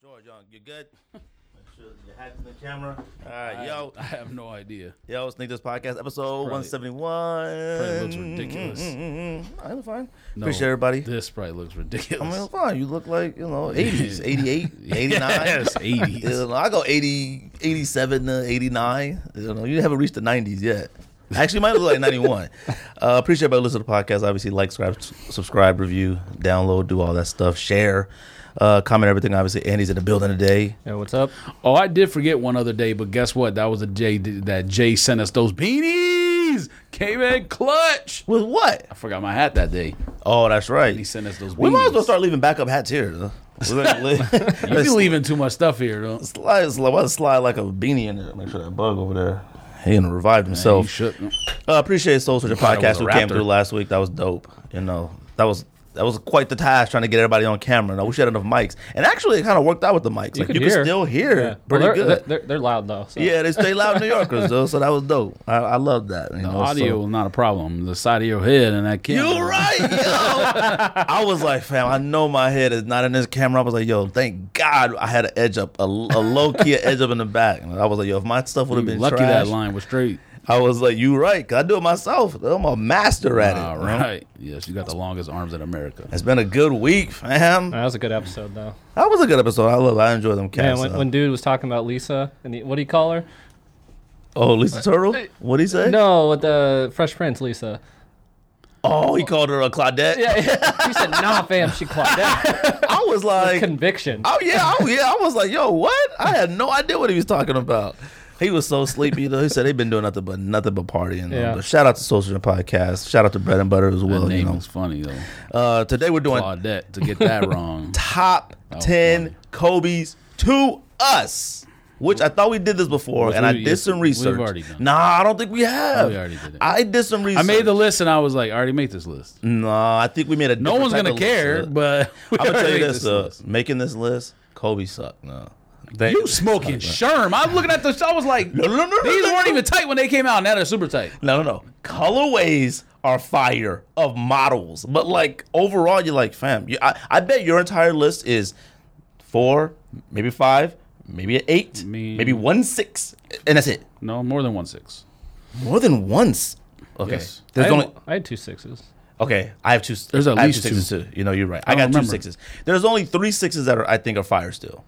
George on. You good? Make sure that your hat's in the camera. All right, I, yo, I have no idea. yo, Sneakers Podcast episode one seventy one. probably looks ridiculous. I'm fine. No, Appreciate everybody. This probably looks I mean, ridiculous. I'm fine. You look like you know eighties, 88, 89. Yes, 80s. You know, I go 80, 87 to 89. You know, you haven't reached the 90s yet. Actually, might look like 91. Uh, appreciate everybody listening to the podcast. Obviously, like, subscribe, subscribe, review, download, do all that stuff, share, uh, comment everything. Obviously, Andy's in the building today. Yo, what's up? oh, I did forget one other day, but guess what? That was a Jay that Jay sent us those beanies. Came in clutch. With what? I forgot my hat that day. Oh, that's right. He sent us those. Beanies. We might as well start leaving backup hats here. Though. We're gonna li- You be leaving too much stuff here, though. Slide, slide, why slide like a beanie in there? Make sure that bug over there. He done revived You himself. shouldn't. Uh, appreciate Soul Searcher Thought I was podcast a who came raptor. through last week. That was dope. You know, that was that was quite the task trying to get everybody on camera. Now, we should had enough mics, and actually, it kind of worked out with the mics. like could you can hear. still hear Yeah. Well, pretty they're, good. They're, they're loud though. So. yeah, they stay loud New Yorkers though, so that was dope. I, I love that. You know, so- Oh, Audio was not a problem. The side of your head and that camera. You're right, yo. I was like, fam, I know my head is not in this camera. I was like, yo, thank God I had an edge up, a, low key edge up in the back. And I was like, yo, if my stuff would have You been lucky trash, that line was straight. I was like, you right, cause I do it myself. I'm a master at it. All you know? right. Yes, you got the longest arms in America. It's been a good week, fam. That was a good episode though. That was a good episode. I love. I enjoy them Man, cats. when, uh, when dude was talking about Lisa and the, what do you call her? oh, Lisa Turtle. What would he say? No, with the Fresh Prince Lisa. Oh, he called her a Claudette. Yeah, she said, "Nah, fam, she clocked out." I was like, Conviction. oh yeah, oh yeah. I was like, yo, what? I had no idea what he was talking about. He was so sleepy though. He said they've been doing nothing but nothing but partying. Yeah. But shout out to Social Media Podcast. Shout out to Bread and Butter as That well. You name know. is funny though. Uh, today we're doing Claudette to get that wrong. top Oh, ten Kobe's to us. Which I thought we did this before, Which and I we- did some we've research. already done. Oh, Nah, I don't think we have. we already did it. I did some research. I made the list and I was like, I already made this list. No, I think we made a. No different one's type gonna of care, list, uh, but we I'm gonna tell you already made this: uh, list. making this list, Kobe sucked. No, They- You smoking Sherm? I'm looking at the. I was like, No, no, no, no, these no, weren't no. even tight when they came out. Now they're super tight. no, no, no. Colorways are fire of models, but like overall, you're like, fam. You, I, I bet your entire list is four, maybe five, maybe an eight, mean- maybe one six, and that's it. No, more than one six. More than once. Okay, Yes. there's I, only had, I had two sixes. Okay, I have two. There's at I have least sixes too. You know, you're right. I, I got don't two remember. sixes. There's only three sixes that are I think are fire still.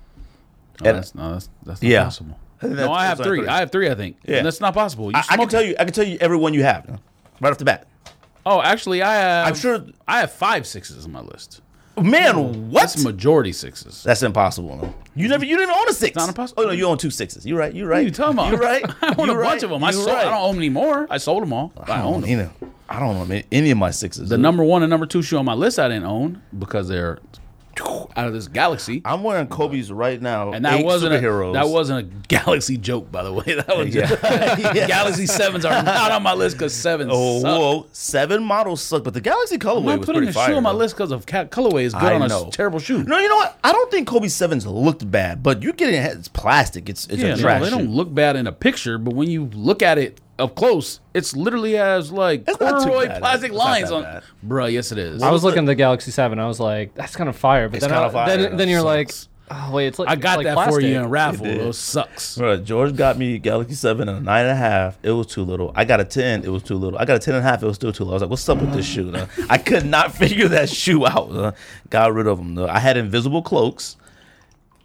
No, And- that's, no, that's, that's not Yeah. possible. I think no, that's- I have that's only three. three. I have three. I think. Yeah. that's not possible. You I, I can smoking. tell you. I can tell you everyone you have right off the bat. Oh, actually, I have. I'm sure. I have five sixes on my list. Man, what? That's majority sixes. That's impossible. no. You never. You didn't own a six. not impossible. Oh no, you own two sixes. You're right. You're right. what are you talking about? You're right. I own a You're right. bunch of them. I You're sold. right. I don't own any more. I sold them all. but I, I own don't them. own either. I don't own any of my sixes. The dude. number one and number two shoe on my list I didn't own because they're out of this galaxy. I'm wearing Kobe's right now. And that eight wasn't superheroes. a that wasn't a galaxy joke, by the way. That was just Yeah. Yeah. Galaxy sevens are not on my list because sevens. Oh, suck. whoa. Seven models suck, but the Galaxy I'm colorway not was putting pretty a fire. shoe on my though. list because of ca- colorway is good I on a know. terrible shoe. No, you know what? I don't think Kobe Sevens looked bad, but you get it. It's plastic. It's it's yeah, a no, trash. they don't shoe. look bad in a picture, but when you look at it up close, it's literally has like It's not too corduroy bad. plastic It's not lines that on. bad. Bruh, yes it is. I was was looking at the Galaxy Seven. I was like, that's kind of fire. But It's then, I, kinda fire, then, then though. you're like, Sucks. oh wait, it's like I got it's like that plastic. for you in raffle. did. Those sucks. Bruh, George got me Galaxy Seven and a nine and a half. It was too little. I got a ten. It was too little. I got a ten and a half. It was still too little. I was like, "What's up with this shoe?" Though? I could not figure that shoe out. Though. Got rid of them. Though. I had invisible cloaks,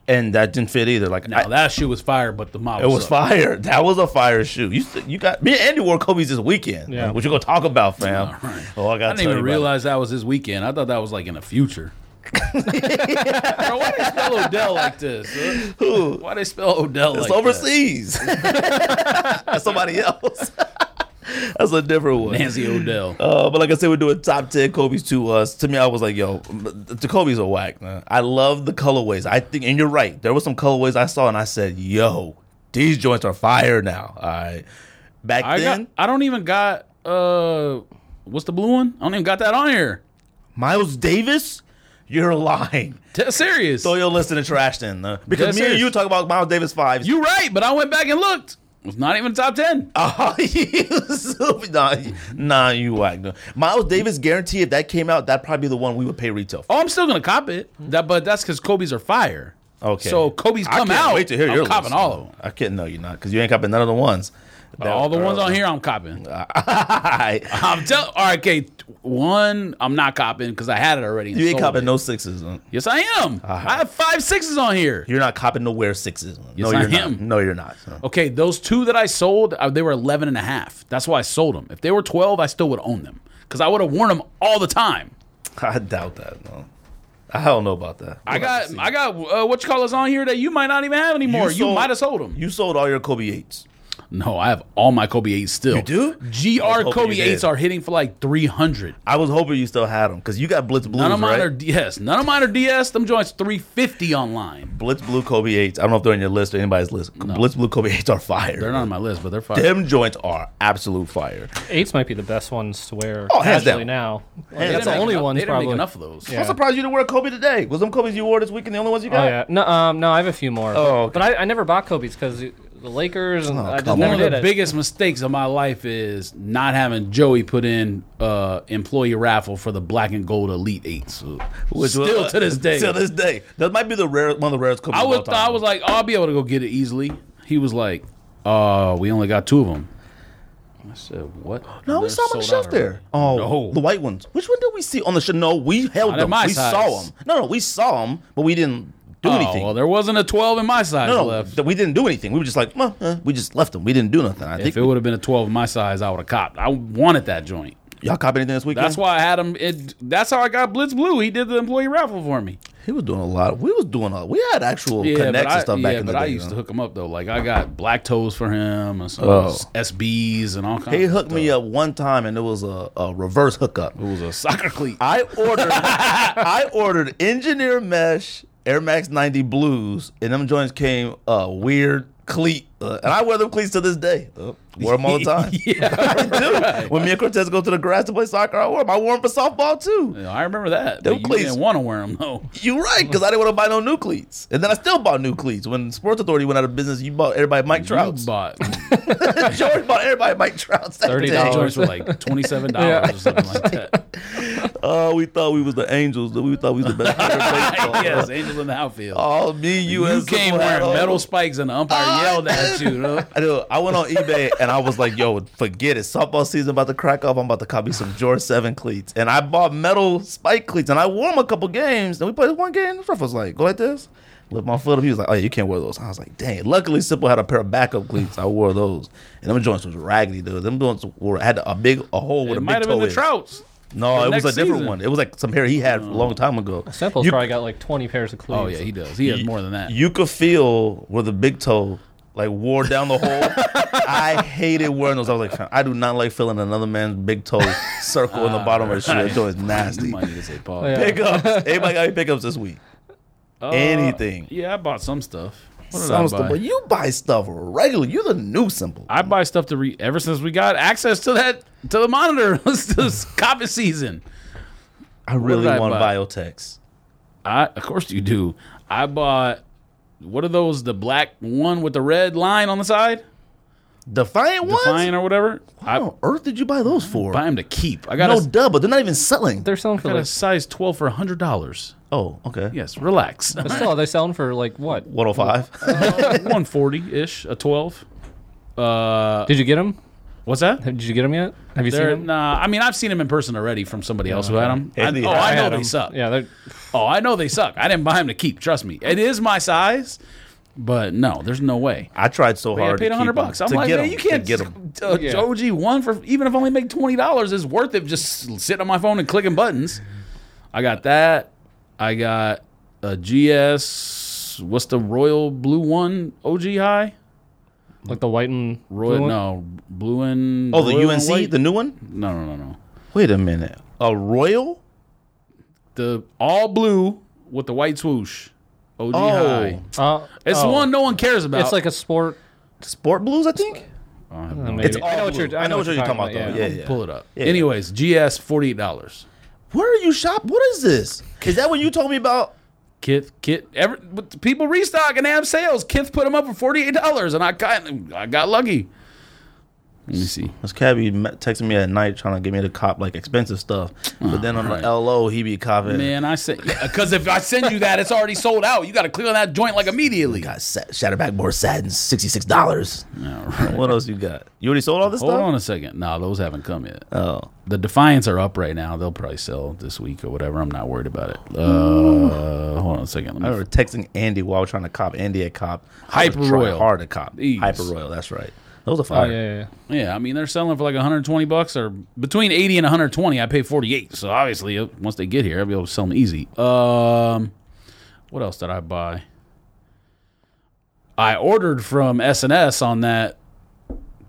and that didn't fit either. Like I- Now that shoe was fire, but the it model was sucked. fire. That was a fire shoe. You st- you got me and Andy wore Kobe's this weekend. Yeah. What you gonna talk about, fam? Oh, I got. I didn't even realize that was this weekend. I thought that was like in the future. Bro, why they spell Odell like this? huh? Why they spell Odell It's like overseas. That's somebody else. That's a different one. that? Nancy Odell. Uh, but like I said, we're doing top ten Kobe's to us. To me, I was like, yo, the Kobe's are whack, man. I love the colorways. I think, and you're right. There was some colorways I saw, and I said, yo, these joints are fire now. All right. Back I then, got, I don't even got uh what's the blue one? I don't even got that on here. Miles Davis, you're lying. T- serious. So you're listening to trash then, uh, because Yes, me and sir. you talk about Miles Davis fives. you right, but I went back and looked. It's not even top ten. Oh, you stupid. Nah, you- nah, you whack. No. Miles Davis guarantee if that came out, that'd probably be the one we would pay retail for. Oh, I'm still gonna cop it. That but that's because Kobe's are fire. Okay. So Kobe's I come can't out. Wait to hear I'm your copping list. all of them. I can't. No, you're not because you ain't copping none of the ones. That all the are- ones on here, I'm copping. I'm telling RK one, I'm not copping because I had it already. and you ain't sold copping it. no Uh-huh. sixes. huh? Yes, I am. I have five sixes on here. You're not copping nowhere sixes. huh? No, Yes, you're I not. am. No, you're not. huh? Okay, those two that I sold, uh, they were 11 and a half. That's why I sold them. If they were 12, I still would own them because I would have worn them all the time. I doubt that. No, I don't know about that. I got, I got uh, what you call us on here that you might not even have anymore. You, sold- might have sold them. You sold all your Kobe eights. no, I have all my Kobe eights still. You do? I was Gr hoping Kobe you did. eights are hitting for like 300. I was hoping you still had them because you got Blitz Blues, None of mine right? are DS. None of mine are DS. Them joints 350 online. Blitz Blue Kobe eights. I don't know if they're on your list or anybody's list. Blitz Blue Kobe eights are fire. They're not on my list, but they're fire. Them joints are absolute fire. Eights might be the best ones to wear Oh, hands casually down. now. Like, Hands that's down. the only They ones didn't make probably. enough of those. Yeah. I'm surprised you didn't wear a Kobe today. Was them Kobe's you wore this weekend the only ones you Oh got? yeah, no, um, no, I have a few more. Oh, okay. Oh, but I, I never bought Kobe's because the Lakers and I just come never One of did the it. biggest mistakes of my life is not having Joey put in uh, employee raffle for the black and gold elite eights. Which was- Still to this day, Till this day. That might be the rare one of the rarest Kobe's. I of was all time. I was like, "Oh, I'll be able to go get it easily. He was like, uh, we only got two of them. I said, what? No, we They're saw them on the sold out shelf there. Oh, already. No. the white ones. Which one did we see on the shelf? No, we held Not at them. my we size. saw them. No, no, we saw them, but we didn't do Oh, anything. well, there wasn't a twelve in my size no, no, left. th- we didn't do anything. We were just like, well, eh, we just left them. We didn't do nothing. I If think it would have been a twelve in my size, I would have copped. I wanted that joint. y'all cop anything this weekend. That's why I had him. It, that's how I got Blitz Blue. He did the employee raffle for me. he was doing a lot. We was doing a. We had actual but connects I- and stuff back yeah, in the but day. I used you to know? hook him up though. Like I got black toes for him and some Oh. SBs and all kinds. He of hooked stuff. me up one time, and it was a, a reverse hookup. It was a soccer cleat. I ordered I ordered engineer mesh Air Max 90 blues, and them joints came uh, weird cleat, uh, and I wear them cleats to this day. Uh, wear them all the time. yeah, I do. When me and Cortez go to the grass to play soccer, I wear them. I wore them for softball too. I remember that. Them But you cleats- didn't want to wear them though. You're right, because I didn't want to buy no new cleats, and then I still bought new cleats when Sports Authority went out of business. You bought everybody Mike Trouts. You bought George bought everybody Mike Trouts. that $30. day. those joints were like twenty seven dollars or something like that. Oh, we thought we was the Angels. We thought we was the best. player in baseball. yes, Angel in the outfield. Oh, me, you, you and came someone wearing else. metal spikes and the umpire Ah. yelled at you. Though. I know. I went on eBay and I was like, "Yo, forget it. Softball season about to crack up. I'm about to copy some George Seven cleats." And I bought metal spike cleats and I wore them a couple games. And we played one game. The ref was like, "Go like this." Lift my foot up. He was like, "Oh, yeah, you can't wear those." I was like, "Dang." Luckily, Simple had a pair of backup cleats. I wore those, and them joints was raggedy, dude. Them joints were had a big a hole with It a might big have toe been the in. Trouts. No, for it was a next different season. one. It was like some hair he had a long time ago. Semple's You- probably got like 20 pairs of cleats. Oh yeah, he does. He has you- more than that. You could feel where the big toe like wore down the hole. I hated wearing those. I was like, I do not like feeling another man's big toe circle Ah, in the bottom of the shoe. That joint is You nasty. might need to say pause. yeah. Pickups. Anybody got any pickups this week? Uh, Anything. Yeah, I bought some stuff. What did I Some buy? stuff, but you buy stuff regularly. You're the new simple. I buy stuff to read ever since we got access to that to the monitor. This is copy season. I really did I want buy? biotechs. I of course you do. I bought what are those? The black one with the red line on the side, Defiant ones? Defiant or whatever. What on earth did you buy those for? I buy them to keep. I got no a, dub, but they're not even selling. They're selling for got a like. size twelve for hundred dollars. Oh, okay. Yes, relax. But still, they're selling for like what? 105. one forty ish, a twelve. Uh, Did you get them? what's that? Did you get them yet? Have you They're, seen them? nah, I mean I've seen them in person already from somebody else who had them. I, Anthony oh, had I know had they 'em. suck. Yeah, they're Oh, I know they suck. I didn't buy them to keep. Trust me, it is my size, but no, there's no way. I tried so I hard. to paid keep hundred 'em, bucks. I'm to like, get man, 'em, you to can't get just- 'em. Oh, Uh, Yeah. OG one for even if I only make twenty dollars is worth it. Just sitting on my phone and clicking buttons. I got that. I got a GS. What's the royal blue one? OG high. like the white and Royal blue one? no blue and Oh, the royal and UNC, white? the new one? no no no no Wait a minute. A royal? the all blue with the white swoosh. OG Oh. high. Uh, It's oh. the one no one cares about. It's like a sport. Sport blues, I think. I have no uh, idea. maybe. It's I all know what blue. you're. I know what you're talking about. though, yeah. yeah. Pull it up. Yeah. Anyways, GS forty eight dollars. Where are you shop? What is this? Is that what you told me about? Kith, Kith, every, but the people restock and they have sales. Kith put them up for forty eight dollars, and I got, I got lucky. Let me see. This cabbie me- texting me at night trying to get me to cop like expensive stuff, but then on right. the LO he be copping. Man, I said because if I send you that, it's already sold out. You got to click on that joint like immediately. Got sa- Shatterback more satin, sixty six dollars. All right. What else you got? You already sold all this Hold stuff? on a second. No, those haven't come yet. Oh, The Defiance are up right now. They'll probably sell this week or whatever. I'm not worried about it. Uh, hold on a second. I Let me remember texting Andy while trying to cop. Andy at cop. I was Hyper trying Royal. hard to cop. These. Hyper Royal. That's right. Those are Oh fire. yeah, yeah, yeah. Yeah, I mean they're selling for like 120 bucks or between 80 and 120. I pay 48, so obviously uh, once they get here, I'll be able to sell them easy. Um, what else did I buy? I ordered from SNS on that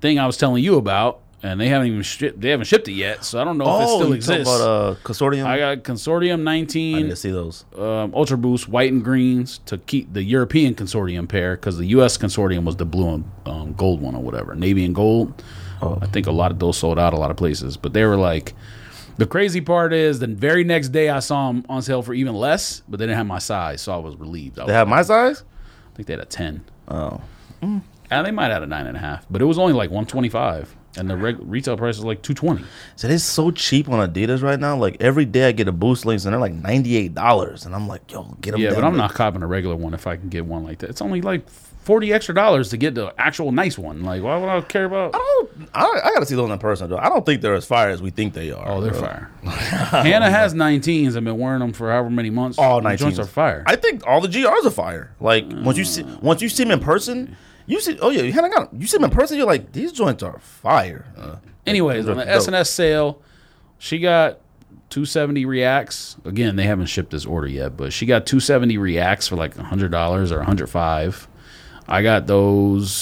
thing I was telling you about, and they haven't even shipped. They haven't shipped it yet, so I don't know if it Oh, still you talking exists. about uh, consortium? I got Consortium I need 19, to see those. um, Ultra Boost, White and Greens to keep the European consortium pair because the U.S. consortium was the blue and um, gold one or whatever, navy and gold. I think a lot of those sold out a lot of places, but they were like. The crazy part is, the very next day I saw them on sale for even less, but they didn't have my size, so I was relieved. I, They was- have my size. I think they had a ten, Oh, and they might have had a nine and a half, but it was only like one twenty five, and the reg- retail price is like two twenty. so it's so cheap on Adidas right now. Like every day I get a boost links and they're like ninety eight dollars, and I'm like, yo, get them. Yeah, but I'm not copping a regular one if I can get one like that. It's only like forty extra dollars to get the actual nice one. Like, why would I care about? I don't. I, I gotta see those in person though. I don't think they're as fire as we think they are. Oh, they're bro. fire. Hannah has 19s. I've been wearing them for however many months. All The 19s joints are fire. I think all the GRs are fire. Like once you see Mm. once you see them in person, you see. Oh yeah, you haven't got 'em. You see them in person, you're like these joints are fire. Uh, Anyways, on the Dope. SNS sale, she got 270 reacts. Again, they haven't shipped this order yet, but she got 270 reacts for like $100 or 105. I got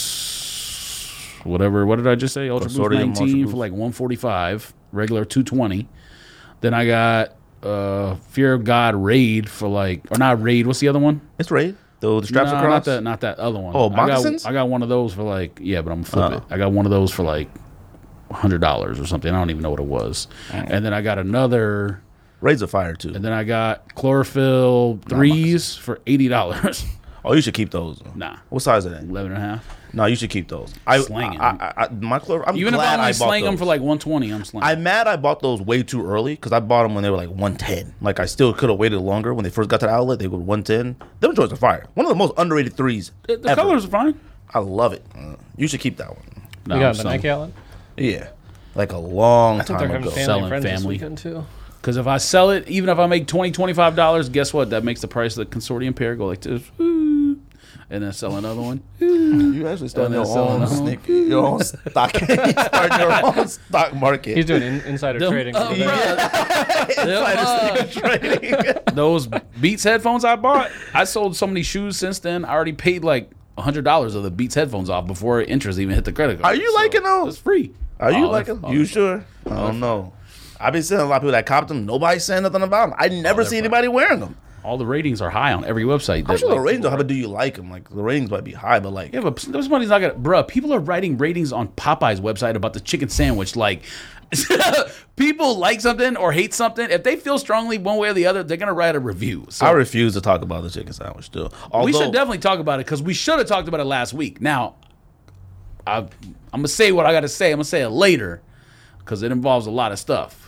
those whatever. What did I just say? Ultra Boost Consortium Ultra 19 for Boost. like 145, regular 220. Then I got uh Fear of God Raid for like or not Raid, what's the other one? it's right. Though the straps No, across. Not that, not that other one. Oh, I moccasins? Oh. got, I got one of those for like, yeah, but I'm gonna flip it. I got one of those for like hundred dollars or something. I don't even know what it was. And then I got another. Raids are fire too. And then I got chlorophyll threes for eighty dollars. Oh, you should keep those. nah, What size are they? eleven and a half. No, you should keep those. I, Slang 'em. I, I, I my clo- I'm Even if glad I, I only bought slang them those. for like one twenty, I'm slanging. I'm mad I bought those way too early because I bought them when they were like 110. Like I still could have waited longer when they first got to the outlet. They were 110. Them joints are fire. One of the most underrated threes. the the ever. colors are fine. I love it. Uh, You should keep that one. No, I'm you got the selling- Nike outlet. Yeah, like a long I think they're time having ago. family Selling and friends this family. weekend too. Because if I sell it, even if I make $20, $25, guess what? That makes the price of the consortium pair go like this. Ooh. And then sell another one. You actually starting your And they're selling own them. sneak, your own stock, starting your own stock market. He's doing in, insider Them- trading. Oh, Yeah. Them, uh, those Beats headphones I bought, I sold so many shoes since then. I already paid like hundred dollars of the Beats headphones off before interest even hit the credit card. Are you liking those? It's free. Are you Oh, like they're- him? oh, You sure? I don't know. I've been seeing a lot of people that copped them. Nobody's saying nothing about them. I never see anybody wearing them. All the ratings are high on every website. I'm that, sure the like, ratings are high, but do you like them? Like the ratings might be high, but like Yeah, but those money's not gonna. Bruh, people are writing ratings on Popeye's website about the chicken sandwich. Like, people like something or hate something. If they feel strongly one way or the other, they're gonna write a review. So I refuse to talk about the chicken sandwich still. Although, we should definitely talk about it because we should have talked about it last week. Now, I, I'm gonna say what I gotta say. I'm gonna say it later because it involves a lot of stuff.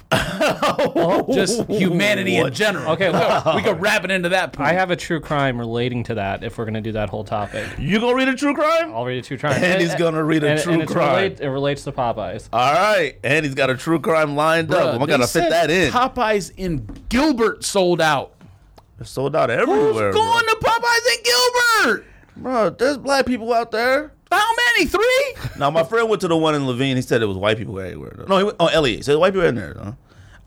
Just humanity in What? general. Okay, well- we could wrap it into that point. I have a true crime relating to that. If we're gonna do that whole topic, you gonna read a true crime? Oh. I'll read a true crime. And he's gonna read a and, true and it's crime. relate- it relates to Popeyes. All right, and he's got a true crime lined up. I'm Bruh, gonna they fit said that in. Popeyes in Gilbert sold out. They're sold out Who's everywhere, bro. going to Popeyes in Gilbert? bro. There's black people out there. How many? Three? Now my friend went to the one in Levine. He said it was white people everywhere. Though. No, he went, oh Elliot. He said white people in there. Though.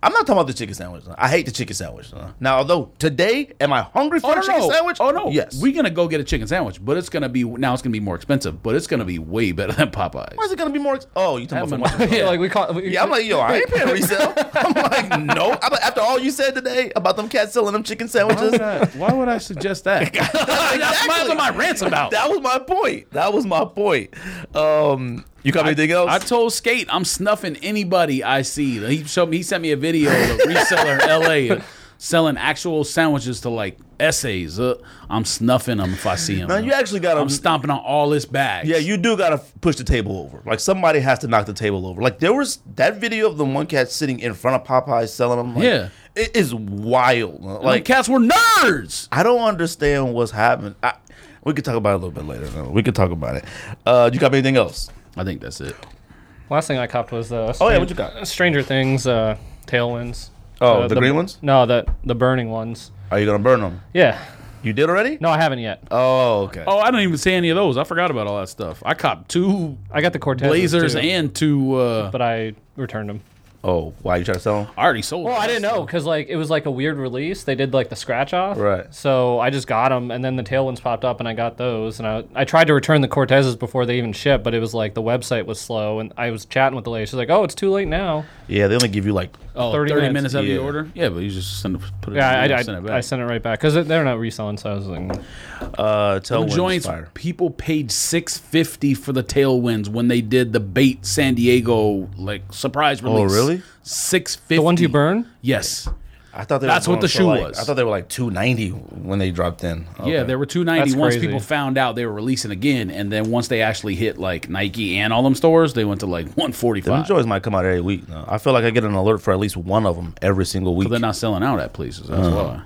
I'm not talking about the chicken sandwich. Though. I hate the chicken sandwich. Though. Now, although today, am I hungry for a chicken sandwich? Oh no. Yes. We're gonna go get a chicken sandwich, but it's gonna be now it's gonna be more expensive, but it's gonna be way better than Popeyes. Why is it gonna be more? Ex- oh, you talking That about? mother- From Yeah, like we call. We, yeah, I'm like yo, I ain't paying resale. I'm like no. I'm like, after all you said today about them cats selling them chicken Why sandwiches, would I, why would I suggest that? That's might as well my rants about. that was my point. That was my point. Um, you got anything else? I told Skate I'm snuffing anybody I see. He showed me. He sent me a video of a reseller in L.A. selling actual sandwiches to like essays. Uh, I'm snuffing them if I see them. Now you actually got I'm to stomping on all his bags. Yeah, you do gotta f- push the table over. Like somebody has to knock the table over. Like there was that video of the one cat sitting in front of Popeye selling them. Like, Yeah. it is wild. like Like cats were nerds. I don't understand what's happening. I, we could talk about it a little bit later. though. We could talk about it. Uh, you got anything else? I think that's it. Last thing I copped was the Oh, yeah, what you got? Stranger Things uh, tailwinds. Oh, Uh, the, green ones. No, the the burning ones. Are you gonna burn them? Yeah. You did already? No, I haven't yet. Oh, okay. Oh, I didn't even say any of those. I forgot about all that stuff. I copped two I got the Cortez blazers and two. Uh, but I returned them. Oh, why you trying to sell them? I already sold. Well, I them. didn't know because like it was like a weird release. They did like the scratch off, Right. So I just got them, and then the tailwinds popped up, and I got those. And I I tried to return the Cortezes before they even shipped, but it was like the website was slow, and I was chatting with the lady. She's like, "Oh, it's too late now." Yeah, they only give you like. Oh, 30, 30 minutes, minutes. after Yeah. you order. Yeah, but you just send it, put it. Yeah, I, in, I, send it I, back. sent it right back because they're not reselling. So I was like, Uh, tell The when joints. fire. People paid six fifty for the tailwinds when they did the bait San Diego like surprise release. Oh, really? Six fifty. "The ones you burn." Yes. I thought they That's were what the going for, shoe like- was. I thought they were like two ninety when they dropped in. Yeah, Okay. there were two ninety. That's Once crazy. people found out they were releasing again, and then once they actually hit like Nike and all them stores, they went to like one forty Them five. joints might come out every week. though. I feel like I get an alert for at least one of them every single week. They're not selling out at places. That's Uh-huh. why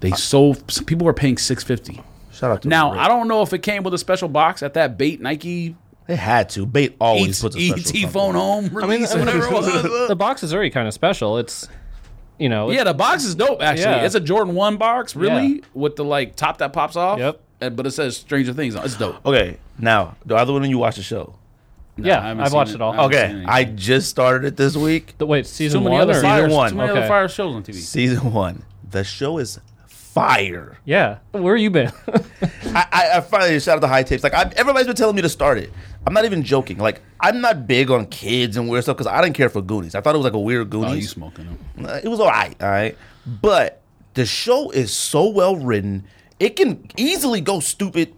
they sold. People were paying six fifty. Shout out to Now Rick. I don't know if it came with a special box at that bait Nike They had to. Bait always Oh, ET puts a special something. E phone home release or whatever it was. The box is already kind of special. It's, you know, Yeah, the box is dope. Actually, Yeah. it's a Jordan One box, really, Yeah. with the like top that pops off. Yep. And- But it says Stranger Things on. it. It's dope. Okay, now do either one of you watch the show? Yeah, I haven't I've seen watched it all. I haven't seen Okay, it. I just started it this week. The, wait, too season many one. other or- fires. Season one. Too many other Okay. fire shows on TV. Season one. The show is fire. Yeah, where you been? I, I, I finally shout out the high tapes. Like I, everybody's been telling me to start it. I'm not even joking. Like I'm not big on kids and weird stuff because I didn't care for Goonies. I thought it was like a weird Oh, you Goonies. smoking them? Uh, it was all right, all right. But the show is so well written, it can easily go stupid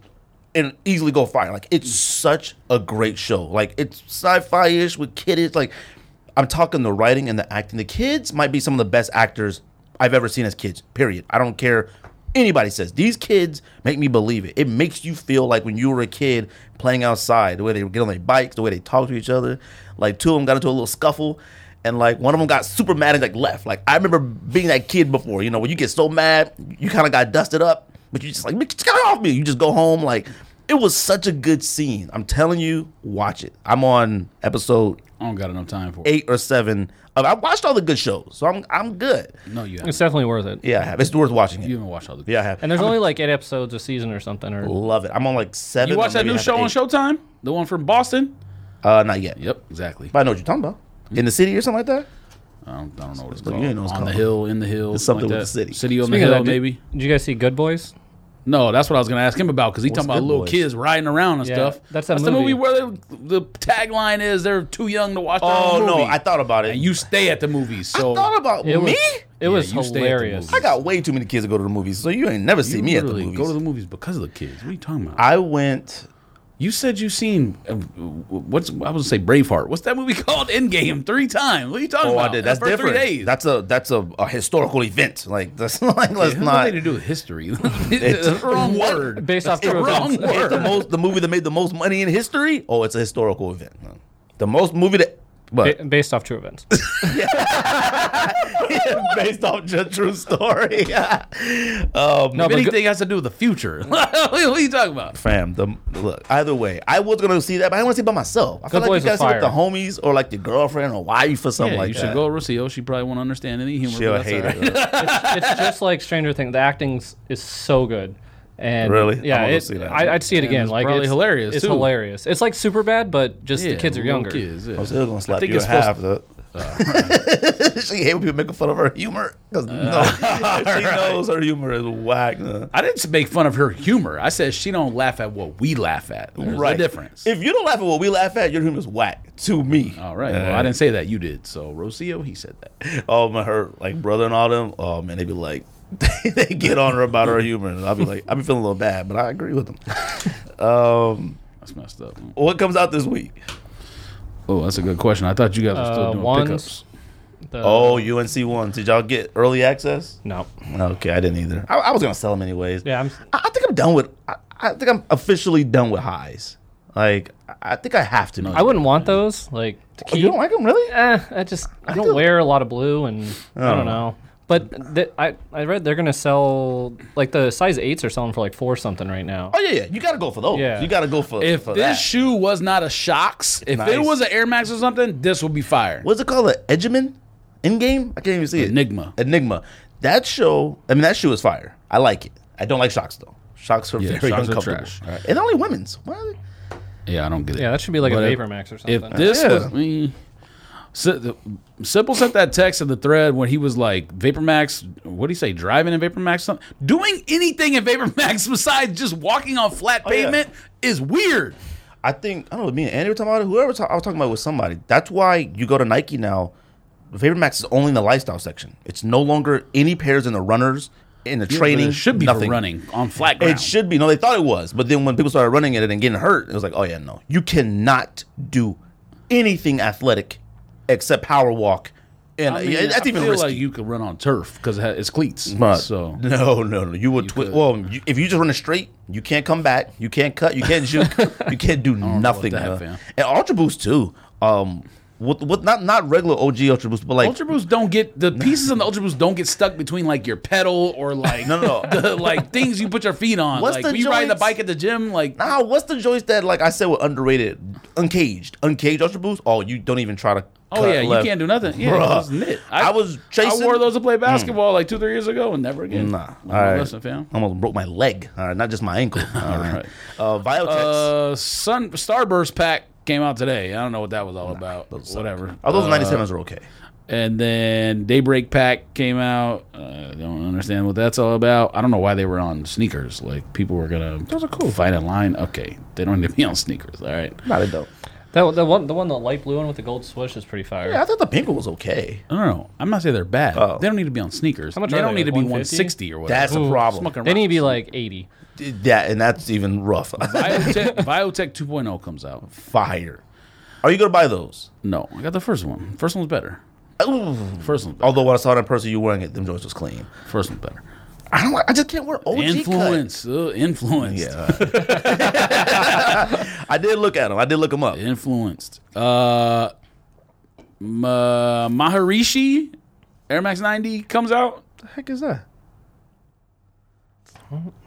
and easily go fire. Like it's such a great show. Like it's sci-fi ish with kiddish. Like I'm talking the writing and the acting. The kids might be some of the best actors I've ever seen as kids. Period. I don't care. Anybody says these kids make me believe it. It makes you feel like when you were a kid playing outside, the way they get on their bikes, the way they talk to each other. Like two of them got into a little scuffle, and like one of them got super mad and like left. Like I remember being that kid before, you know, when you get so mad, you kind of got dusted up, but you just like, "Bitch, get off me. You just go home. Like it was such a good scene. I'm telling you, watch it. I'm on episode I don't got enough time for it. eight or seven. Of, I watched all the good shows, so I'm I'm good. No, you haven't. it's definitely worth it. Yeah, I have. It's worth watching You it. haven't watched all the. Yeah, I have. And there's only like eight episodes a season or something. Or Love it. I'm on like seven. You watch or that maybe new half show on eight. Showtime? The one from Boston? Uh, not yet. Yep, exactly. But I know what you're talking about. In the city or something like that. I don't, I don't know what it's Look, you called. ain't know what on it's the called. hill, in the hill, It's something like with that. the city. City on Speaking the of hill, that, did- maybe. Did, you guys see Good Boys? No, that's what I was gonna ask him about because he talking about Good little Boys? kids riding around and Yeah, stuff. that's that the movie movie. where they, the tagline is "They're too young to watch." Their Oh own no, movie." I thought about it. and you stay at the movies. So I thought about me. It was it was Yeah, you stay at the hilarious. movies. I got way too many kids to go to the movies, so you ain't never see you me at the literally movies. Go to the movies because of the kids. What are you talking about? I went. you said you seen uh, what's I was gonna say Braveheart. What's that movie called? Endgame three times. What are you talking Oh, about? I did. The That's first different. Three days. That's a that's a, a historical event. Like that's like let's it has not. nothing to do with history. it's the wrong What? word. Based off It's true wrong events. It's the word. most the movie that made the most money in history. Oh, it's a historical event. The most movie that. But Ba- based off true events. based off a true story. um, If but go- anything has to do with the future. what are you talking about? fam, the look. Either way, I was gonna see that, but I want to see it by myself. I feel Good like Boys you gotta was see it with the fire. homies or like your girlfriend or wife or something Yeah, like you that. should go to Rocio. She probably won't understand any humor. She'll but that's hate all right. it. it's just like Stranger Things. The acting is so good. And Really? I'm Yeah, gonna it- see that. I, I'd see it And again. it's like probably it's hilarious, It's too. hilarious. It's like super bad, but just Yeah, the kids are little younger. kids, yeah. I'm still gonna slap think you in it's supposed half. Uh. though. she hate when people making fun of her humor because no, she knows her humor is whack. uh. I didn't make fun of her humor. I said she don't laugh at what we laugh at. There's a difference. If you don't laugh at what we laugh at, your humor is whack to me. All right. Well, Uh, I didn't say that. You did. So Rocio, he said that. Oh my, her like brother and all them. Oh man, they be like, they get on her about her humor, and I'll be like, I've been feeling a little bad, but I agree with them. um, That's messed up. what comes out this week? Oh, that's a good question. I thought you guys were still Uh, doing ones. pickups. The, Oh, UNC ones. Did y'all get early access? no. Okay, I didn't either. I, I was gonna sell them anyways. Yeah, I'm, I, I think I'm done with. I, I think I'm officially done with highs. Like I I think I have to. be. I wouldn't want those. Like to Oh, keep. you don't like them, really? Eh, I just I don't feel- wear a lot of blue, and I Oh. don't know. But th- I I read they're gonna sell like the size eights are selling for like four something right now. Oh yeah, yeah. You gotta go for those. Yeah. You gotta go for If for this that. shoe was not a shocks, if it Nice. was an Air Max or something, this would be fire. What's it called? An Edgeman? In game? I can't even see it. Enigma. Enigma. That show. I mean, that shoe is fire. I like it. I don't like shocks though. Shocks are Yeah, very shocks are uncomfortable. trash. All right. And only women's. What? Yeah, I don't get it. Yeah, that should be like But a if- VaporMax or something. If this Yeah. was me, Si- the- Simple sent that text in the thread when he was like VaporMax. What do you say? Driving in VaporMax, something doing anything in VaporMax besides just walking on flat Oh, yeah. pavement is weird. I think I don't know. Me and Andy were talking about it. Whoever ta- I was talking about it with somebody. That's why you go to Nike now. Favorite Max is only in the lifestyle section. It's no longer any pairs in the runners in the training. it should be nothing. for running on flat ground. It should be. No, they thought it was, but then when people started running it and getting hurt, it was like, oh yeah, no, you cannot do anything athletic except power walk, and I mean, yeah, that's I even feel risky. like you could run on turf because it's cleats. But so no, no, no. You would twi- could. well you, if you just run it straight, you can't come back, you can't cut, you can't juke, you can't do nothing. that, huh? fam. and Ultra Boost too. Um, with, with not not regular OG Ultra Boost, but like Ultra Boost don't get the pieces on the Ultra Boost don't get stuck between like your pedal or like No, no, no. the like things you put your feet on. What's like the when you ride the joints? bike at the gym, like nah, what's the joints that like I said were underrated? Uncaged, uncaged Ultra Boost. Oh, you don't even try to. oh cut yeah, left. you can't do nothing. Yeah, Bruh. it's knit. I, was chasing. Hmm. I wore those to play basketball like two three years ago and never again. Nah, Well, all right. listen, fam. almost broke my leg. All right, not just my ankle. All right. right. Uh, Viotex. Uh, Sun Starburst pack came out today. I don't know what that was all about. Whatever. oh, those Uh, 97s are okay. And then Daybreak Pack came out. Uh, I don't understand what that's all about. I don't know why they were on sneakers. Like people were gonna those are cool. Fight in line. Okay, they don't need to be on sneakers. All right. Not they don't. that the one the one the light blue one with the gold swoosh is pretty fire. Yeah, I thought the pink one was okay. No, no, no. I'm not saying they're bad. Oh. They don't need to be on sneakers. much they are don't they, need to be 150? 160 or whatever. That's a problem. Smoking They need to be rocks. like eighty. That and that's even rough. Biotech, Biotech 2.0 comes out. Fire. Are you gonna buy those? No, I got the first one. First one was better. Ooh. First one, was better. Although when I saw it in person, you wearing it, them joints was clean. first one was better. I don't. like- I just can't wear OG influence. Influence, uh, influence, Yeah. I did look at them. I did look them up. influenced. Uh, Ma- Maharishi Air Max 90 comes out. the heck is that?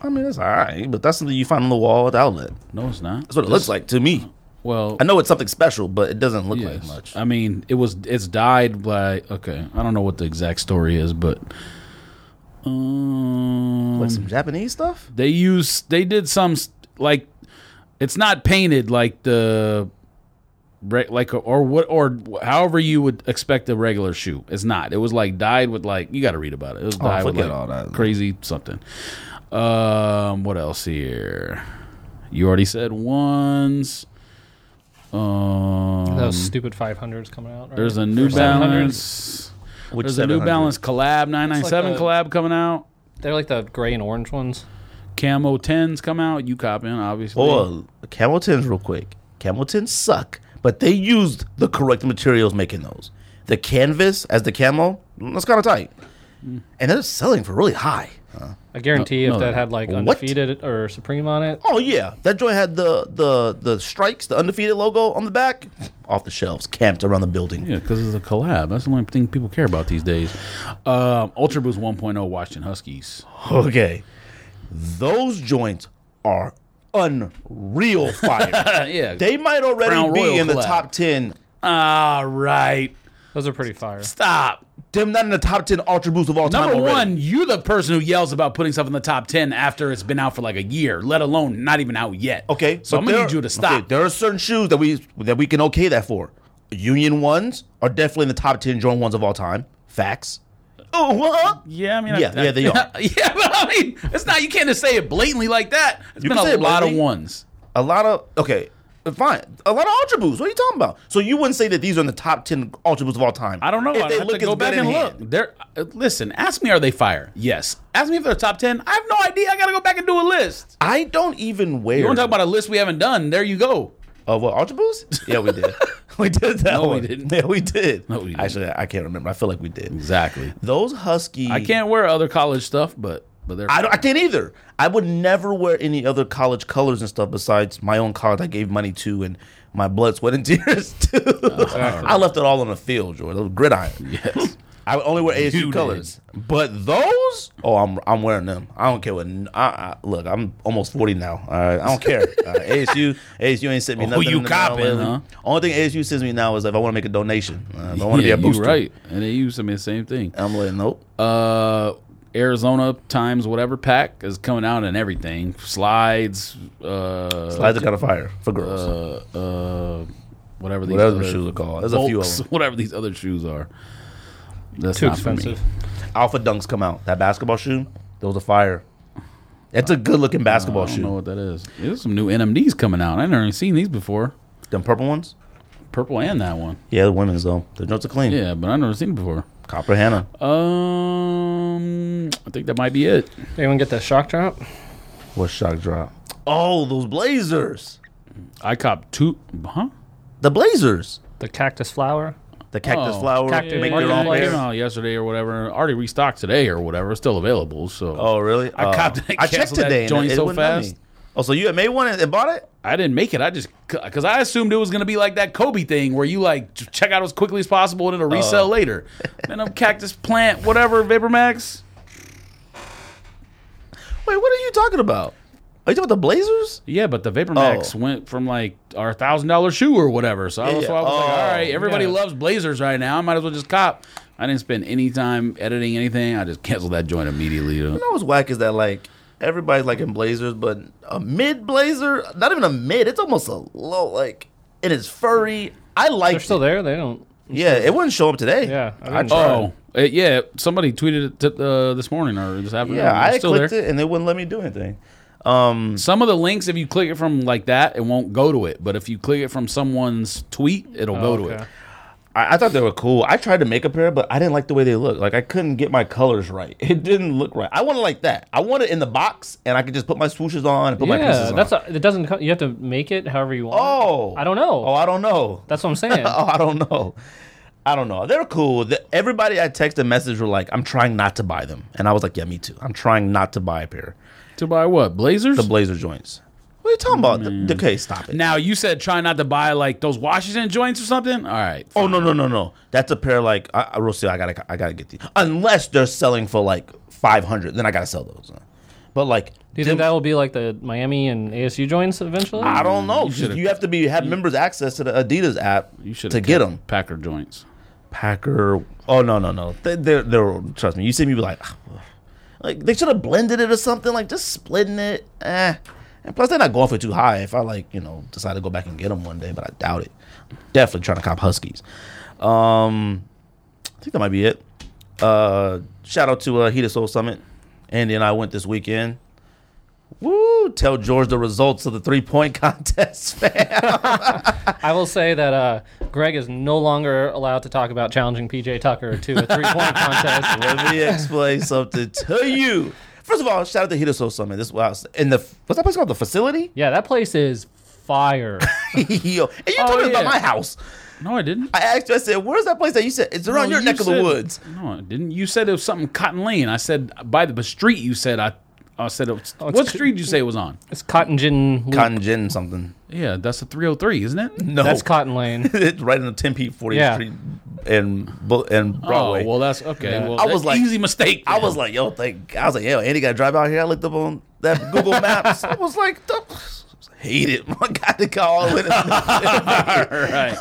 I mean, that's all right, but that's something you find on the wall at the outlet. No, it's not. That's what it looks like to me. Well, I know it's something special, but it doesn't look like yes. much. I mean, it was. It's died by. Okay, I don't know what the exact story is, but um, Like some Japanese stuff. They use they did some s- like it's not painted like the re- like or what or however you would expect a regular shoe. It's not. It was like dyed with like you got to read about it. It was dyed with Oh, forget like all that. crazy something. Um, what else here? You already said ones. Um, Those stupid five hundreds coming out. Right? there's a New Or 700s. Balance. Which There's a New 700? Balance collab. Nine nine seven a- collab coming out. They're like the gray and orange ones. Camo tens come out. You copying obviously. Oh, camel tins, real quick. Camel tins suck, but they used the correct materials making those. The canvas as the camo, that's kind of tight, Mm. and they're selling for really high. I guarantee no, if that they're had like What? undefeated or supreme on it, Oh yeah, that joint had the the the strikes, the undefeated logo on the back, off the shelves, camped around the building. Yeah, because it's a collab. That's the only thing people care about these days. Um, Ultra Boost 1.0 Washington Huskies. Okay, those joints are unreal fire. Uh, yeah. they might already Crown be Royal in the collab. top ten. All right. those are pretty fire. Stop. Them not in the top ten ultra boosts of all time. Number already. one, you the person who yells about putting stuff in the top 10 after it's been out for like a year, let alone not even out yet. Okay, So but I'm going to there- need you to okay, stop. there are certain shoes that we that we can okay that for. Union ones are definitely in the top ten Jordan ones of all time. Facts. Oh, what? yeah, I mean, Yeah, yeah, they are. yeah, but I mean, it's not. You can't just say it blatantly like that. It's You been can say a it lot of blatantly. ones. A lot of okay, fine. A lot of ultra boosts. What are you talking about? So you wouldn't say that these are in the top ten ultra boosts of all time? I don't know. I have to as go back bed in and hand. look. They're, uh, listen, ask me, are they fire? Yes. Ask me if they're top 10. I have no idea. I got to go back and do a list. I don't even wear. You want to talk about a list we haven't done? There you go. Oh, what Ultra Boost? Yeah, we did. we did that No, we one. didn't. Yeah, we did. No, we didn't. Actually, I can't remember. I feel like we did. Exactly. Those Husky. I can't wear other college stuff, but but they're I, don't, I can't either. I would never wear any other college colors and stuff besides my own college I gave money to and my blood, sweat, and tears to. I left it all on the field, Jordan. Those gridiron. yes. I would only wear ASU You colors. But those, oh, I'm I'm wearing them. I don't care what. I, I, look, I'm almost forty now. All right, I don't care. Uh, All right, ASU, ASU ain't sent me Oh, Who nothing. you in the mail copping, lately. huh? Only thing ASU sends me now is if I want to make a donation. Uh, if I want to Yeah, be a you booster, right. And they use them in the same thing. I'm like, nope. Uh, Arizona times whatever pack is coming out and everything slides. Uh, Slides are kind of fire for girls. uh, uh, whatever these Whatever the other shoes are called. There's a few of Volks, them. Whatever these other shoes are. That's Too not for me. expensive. Alpha Dunks come out. That basketball shoe, those are fire. It's a good looking basketball I don't know shoe. what that is. There's some new NMDs coming out. I never even seen these before. Them purple ones? Purple and that one. Yeah, the women's though. The notes are clean. Yeah, but I never seen it before. Copper Hannah. Um, I think that might be it. Anyone get that shock drop? What shock drop? Oh, those Blazers. I copped two. Huh? The Blazers. The cactus flower? The cactus Oh, flower. cactus. Make Yeah, their own yeah, came pair. out yesterday or whatever. Already restocked today or whatever. It's still available. So Oh, really? I Uh, copped that- I checked canceled that today. and joint it so wouldn't let fast. me. Oh, so you had made one and and bought it? I didn't make it. I just because I assumed it was gonna be like that Kobe thing where you like j- check out as quickly as possible and it'll resell later. Man, I'm cactus plant, whatever, Vapormax. Wait, what are you talking about? Are you talking about the Blazers? Yeah, but the Vapormax Oh. went from like our thousand dollar shoe or whatever. So I was, Yeah. so I was like, Oh. all right, everybody Yeah. loves Blazers right now. I might as well just cop. I didn't spend any time editing anything. I just canceled that joint immediately. though. You know what's whack is that like everybody's like in blazers, but a mid blazer, not even a mid, it's almost a low like it is furry. I like They're still there? They don't. Yeah, it wouldn't show up today. Yeah, I I didn't- tried. Oh, uh, yeah. Somebody tweeted it t- uh, this morning or this afternoon. yeah, I It's still there. clicked it and it wouldn't let me do anything. Um, Some of the links, if you click it from like that, it won't go to it. But if you click it from someone's tweet, it'll Oh, go to okay. it. I, I thought they were cool. I tried to make a pair, but I didn't like the way they looked. Like I couldn't get my colors right. It didn't look right. I want it like that. I want it in the box, and I could just put my swooshes on and put Oh, my Yeah, pieces on. that's a, it. Doesn't co- you have to make it however you want? oh, I don't know. Oh, I don't know. That's what I'm saying. oh, I don't know. I don't know. They're cool. The, everybody I texted and message were like, I'm trying not to buy them. And I was like, yeah, me too. I'm trying not to buy a pair. To buy what? Blazers? The blazer joints. What are you talking about? The, okay, stop it. now, you said try not to buy like those Washington joints or something? All right. oh, no, no, no, no. That's a pair like, I, I, Rocio, I gotta, I gotta get these. Unless they're selling for like 500, then I gotta sell those. But like, Do you think that will be like the Miami and ASU joints eventually? I don't know. You, should've- have to be have members access to the Adidas app You should to get them. Packer joints. Packer. Oh no no no. They, they're they're trust me. You see me be like, "Ah, ugh." like they should have blended it or something. Like just splitting it. Eh. And plus they're not going for too high. If I like you know decide to go back and get them one day, but I doubt it. Definitely trying to cop Huskies. Um, I think that might be it. Uh, shout out to uh, Heat of Soul Summit. Andy and I went this weekend. Woo! Tell George the results of the three point contest, fam. I will say that uh, Greg is no longer allowed to talk about challenging PJ Tucker to a three-point contest. Let me explain something to you. First of all, shout out to Hidoso Summit. This was in the what's that place called? The facility? Yeah, that place is fire. Yo, and you Oh, told me about yeah. my house. No, I didn't. I asked you. I said, "Where's that place that you said it's around your No, you neck of the said- woods?" No, I didn't. You said it was something Cotton Lane. I said by the street you said I I said it Oh, was, it's what co- street did you say it was on? It's Cotton Gin. Loop. Cotton gin something. Yeah, that's the 303, isn't it? No, That's Cotton Lane. it's right in the Tempe 40th Yeah. Street and Bu- and Broadway. Oh, well that's okay. Well, I I was was like- easy mistake. I was like, "Yo, thank." I was like, "Yo, Andy got to drive out here." I looked up on that Google Maps. I was like, "Duh, "Hate it, my guy to call it." all right.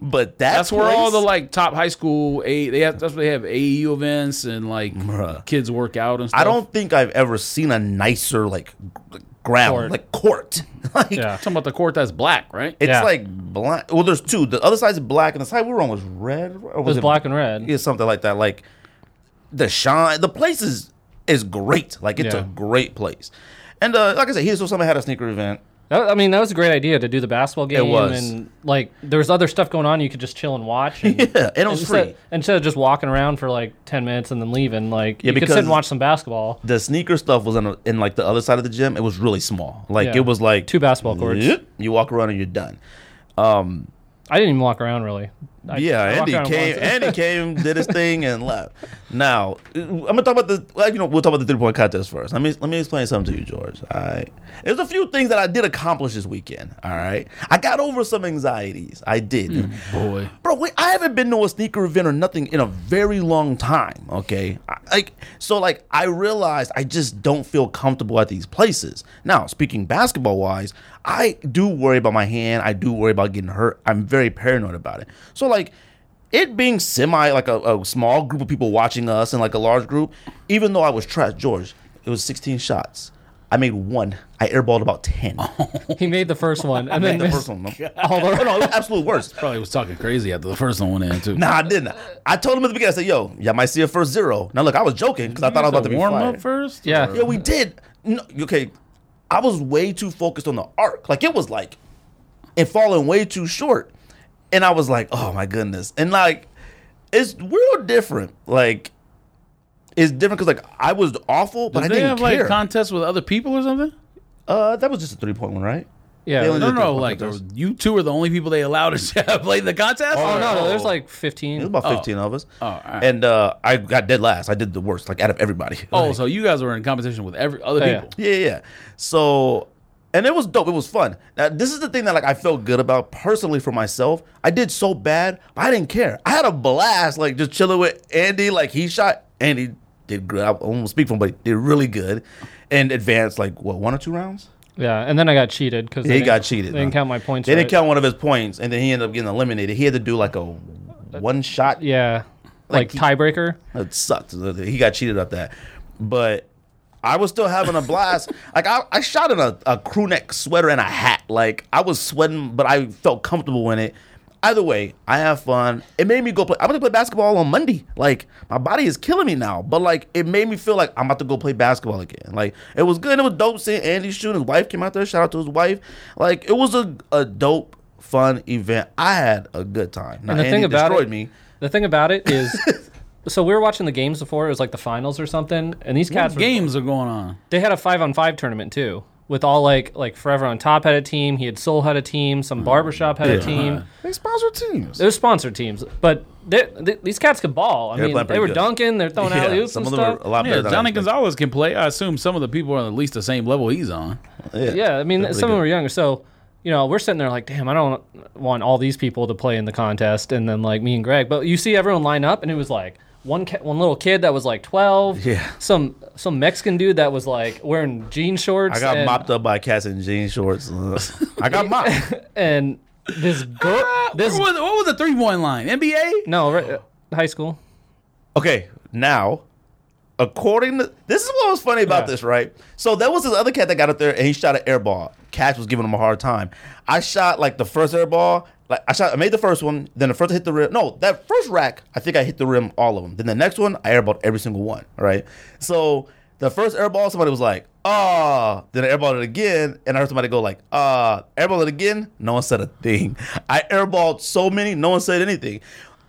But that That's where all place- the like top high school a they have, that's where they have AEU events and like Bruh. kids work out and stuff. I don't think I've ever seen a nicer like g- ground, Court. like court. like Yeah. talking about the court that's black, right? it's Yeah. like black. Well, there's two. The other side's black, and the side we were on was red. Or It was black and red. Yeah, something like that. Like the shine. The place is is great. Like it's Yeah. a great place. And uh, like I said, here's what somebody had a sneaker event. That- I mean, that was a great idea to do the basketball game. was. And, like, there was other stuff going on. You could just chill and watch. And, Yeah, and it was instead, free. Instead of just walking around for, like, 10 minutes and then leaving, like, Yeah, you could sit because- and watch some basketball. The sneaker stuff was in, a, in like the other side of the gym. It was really small. Like Yeah. it was like Two basketball courts. Yep. You walk around and you're done. I didn't even walk around, really. I, yeah, I walked Andy around came. once. Andy came, did his thing, and left. Now I'm gonna talk about the. Well, you know, we'll talk about the three point contest first. Let me let me explain something to you, George. All right, there's a few things that I did accomplish this weekend. All right, I got over some anxieties. I did. Boy. Bro, wait, I haven't been to a sneaker event or nothing in a very long time. Okay, I, like so, like I realized I just don't feel comfortable at these places. Now, speaking basketball wise, I do worry about my hand. I do worry about getting hurt. I'm very paranoid about it. So, like it being semi like a, a small group of people watching us and like a large group, even though I was trash, George, it was 16 shots. I made one. I airballed about 10. he made the first one. And then the missed first one. No, Oh, all the- no, it was absolute worst. Probably was talking crazy after the first one went in too. Nah, I didn't. I told him at the beginning. I said, "Yo, y'all might see a first zero. Now, look, I was joking because I thought I was about to be warm fired. up first. Yeah. or- Yeah, we did. No, okay, I was way too focused on the arc. Like it was like it falling way too short, and I was like, "Oh my goodness!" And like, it's real different. Like, it's different because like I was awful, but Did I they didn't have care. like contests with other people or something? uh, that was just a three point one, right? Yeah. They only No, did no, no. three-point Like contests. you two are the only people they allowed to play the contest. oh, no, Oh. no, there's like It 15. was about fifteen of us, Oh. all right. and uh, I got dead last. I did the worst, like out of everybody. Oh, Like- so you guys were in competition with every other Yeah. people. Yeah, yeah, yeah. So, and it was dope. It was fun. Now, this is the thing that like I felt good about personally for myself. I did so bad, but I didn't care. I had a blast, like just chilling with Andy. Like he shot Andy did good. I won't speak for him, but he did really good and advanced like what one or two rounds. Yeah. And then I got cheated because He got cheated. They didn't huh? count my points. They didn't right. count one of his points, and then he ended up getting eliminated. He had to do like a one shot. Yeah. Like, he- tiebreaker. It sucked. He got cheated up that. But I was still having a blast. like I, I shot in a, a crew neck sweater and a hat. Like I was sweating, but I felt comfortable in it. Either way, I have fun. It made me go play. I'm gonna play basketball on Monday. Like my body is killing me now, but like it made me feel like I'm about to go play basketball again. Like it was good. It was dope seeing Andy shoot. His wife came out there. Shout out to his wife. Like it was a, a dope, fun event. I had a good time. Now, And the Andy thing about destroyed it, me. The thing about it is, so we were watching the games before. It was like the finals or something, and these cats were, Games are going on. they had a five on five tournament too, with all like like Forever on Top had a team. He had Soul had a team. Some barbershop had a team. They sponsor teams. They were sponsored teams, but they, they, these cats could ball. I They're mean, playing they were pretty good. dunking. They're throwing Yeah, alley oops some and of them are stuff. a lot better. Yeah, than I Johnny expected. Gonzalez can play. I assume some of the people are at least the same level he's on. Yeah, I mean, They're pretty some of good. them were younger. So, you know, we're sitting there like, damn, I don't want all these people to play in the contest, and then like me and Greg. But you see everyone line up, and it was like one ki- one little kid that was like twelve. Yeah. Some some Mexican dude that was like wearing jean shorts. I got and, mopped up by cats in jean shorts. I got mopped. and this girl. This, this what, was, what was the three point line? NBA? no right, uh, high school. Okay, now, according to this is what was funny about Yeah. this, right? So there was this other cat that got up there and he shot an air ball. Cats was giving him a hard time. I shot like the first air ball. Like I shot, I made the first one. Then the first hit the rim. No, that first rack, I think I hit the rim all of them. Then the next one, I airballed every single one. All right. So the first air ball, somebody was like, "Ah!" Then I airballed it again, and I heard somebody go like, "Ah!" airball it again. No one said a thing. I airballed so many, no one said anything.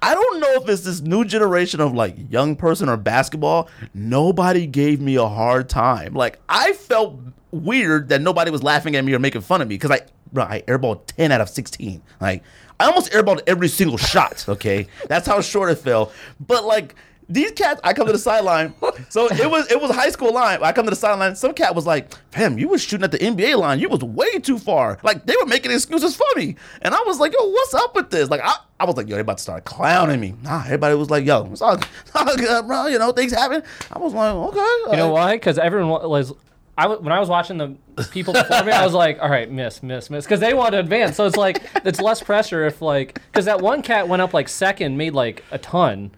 I don't know if it's this new generation of like young person or basketball. Nobody gave me a hard time. Like I felt weird that nobody was laughing at me or making fun of me because I, bro, I airballed ten out of sixteen. Like I almost airballed every single shot. Okay, that's how short it fell. But like these cats, I come to the sideline. So it was it was high school line. I come to the sideline. Some cat was like, "Fam, you was shooting at the NBA line. You was way too far." Like they were making excuses for me, and I was like, "Yo, what's up with this?" Like I, I was like, "Yo, they about to start clowning me." Nah, everybody was like, "Yo, it's all, it's all good, bro. You know, things happen." I was like, "Okay." You know like, why? Because everyone wa- was. I w- when I was watching the people before me, I was like, "All right, miss, miss, miss," because they want to advance. So it's like it's less pressure if like because that one cat went up like second, made like a ton.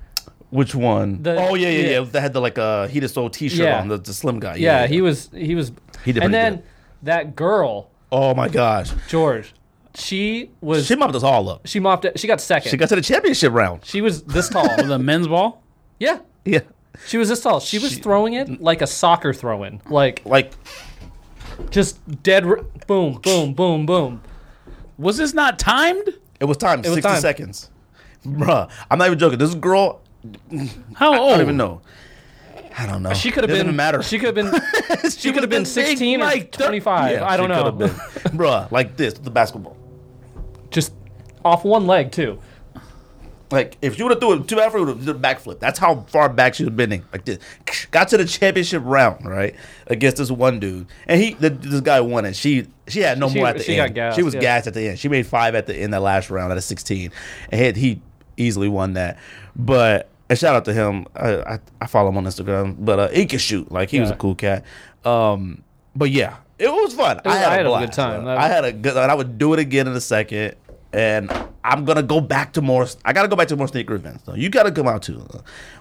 Which one? The- oh yeah, yeah, yeah. yeah. They had the like uh, heated soul T-shirt Yeah. on the, the slim guy. Yeah, he was he was. He did pretty and then good. that girl Oh my gosh, George, she was she she, mopped us all up. mopped it. She got second. She got to the championship round. She was this tall. The men's ball? yeah, Yeah, she was this tall. She was throwing it like a soccer throw in. Like like Just dead. r boom, boom, boom, boom. Was this not timed? It was timed. was 60 timed. seconds. Bruh, I'm not even joking. This girl, How old? I don't even know. I don't know. She could have Doesn't been. even matter. She could have been. she could have been been big, 16 or like, thir- 25. Yeah, I don't she know. could've been. Bruh, like this, with the basketball. Just off one leg too. Like, if she would have threw it, too bad for would have did a backflip. That's how far back she was bending. Like this. Got to the championship round, right? Against this one dude. And he, the, this guy won it. She she had no She- more at the she got end. gassed, she was yeah. gassed at the end. She made five at the end that last round out of 16. And he, he easily won that. But, and shout out to him. I, I, I follow him on Instagram. But uh, he could shoot. Like, he was a Yeah. cool cat. Um, but yeah, it was fun. I had, a, blast, good time. I had a good. And I would do it again in a second. And I'm gonna go back to more. I gotta go back to more sneaker events. Though you gotta come out too.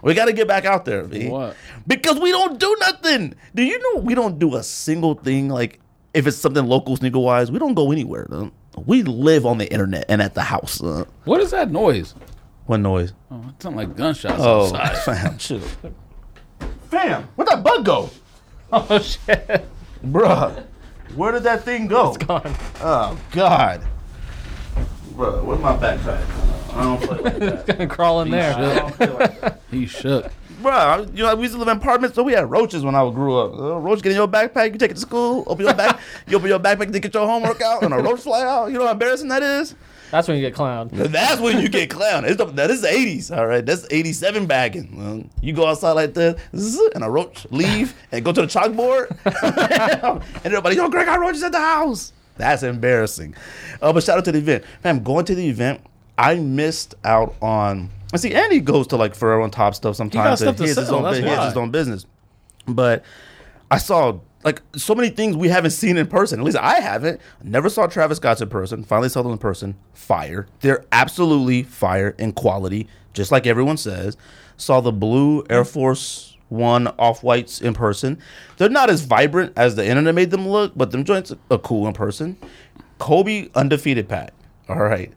We gotta get back out there. B. What? Because we don't do nothing. Do you know we don't do a single thing? Like if it's something local sneaker wise, we don't go anywhere. though. We live on the internet and at the house. Uh, What is that noise? what noise? Oh, it sounded like gunshots Oh, outside. fam, chill. Fam, where'd that bug go, Oh shit. bruh? Where did that thing go? Gone. Oh God. Bro, where's my backpack? I don't play like that. Gonna crawl in there. Shook. He shook. Bro, I- you know, we used to live in apartments, so we had roaches when I grew up. A roach get in your backpack, you take it to school, open your back, you open your backpack to get your homework out, and a roach fly out. You know how embarrassing that is? That's when you get clowned. That's when you get clowned. It's the, that is the 80s, all right? That's 87 bagging. Well, You go outside like that, zzz, and a roach leave and go to the chalkboard, and everybody, yo, Greg, got roaches at the house. That's embarrassing. Uh, but shout out to the event. Man, going to the event, I missed out on. And see, Andy goes to like Forever on Top stuff sometimes. stuff and to He has his sell, own that's bu- he has why. his own business. But I saw like so many things we haven't seen in person. At least I haven't. Never saw Travis Scott's in person. Finally saw them in person. Fire. They're absolutely fire in quality, just like everyone says. Saw the blue Air Force One off whites in person. They're not as vibrant as the internet made them look, but them joints are cool in person. Kobe undefeated pack. All right.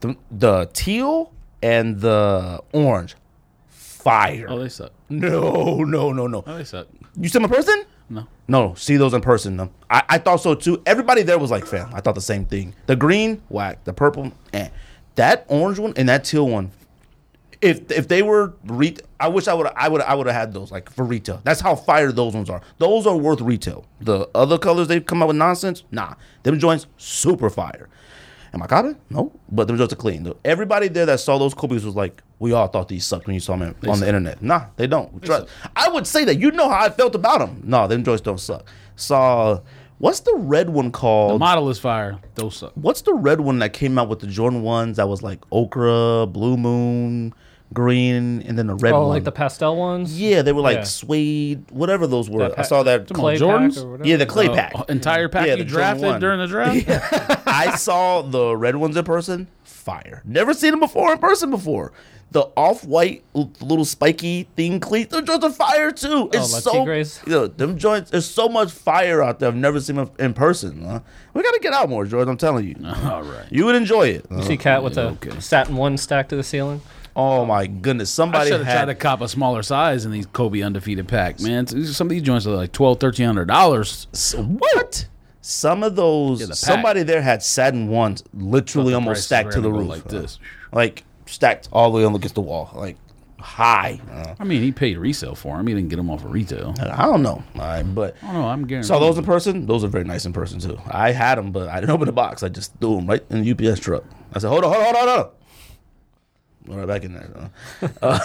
The, the teal and the orange. Fire. Oh, they suck. no, no, no, no. Oh, they suck. You see them in person? No. No, see those in person. No. I, I thought so too. Everybody there was like, fam, I thought the same thing. The green, whack. The purple, eh. That orange one and that teal one. If if they were re- I wish I would I would I would have had those like for retail. That's how fire those ones are. Those are worth retail. The other colors they've come out with nonsense. Nah, them joints super fire. Am I got it? No, but them joints are clean. Everybody there that saw those Kobe's was like, we all thought these sucked when you saw them on the internet. Nah, they don't. Trust- I would say that you know how I felt about them. No, them joints don't suck. Saw what's the red one called? Model is fire. Those suck. What's the red one that came out with the Jordan ones that was like okra, blue moon, green, and then the red one? Oh, like the pastel ones. yeah, they were like Yeah. suede, whatever those were. That I pack- saw that. Clay Jordans? pack or whatever. Yeah, the clay pack. Oh, entire pack Yeah, the you Jordan drafted one. during the draft? I saw the red ones in person. Fire. Never seen them before in person before. The off-white l- little spiky thing cleats. Those joints are fire Oh, too. It's Lexi so Grays. You know, them joints. There's so much fire out there. I've never seen them in person. huh? We gotta get out more, Jordan. I'm telling you. All right. You would enjoy it. huh? See cat with the okay. satin one stacked to the ceiling. Oh my goodness! I Somebody should had have tried to cop a smaller size in these Kobe undefeated packs, man. Some of these joints are like twelve, thirteen hundred dollars. S- what? Some of those. the pack. somebody there had satin ones, literally almost prices stacked to were the gonna roof, go like huh? this. like stacked all the way up against the wall, like high. huh? I mean, he paid resale for them. He didn't get them off of retail. I I don't know, all right, but. don't know. I'm guaranteed. Saw those in person. Those are very nice in person too. I had them, but I didn't open the box. I just threw them right in the UPS truck. I said, "Hold on, hold on, hold on, hold on." Went Right back in there. huh? Uh,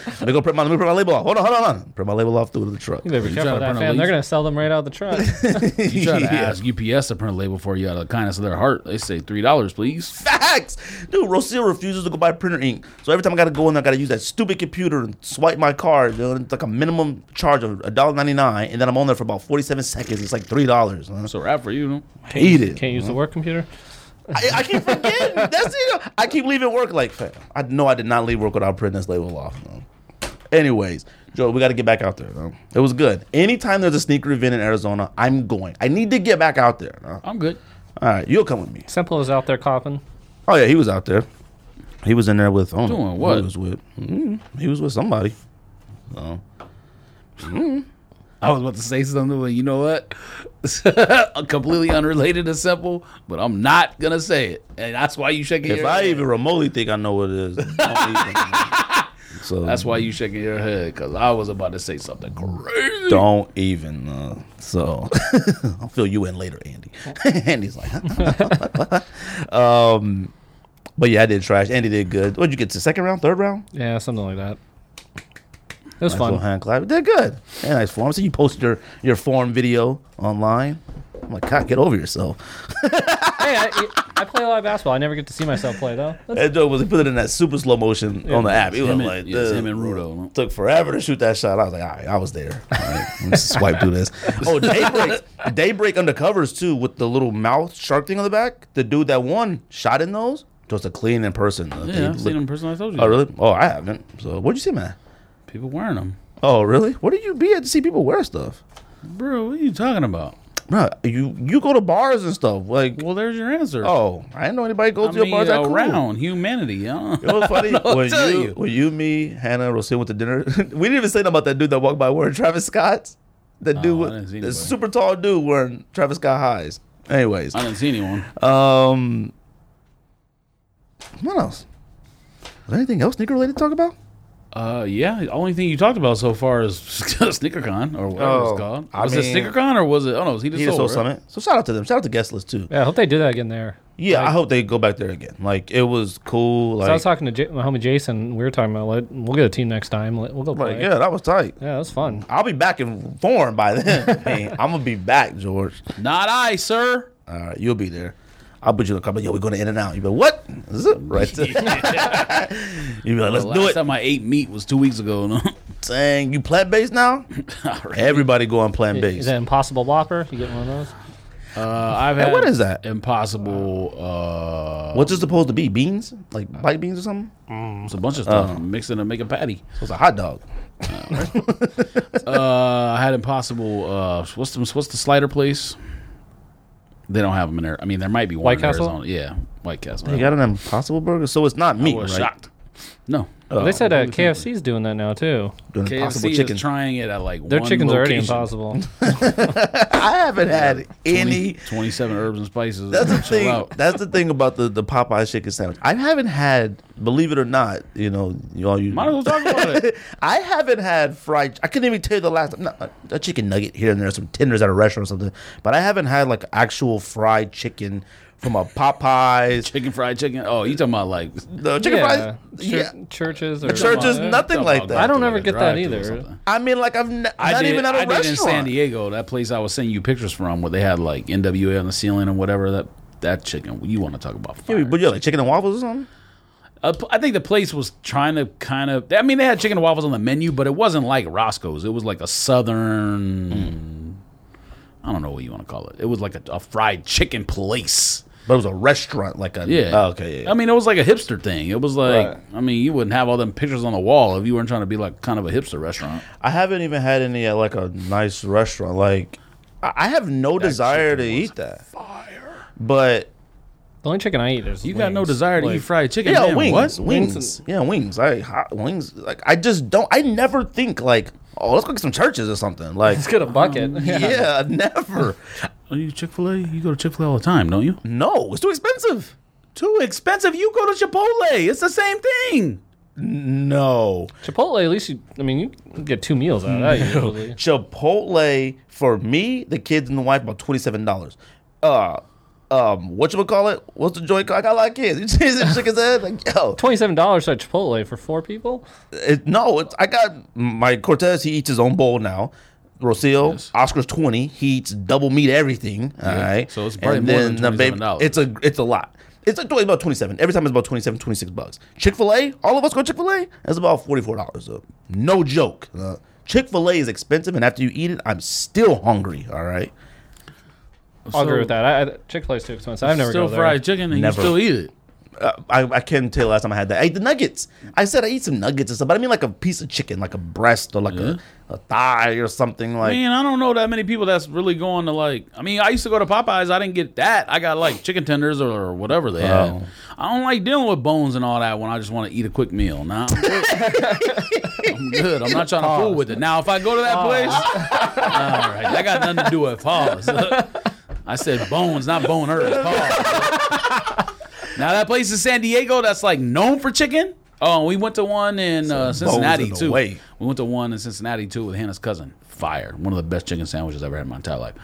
let me go print my let me print my label off. Hold on, hold on, hold on. Print my label off. Threw it in the truck. You better be You careful tryna with that, print a fam. leaf? They're gonna sell them right out of the truck. You try to Yeah. ask UPS to print a label for you out of the kindness of their heart. They say three dollars, please. Facts, dude. Rocio refuses to go buy printer ink, so every time I gotta go in, there, I gotta use that stupid computer and swipe my card. Dude. It's like a minimum charge of $1.99, and then I'm on there for about forty-seven seconds. It's like three dollars. So rap for you. no? I hate it. Can't use the work computer. I, I keep forgetting. That's you know, I keep leaving work like fam, I know I did not leave work without printing this label off. man. Anyways, Joe, we got to get back out there. man. It was good. Anytime there's a sneaker event in Arizona, I'm going. I need to get back out there. man. I'm good. All right, you'll come with me. Simple is out there copping. Oh yeah, he was out there. He was in there with Mm-hmm. oh, Doing what? He was with mm, he was with somebody. So, mm. I was about to say something, but you know what? Completely unrelated to simple, but I'm not gonna say it, and that's why you shaking. If your I head. even remotely think I know what it is, don't even. so that's why you shaking your head, because I was about to say something crazy. don't even. Uh, so I'll fill you in later, Andy. Andy's like, um, but yeah, I did trash. Andy did good. What'd you get to second round, third round? Yeah, something like that. It was Nice fun. little hand clap. They're good. Yeah, nice form. So you post your your form video online. I'm like, God, get over yourself. hey, I, I play a lot of basketball. I never get to see myself play though. That's- That joke was they put it in that super slow motion on the app. It was Him and, like yeah, it's "Duh." him and Rudo. took forever to shoot that shot. I was like, all right, I was there. All right, let's swipe through this. Oh, daybreak, daybreak undercovers too with the little mouth shark thing on the back. The dude that won shot in those. Just a clean in person. Yeah, I've seen him in person. I told you. Oh really? Oh, I haven't. So what'd you see, man? People wearing them. Oh really? What do you be at to see people wear stuff? Bro, what are you talking about? Bro, you you go to bars and stuff like. Well, there's your answer. Oh, I didn't know anybody go I to a mean, bar that cool. around humanity. Huh? It was funny when tell you, you. when you, me, Hannah, and Rosine went to dinner. we didn't even say nothing about that dude that walked by wearing Travis Scott's. That dude, I didn't see with- the anybody. super tall dude wearing Travis Scott highs. Anyways, I didn't see anyone. um, what else? Was there anything else sneaker related to talk about? Uh, yeah. The only thing you talked about so far is SneakerCon or whatever Oh, it's called. I was mean- it SneakerCon or was it? Oh no, it was Heat of He just Soul, Soul right? Summit. So shout out to them. Shout out to guest list too. Yeah, I hope they do that again there. Yeah, I hope they go back there again. Like it was cool. So I was Like, talking to J- my homie Jason. We were talking about like, we'll get a team next time. Like, We'll go play. like yeah, that was tight. yeah, that was fun. I'll be back in form by then. Hey, I'm gonna be back, George. Not I, sir. All right, you'll be there. I'll put you in the car, but yo, we're going to In and Out. You be like, what? Zip, right there. you be like, let's the do last it. time I ate meat was two weeks ago. No? Saying you plant based now? Everybody go on plant Is based. that Impossible Whopper? You get one of those? uh, I've had Hey, what is that? Impossible. Uh, What's it supposed to be? Beans? Like black beans or something? So It's a bunch of Uh. stuff. Mix it and make a patty. it's a hot dog. Uh, I had Impossible. Uh, what's the what's the slider place? They don't have them in there. I mean, there might be one White in Castle? Arizona. Yeah, White Castle. You got an Impossible Burger? So it's not meat, I right? was shocked. No, Oh, Well, they said uh, KFC's doing that now too. Doing KFC Impossible is chicken. trying it at like Their one chicken's already location. impossible. I haven't had 20 any. 27 herbs and spices. That's the Chill thing. out. That's the thing about the the Popeye chicken sandwich. I haven't had, believe it or not, you know, you all you Might as well talk about it. I haven't had fried. I couldn't even tell you the last time. Not, uh, a chicken nugget here and there, some tenders at a restaurant or something. But I haven't had like actual fried chicken from a Popeyes. Chicken fried chicken. Oh, you talking about like the chicken yeah, fries. Chur- yeah, churches or churches. Yeah. Nothing talking like about that. I don't going ever to get that drive-thru or either. something. I mean, like I've n- I not did, even at a I restaurant. did in San Diego. That place I was sending you pictures from, where they had like NWA on the ceiling and whatever. That that chicken. You want to talk about? Yeah, Fire. but yeah, like chicken and waffles or something. Uh, I think the place was trying to kind of. I mean, they had chicken and waffles on the menu, but it wasn't like Roscoe's. It was like a southern. I don't know what you want to call it. It was like a, a fried chicken place. But it was a restaurant, like a Yeah. Um, Oh, okay, yeah, yeah. I mean, it was like a hipster thing. It was like, Right. I mean, you wouldn't have all them pictures on the wall if you weren't trying to be like kind of a hipster restaurant. I haven't even had any at like a nice restaurant. Like, I I have no desire to eat that. Fire. But The only chicken I eat is You got no desire to eat fried chicken. yeah, Damn, wings, What? wings, yeah, wings. I hot wings. Like, I just don't. I never think like, oh, let's go get some churches or something. Like, Let's get a bucket. yeah, never. Are Oh, you Chick fil A? You go to Chick fil A all the time, don't you? No, it's too expensive. Too expensive. You go to Chipotle. It's the same thing. No, Chipotle, at least you. I mean, you get two meals out of that usually. Chipotle for me, the kids and the wife about twenty seven dollars. Uh, um, what you call it? What's the joint? called? I got a lot of kids. You see this chicken's head? Like, yo, Twenty-seven dollars at Chipotle for four people. It, no, it's, I got my Cortez. He eats his own bowl now. Rocio, Oscar's twenty. He eats double meat everything. All right, so it's probably more than the baby- $27. It's a it's a lot. It's like about twenty seven. Every time it's about 27, 26 bucks. Chick fil A, all of us go Chick fil A. That's about forty four dollars. So no joke. Uh, Chick fil A is expensive, and after you eat it, I'm still hungry. All right, I'll agree So- with that. I, Chick Fil A's too expensive. I've never still go there. fried chicken and Never. you still eat it. Uh, I, I can't tell you last time I had that. I ate the nuggets. I said I eat some nuggets and stuff, but I mean like a piece of chicken, like a breast or like a, a thigh or something like. Man, I don't know that many people that's really going to like. I mean, I used to go to Popeyes. I didn't get that. I got like chicken tenders or, or whatever they had. Oh. I don't like dealing with bones and all that when I just want to eat a quick meal. Nah, I'm good. I'm, good. I'm not trying to fool with it. Now, if I go to that place, all right, that got nothing to do with pause. I said bones, not boners. Pause. now that place in San Diego that's like known for chicken. Oh, we went to one in uh, Cincinnati in the too. way. We went to one in Cincinnati too with Hannah's cousin. Fire. One of the best chicken sandwiches I've ever had in my entire life.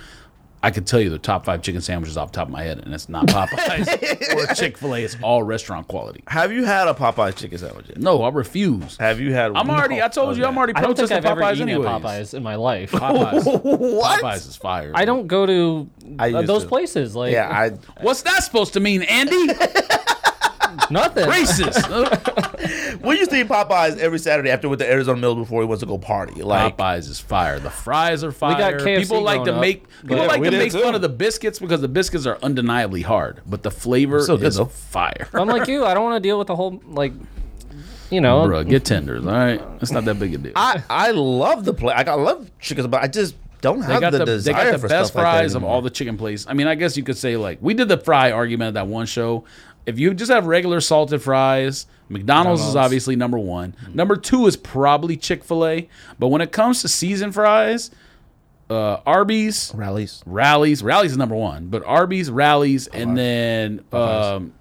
I could tell you the top five chicken sandwiches off the top of my head, and it's not Popeyes or Chick fil A. It's all restaurant quality. Have you had a Popeye chicken sandwich? Yet? No, I refuse. Have you had? I'm one? already, I told you, I'm already I don't think protesting I've ever Popeyes eaten anyways. at Popeyes in my life. Popeyes. what? Popeyes is fire. I don't go to I uh, used those to. places. Like Yeah, I. What's that supposed to mean, Andy? nothing. Racist. We used to eat Popeyes every Saturday after with the Arizona Mills before he went to go party. Like Popeyes is fire. The fries are fire. got KFC people like to growing up, make people but- like Yeah, we to did make too. fun of the biscuits because the biscuits are undeniably hard, but the flavor So good is though. fire. I'm like you. I don't want to deal with the whole like, you know. Bruh, get tenders. All right, it's not that big a deal. I, I love the place. Like, I love chickens, but I just don't they have got the, the, they desire got the for best stuff like that fries of anymore. all the chicken places. I mean, I guess you could say like we did the fry argument at that one show. If you just have regular salted fries, McDonald's is McDonald's. obviously number one. Number two is probably Chick Fil A. But when it comes to seasoned fries, uh, Arby's, rallies. Rallies, Rallies is number one, but Arby's, Rallies, and then um,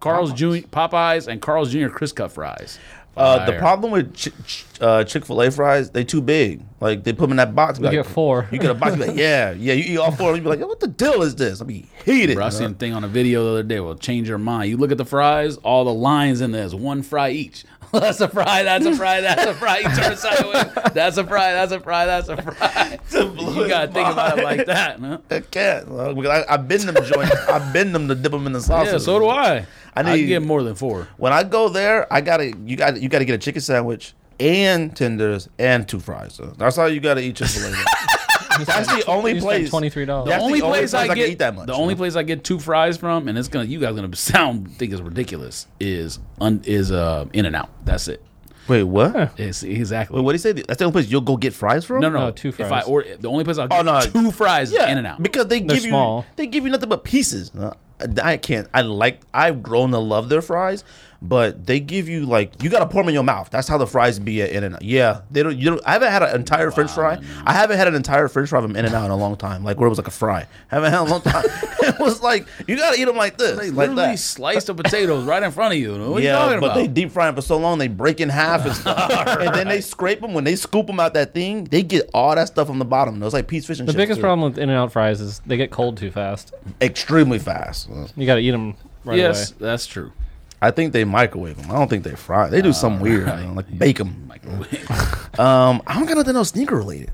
Carl's Jr. Popeyes and Carl's Jr. Crisp Cut fries. Uh, the Fire. problem with Ch- Ch- uh, Chick Fil A fries, they too big. Like they put them in that box. You like, get four. You get a box. you be like, yeah, yeah. You eat all four. You be like, what the deal is uh, this? I be heated. Bro, I seen a thing on a video the other day. Will change your mind. You look at the fries, all the lines in there is one fry each. that's a fry. That's a fry. That's a fry. You turn it sideways. That's a fry. That's a fry. That's a fry. you gotta think about it like that. No? I can't. uh, because I, I bend them joint. I bend them to dip them in the sauce. Yeah. So do I. I I need- need get more than four. When I go there, I gotta you got to you gotta get a chicken sandwich and tenders and two fries. So that's how you gotta eat Chick Fil A. that's the only You spent place. twenty three dollars. That's The only the only place I place I can get eat that much, the you only know? place I get two fries from, and it's gonna you guys gonna sound think it's ridiculous is un, is uh In and Out. That's it. Wait, what? It's exactly. Wait, what do you say? That's the only place you'll go get fries from? no, no, No, two If I fries. order the only place I'll get Oh, no. two fries is In and Out. because they They're give small. you they give you nothing but pieces. Uh, I can't. I like. I've grown to love their fries, but they give you like you got to pour them in your mouth. That's how the fries be at In and Out. Yeah, they don't. You don't. I haven't had an entire French fry. I haven't had an entire French fry from In and Out in a long time. Like where it was like a fry. haven't had a long time. it was like you got to eat them like this, They like literally that. sliced the potatoes right in front of you. What yeah, are you talking but about? they deep fry them for so long they break in half and stuff. And then they scrape them when they scoop them out that thing. They get all that stuff on the bottom. It's like peas fish and The chips, biggest too. problem with In and Out fries is they get cold too fast. extremely fast. Uh, You got to eat them right yes, away. that's true. I think they microwave them. I don't think they fry. They do something weird, you know, like bake them. Microwave. Um, I don't got nothing else sneaker related.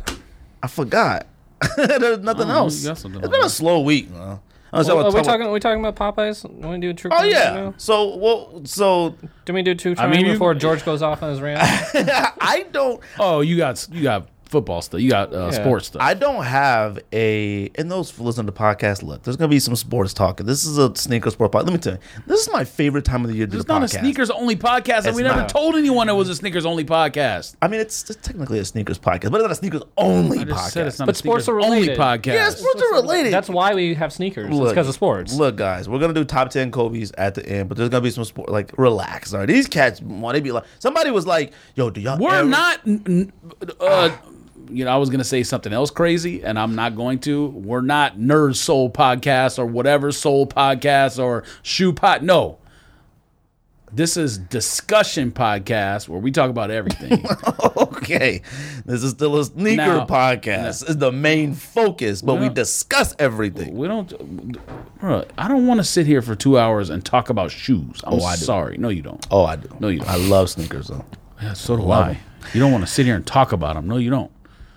I forgot. There's nothing know, else. Oh, you got It's something Oh, been like a that. slow week. you know. Unless y'all Well, are we tell- talking? Are we talking about Popeyes? Do we do a true? Oh crime yeah. now? So well. So Do we do two? I Time mean, you- before George goes off on his rant. I don't. oh, you got you got football stuff. You got uh, Yeah. sports stuff. I don't have a. And those who listen to the podcast, look, there's gonna be some sports talking. This is a sneaker sport podcast. Let me tell you, this is my favorite time of the year to do it's the not a podcast. sneakers only podcast, and It's we never not. told anyone it was a sneakers only podcast. I mean, it's, it's technically a sneakers podcast, but it's not a sneakers only I just podcast. said it's not But a sports sports are only related. podcast. yeah, sports are related. That's why we have sneakers. It's Look, because of sports. Look, guys, we're gonna do top ten Kobe's at the end, but there's gonna be some sport. Like, relax. All right, these cats want to be like. Somebody was like, "Yo, do y'all?" We're ever- not. n- n- Uh, you know, I was gonna say something else crazy, and I'm not going to. We're not nerd soul podcast or whatever soul podcast or shoe pot. No. This is discussion podcast where we talk about everything. okay. This is still a sneaker No. podcast. It's the main focus, but we No. discuss everything. we don't, bro. I don't want to sit here for two hours and talk about shoes. I'm I do. sorry. No, you don't. Oh, I do. No, you don't. I love sneakers though. Yeah, so do Love I. 'em. You don't want to sit here and talk about them. No, you don't.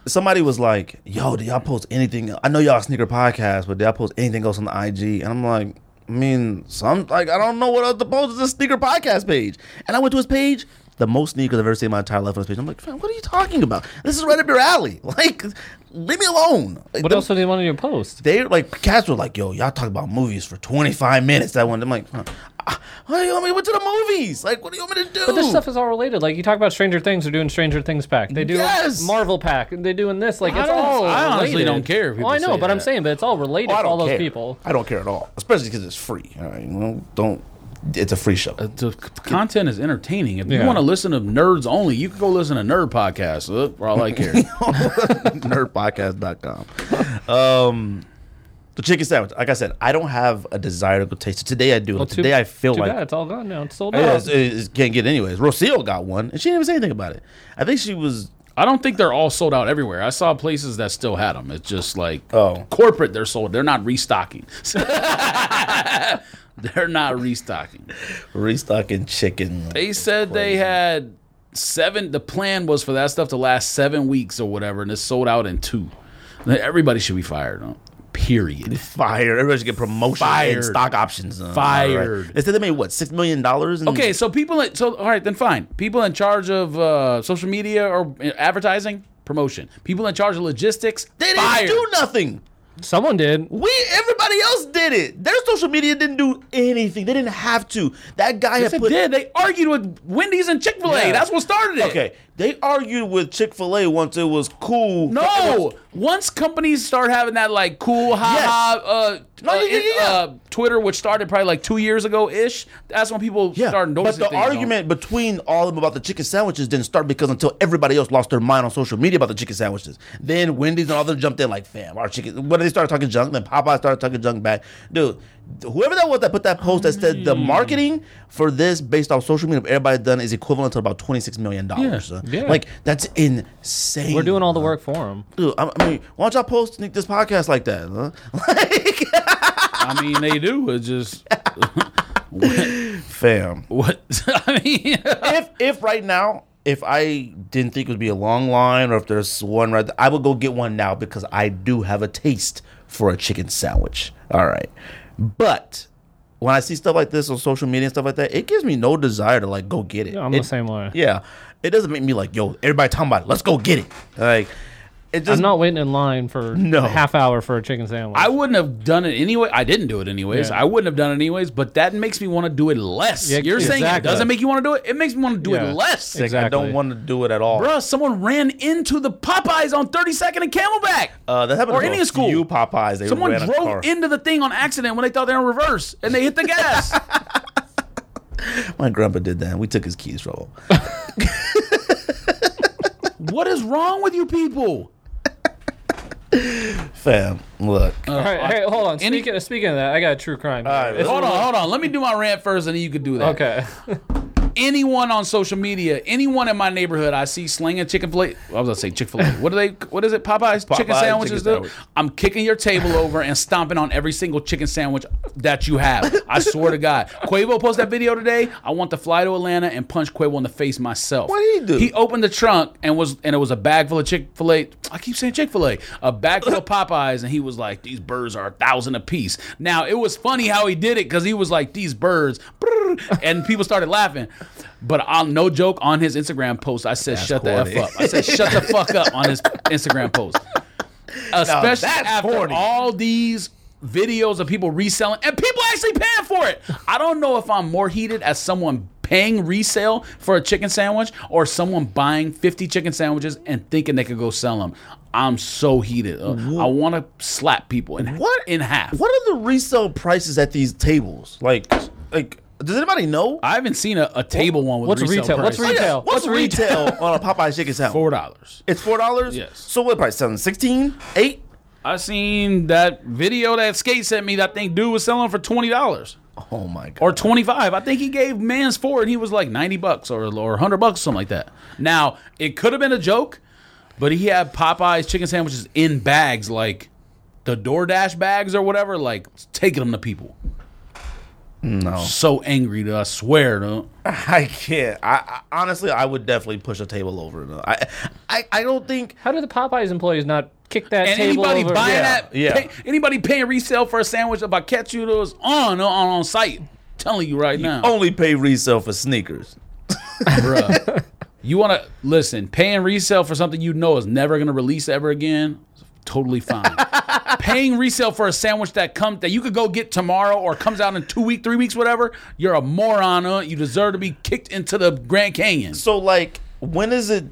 Somebody was like, "Yo, do y'all post anything?" I know y'all a sneaker podcast, but do y'all post anything else on the IG? And I'm like. I mean, some like I don't know what else to post. It's a sneaker podcast page, and I went to his page. The most sneakers I've ever seen in my entire life on his page. I'm like, "Fam, what are you talking about? This is right up your alley. Like, leave me alone. Like, what them- else do they want to do? Post? They like cats were like, "Yo, y'all talk about movies for 25 minutes." That one. I'm like, huh. What do you want me? Went to the movies. Like, what do you want me to do? But this stuff is all related. Like you talk about Stranger Things, they're doing Stranger Things pack. They do Yes! Marvel pack. They're doing this. Like I it's don't- all. I honestly related. don't care if Well, I people know, say but I'm that. saying, but it's all related. Oh, I to don't all those care. people. I don't care at all, especially because it's free. All right, well, don't. It's a free show. The c- content is entertaining. If you Yeah. want to listen to nerds only, you can go listen to nerd podcasts. Uh, for all I care. nerdpodcast.com. Um, the chicken sandwich. Like I said, I don't have a desire to go taste it. Today I do. Well, too- Today I feel too like bad. it's all gone now. It's sold Yeah, out. it's- it's- can't get it anyways. Rocio got one, and she didn't even say anything about it. I think she was. I don't think they're all sold out everywhere. I saw places that still had them. It's just like Oh. corporate, they're sold. They're not restocking. they're not restocking. Restocking chicken. They said they had seven. The plan was for that stuff to last seven weeks or whatever, and it's sold out in two. Then Everybody should be fired. Huh? Period. Fired. Everybody should get promotion Fired. and stock options. Uh, Fired. They said they made what six million dollars. Okay, so people. in- So all right, then fine. People in charge of uh, social media or uh, advertising promotion. People in charge of logistics. they didn't fired. do nothing. Someone did. We everybody else did it. Their social media didn't do anything. They didn't have to. That guy Yes, had it put did. They argued with Wendy's and Chick Fil A. Yeah. That's what started it. Okay, they argued with Chick Fil A once it was cool. No, once companies start having that like cool ha ha uh, No, uh, yeah, yeah, yeah. uh, Twitter, which started probably like two years ago ish, that's when people Yeah, start but noticing. the things, argument between all of them about the chicken sandwiches didn't start because until everybody else lost their mind on social media about the chicken sandwiches. Then Wendy's and all them jumped in like, "Fam, our chicken." When they started talking junk, then Popeye started talking junk back. Dude, whoever that was that put that post that said the marketing for this based off social media of everybody done is equivalent to about twenty six million dollars. yeah. Like that's insane. We're doing all the work for them. Dude, I, I mean, why don't y'all post this podcast like that? Huh? Like, though. I mean, they do. It's just fam. what I mean. if if right now, if I didn't think it would be a long line, or if there's one right, I would go get one now because I do have a taste for a chicken sandwich. All right, but when I see stuff like this on social media and stuff like that, it gives me no desire to like go get it. I'm it, the same way. Yeah, it doesn't make me like, yo, everybody talking about it. Let's go get it. Like, it just I'm not waiting in line for No. a half hour for a chicken sandwich. I wouldn't have done it anyway. I didn't do it anyways. Yeah. I wouldn't have done it anyways. But that makes me want to do it less. Yeah, You're saying it exactly. doesn't make you want to do it. It makes me want to do Yeah. it less. like, I Exactly. don't want to do it at all. Bruh, someone ran into the Popeyes on 32nd and Camelback. Uh, that happened Or to Indian a school. few Popeyes. They Someone ran a car. drove into the thing on accident when they thought they were in reverse and they hit the gas. My grandpa did that. We took his keys from him. what is wrong with you people? Fam, look. all right, hey, hold on. Any- Speaking, speaking of that, I got a true crime. here. Oh, right, Uh, It's- Hold on, hold on. Let me do my rant first and then you could do that. okay. Anyone on social media, anyone in my neighborhood I see slinging chicken fil I was going to say Chick-fil-A. What are they what is it? Popeyes, chicken Popeyes sandwiches. chicken sandwich. dude? I'm kicking your table over and stomping on every single chicken sandwich that you have. I swear to God. Quavo posted that video today. I want to fly to Atlanta and punch Quavo in the face myself. What did he do? He opened the trunk and was and it was a bag full of Chick Fil A. I keep saying Chick Fil A, a bag full of Popeyes, and he was like, "These birds are a thousand apiece." Now it was funny how he did it because he was like, "These birds," brrr," and people started laughing. But on no joke, on his Instagram post, I said, "Shut corny. the f up." I said, "Shut the fuck up" on his Instagram post, especially that's after corny. all these. Videos of people reselling and people actually paying for it. I don't know if I'm more heated as someone paying resale for a chicken sandwich or someone buying 50 chicken sandwiches and thinking they could go sell them. I'm so heated. Uh, I want to slap people in What? in half. What are the resale prices at these tables? Like, like, does anybody know? I haven't seen a, a table one with What's resale retail? What's price. retail? What's, What's retail on a Popeye chicken sandwich? Four dollars. It's four dollars. Yes. So what price? Seven, sixteen, eight. I seen that video that Skate sent me. That thing dude was selling for twenty dollars Oh my god. or twenty five. I think he gave man's four and he was like ninety bucks or or hundred bucks something like that. Now it could have been a joke, but he had Popeyes chicken sandwiches in bags like the DoorDash bags or whatever, like taking them to people. no, so angry that I swear, though. I can't. I, I honestly, I would definitely push a table over. though. I, I, I don't think. How did the Popeyes employees not kick that And table anybody over? buying Yeah, that, yeah. pay- anybody paying resale for a sandwich about catch you those on, on on site. Telling you right now, Only pay resale for sneakers. bruh. You want to listen? Paying resale for something you know is never gonna release ever again. totally fine. Paying resale for a sandwich that comes that you could go get tomorrow or comes out in two week, three weeks, whatever. You're a moron. Huh? You deserve to be kicked into the Grand Canyon. So like, when is it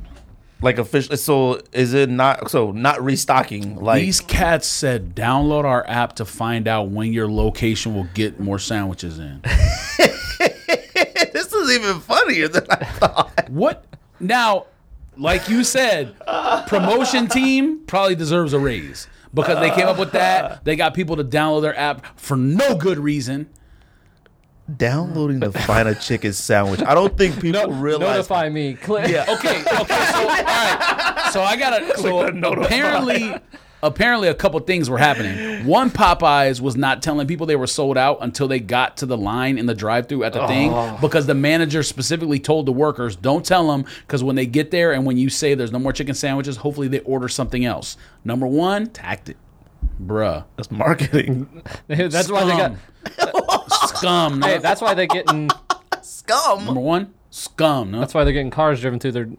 like official? So is it not? So not restocking? Like These cats said, download our app to find out when your location will get more sandwiches in. this is even funnier than I thought. What now? Like you said, promotion team probably deserves a raise because they came up with that. They got people to download their app for no good reason. Downloading to find a chicken sandwich. I don't think people realize. Notify me. Click. Yeah. Okay, okay. So all right. So I gotta. So apparently, apparently, a couple things were happening. One, Popeyes was not telling people they were sold out until they got to the line in the drive-through at the Oh. thing because the manager specifically told the workers, "Don't tell them because when they get there and when you say there's no more chicken sandwiches, hopefully they order something else." Number one, tactic, bruh. That's marketing. that's why they got. got scum. Hey, No, that's why they're getting. Scum. number one, scum. No, That's why they're getting cars driven through their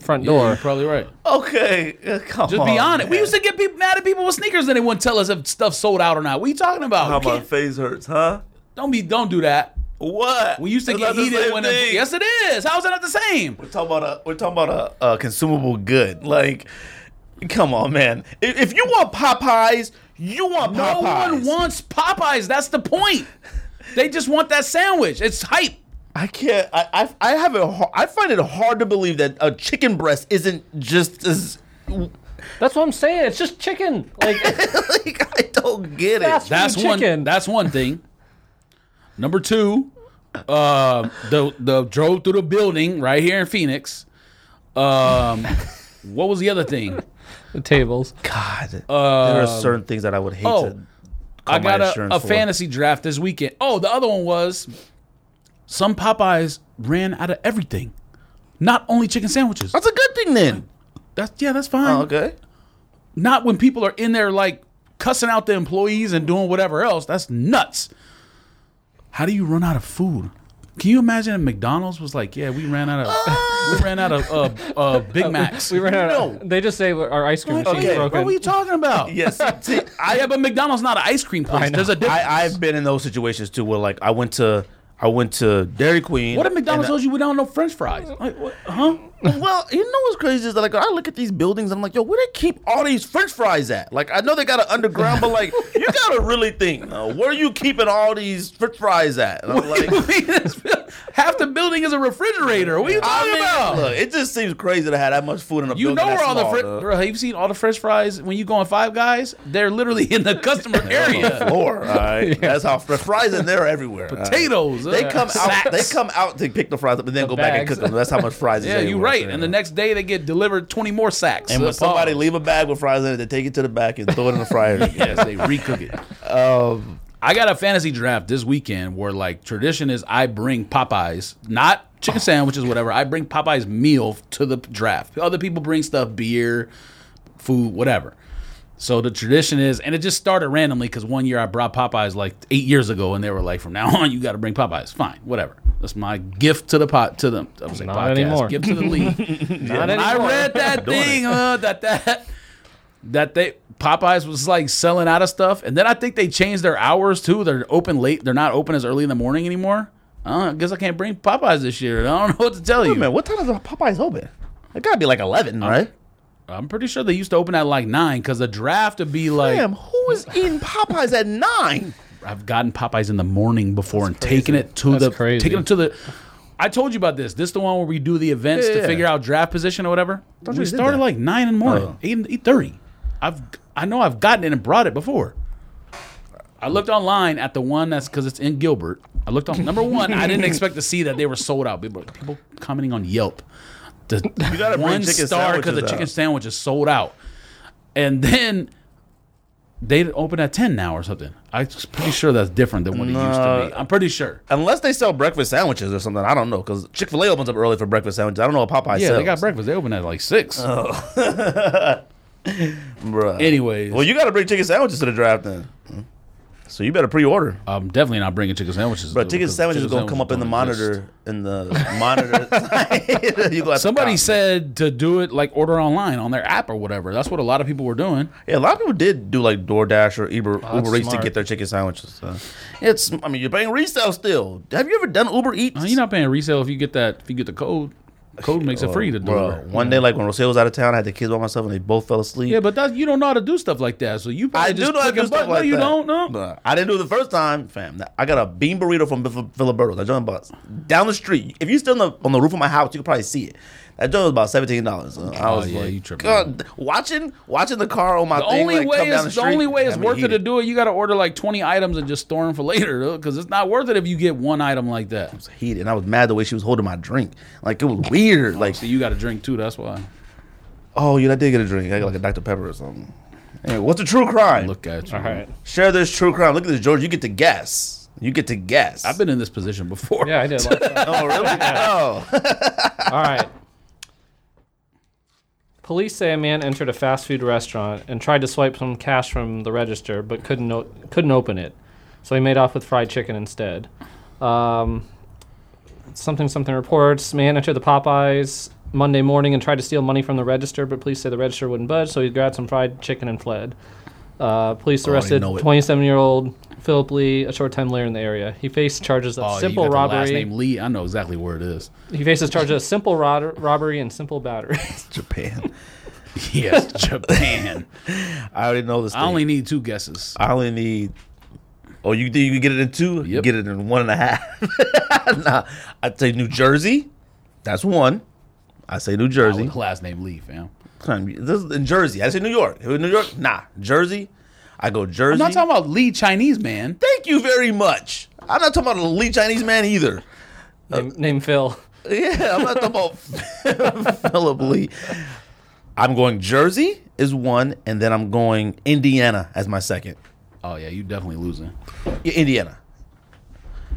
front Yeah, door. you're probably right. Okay. uh, Come Just on. be honest. We man. used to get people mad at people with sneakers and they wouldn't tell us if stuff sold out or not. What are you talking about? How You my can't- face hurts, huh? don't be don't do that. What? We used to That's get not the heated same when thing. it, Yes it is. How is that not the same? We're talking about a we're talking about a, a consumable good. Like, come on, man. If, if you want Popeyes, you want No Popeyes. one wants Popeyes. That's the point. They just want that sandwich. It's hype. I can't. I I, I have a. har- I find it hard to believe that a chicken breast isn't just as. That's what I'm saying. It's just chicken. Like Like I don't get That's- it. That's Free one. chicken. That's one thing. Number two, uh, the the drove through the building right here in Phoenix. Um, what was the other thing? the tables. God, there are certain things that I would hate Um, oh, to. I call my got a, insurance a for. fantasy draft this weekend. Oh, the other one was some Popeyes ran out of everything, not only chicken sandwiches. That's a good thing then. That's yeah, that's fine. Oh, Okay. Not when people are in there like cussing out the employees and doing whatever else. That's nuts. How do you run out of food? Can you imagine if McDonald's was like, yeah, we ran out of we ran out of uh, uh, Big Macs. We ran out. Of, they just say our ice cream machine's Okay, broken. What were you talking about? Yes. See, I, yeah, but McDonald's not an ice cream place. There's a difference. I, I've been in those situations too, where like I went to I went to Dairy Queen. what if McDonald's and- told you we don't know French fries? Like, what, huh? Well, you know what's crazy is that like I look at these buildings, I'm like, yo, where they keep all these French fries at? Like I know they got it underground, but like you gotta really think, uh, where are you keeping all these French fries at? And I'm like, Half the building is a refrigerator. What are you talking I about? mean, look, it just seems crazy to have that much food in a you know building. where that's all the small, fr- dog. bro, have you seen all the French fries when you go on Five Guys? They're literally in the customer area. floor. All right, that's how fr- fries in there everywhere. all right? Potatoes. They uh, come out. They sacks. come out to pick the fries up and then go back and bags. cook them. That's how much fries. is Yeah, you're everywhere. right. And the next day they get delivered 20 more sacks. And of when somebody Popeyes. leave a bag with fries in it, they take it to the back and throw it in the fryer. again. yes, they recook it. I got a fantasy draft this weekend where like tradition is I bring Popeyes, not chicken sandwiches, whatever. I bring Popeyes meal to the draft. Other people bring stuff, beer, food, whatever. So the tradition is, and it just started randomly because one year I brought Popeyes like eight years ago, and they were like, "From now on, you got to bring Popeyes." Fine, whatever. That's my gift to the pot to them. I was like, Not podcast, anymore. Gift to the league. Not And I anymore. read that thing uh, that that that they Popeyes was like selling out of stuff, and then I think they changed their hours too. They're open late. They're not open as early in the morning anymore. Uh, I guess I can't bring Popeyes this year. I don't know what to tell Wait a minute, you. what time is Popeyes open? It gotta be like eleven, right? I'm pretty sure they used to open at like nine because the draft would be like Damn, who is eating Popeyes at nine? I've gotten Popeyes in the morning before and taken it to That's the crazy. taken it to the. I told you about this. This the one where we do the events Yeah, to yeah. figure out draft position or whatever. we you did started that. like nine in the morning, Oh. eight eight thirty. I've I know I've gotten it and brought it before. I looked online at the one that's because it's in Gilbert. I looked on number one. I didn't expect to see that they were sold out. People, people commenting on Yelp. The you gotta bring one chicken star because the sandwiches chicken out. sandwich is sold out, and then they open at ten now or something. I'm just pretty sure that's different than what it used to be. I'm pretty sure. Unless they sell breakfast sandwiches or something, I don't know. Because Chick Fil A opens up early for breakfast sandwiches. I don't know what Popeyes Yeah, sells. they got breakfast. They open at like six. Bruh. Anyways, Well, you gotta bring chicken sandwiches to the draft then. So you better pre-order. I'm definitely not bringing chicken sandwiches. But chicken because sandwiches is gonna chicken come up in the don't exist. monitor in the monitor. side. you gonna have to Somebody cop. said to do it like order online on their app or whatever. That's what a lot of people were doing. Yeah, a lot of people did do like DoorDash or Uber Oh, that's Uber Eats to smart. get their chicken sandwiches. So. It's I mean you're paying resale still. Have you ever done Uber Eats? Uh, You're not paying resale if you get that. If you get the code, code makes it free to do Bro, it. one day like when Rocio was out of town, I had the kids by myself and they both fell asleep. Yeah, but that, you don't know how to do stuff like that. So you probably I do just know how to click do a stuff button. like no, you that. don't know. But I didn't do it the first time, fam. I got a bean burrito from Fil- Filiberto's. That joint was about down the street. If you still on the, on the roof of my house, you could probably see it. That joint was about seventeen dollars. I Oh, was yeah, like, you tripping. God, watching watching the car on my The thing, only, like, come down way is, the, the, street, only way had it's me worth it to heated. do it. You got to order like 20 items and just store them for later because it's not worth it if you get one item like that. was heated, and I was mad the way she was holding my drink. Like it was weird. Like, So you got to drink too. That's why. oh yeah, I did get a drink. I got like a Dr Pepper or something. Anyway, what's the true crime? Look at you. All right. Share this true crime. Look at this, George. You get to guess. You get to guess. I've been in this position before. Yeah, I did. last time. Oh really? oh. All right. Police say a man entered a fast food restaurant and tried to swipe some cash from the register, but couldn't o- couldn't open it, so he made off with fried chicken instead. Um, something something reports man entered the Popeyes Monday morning and tried to steal money from the register, but police say the register wouldn't budge, so he grabbed some fried chicken and fled. Uh, police Oh, I arrested know it. 27 year old Philip Lee a short time later in the area. He faced charges of Oh, you simple got the robbery. Last name Lee. I know exactly where it is. He faces charges of simple rod- robbery and simple battery. Japan. Yes, Japan. I already know this. I only need two guesses. I only need. Oh, you think you can get it in two? You Yep. get it in one and a half. nah, I'd say New Jersey. That's one. I say New I Jersey. would last name Lee, fam. This is in Jersey. I say New York. Who in New York? Nah, Jersey. I go Jersey. I'm not talking about Lee Chinese man. Thank you very much. I'm not talking about a elite Chinese man either. name, name Phil. Yeah, I'm not talking about Philip Lee. I'm going Jersey is one, and then I'm going Indiana as my second. Oh yeah, you definitely losing. Yeah, Indiana.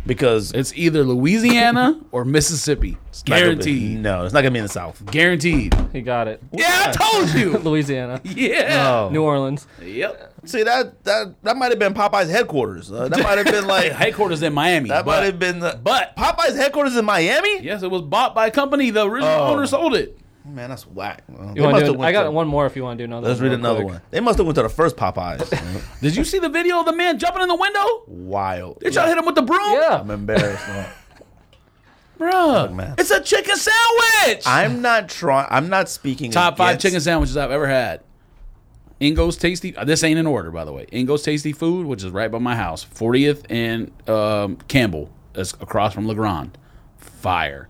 Because It's either Louisiana or Mississippi. Not gonna be- Guaranteed. No, it's not gonna be in the South. Guaranteed. He got it. Yeah, I told you. Louisiana, Yeah. New Orleans. Yep. See that that that might have been Popeye's headquarters. Uh, that might have been like Headquarters in Miami. that might but- have been the but- Popeye's headquarters in Miami. Yes, it was bought by a company. The original Oh. owner sold it. Man, that's whack. Well, they You want must to have do? went I got to- one more if you want to do another. Let's one read real another quick. one. They must have went to the first Popeyes. Did you see the video of the man jumping in the window? Wild. Did y'all hit him with the broom? Yeah. I'm embarrassed. man. Bruh. Oh, man. It's a chicken sandwich. I'm not trying. I'm not speaking. Top five against- chicken sandwiches I've ever had. Ingo's Tasty. uh, This ain't in order, by the way. Ingo's Tasty Food, which is right by my house. 40th and um, Campbell. That's across from LeGrand. Fire.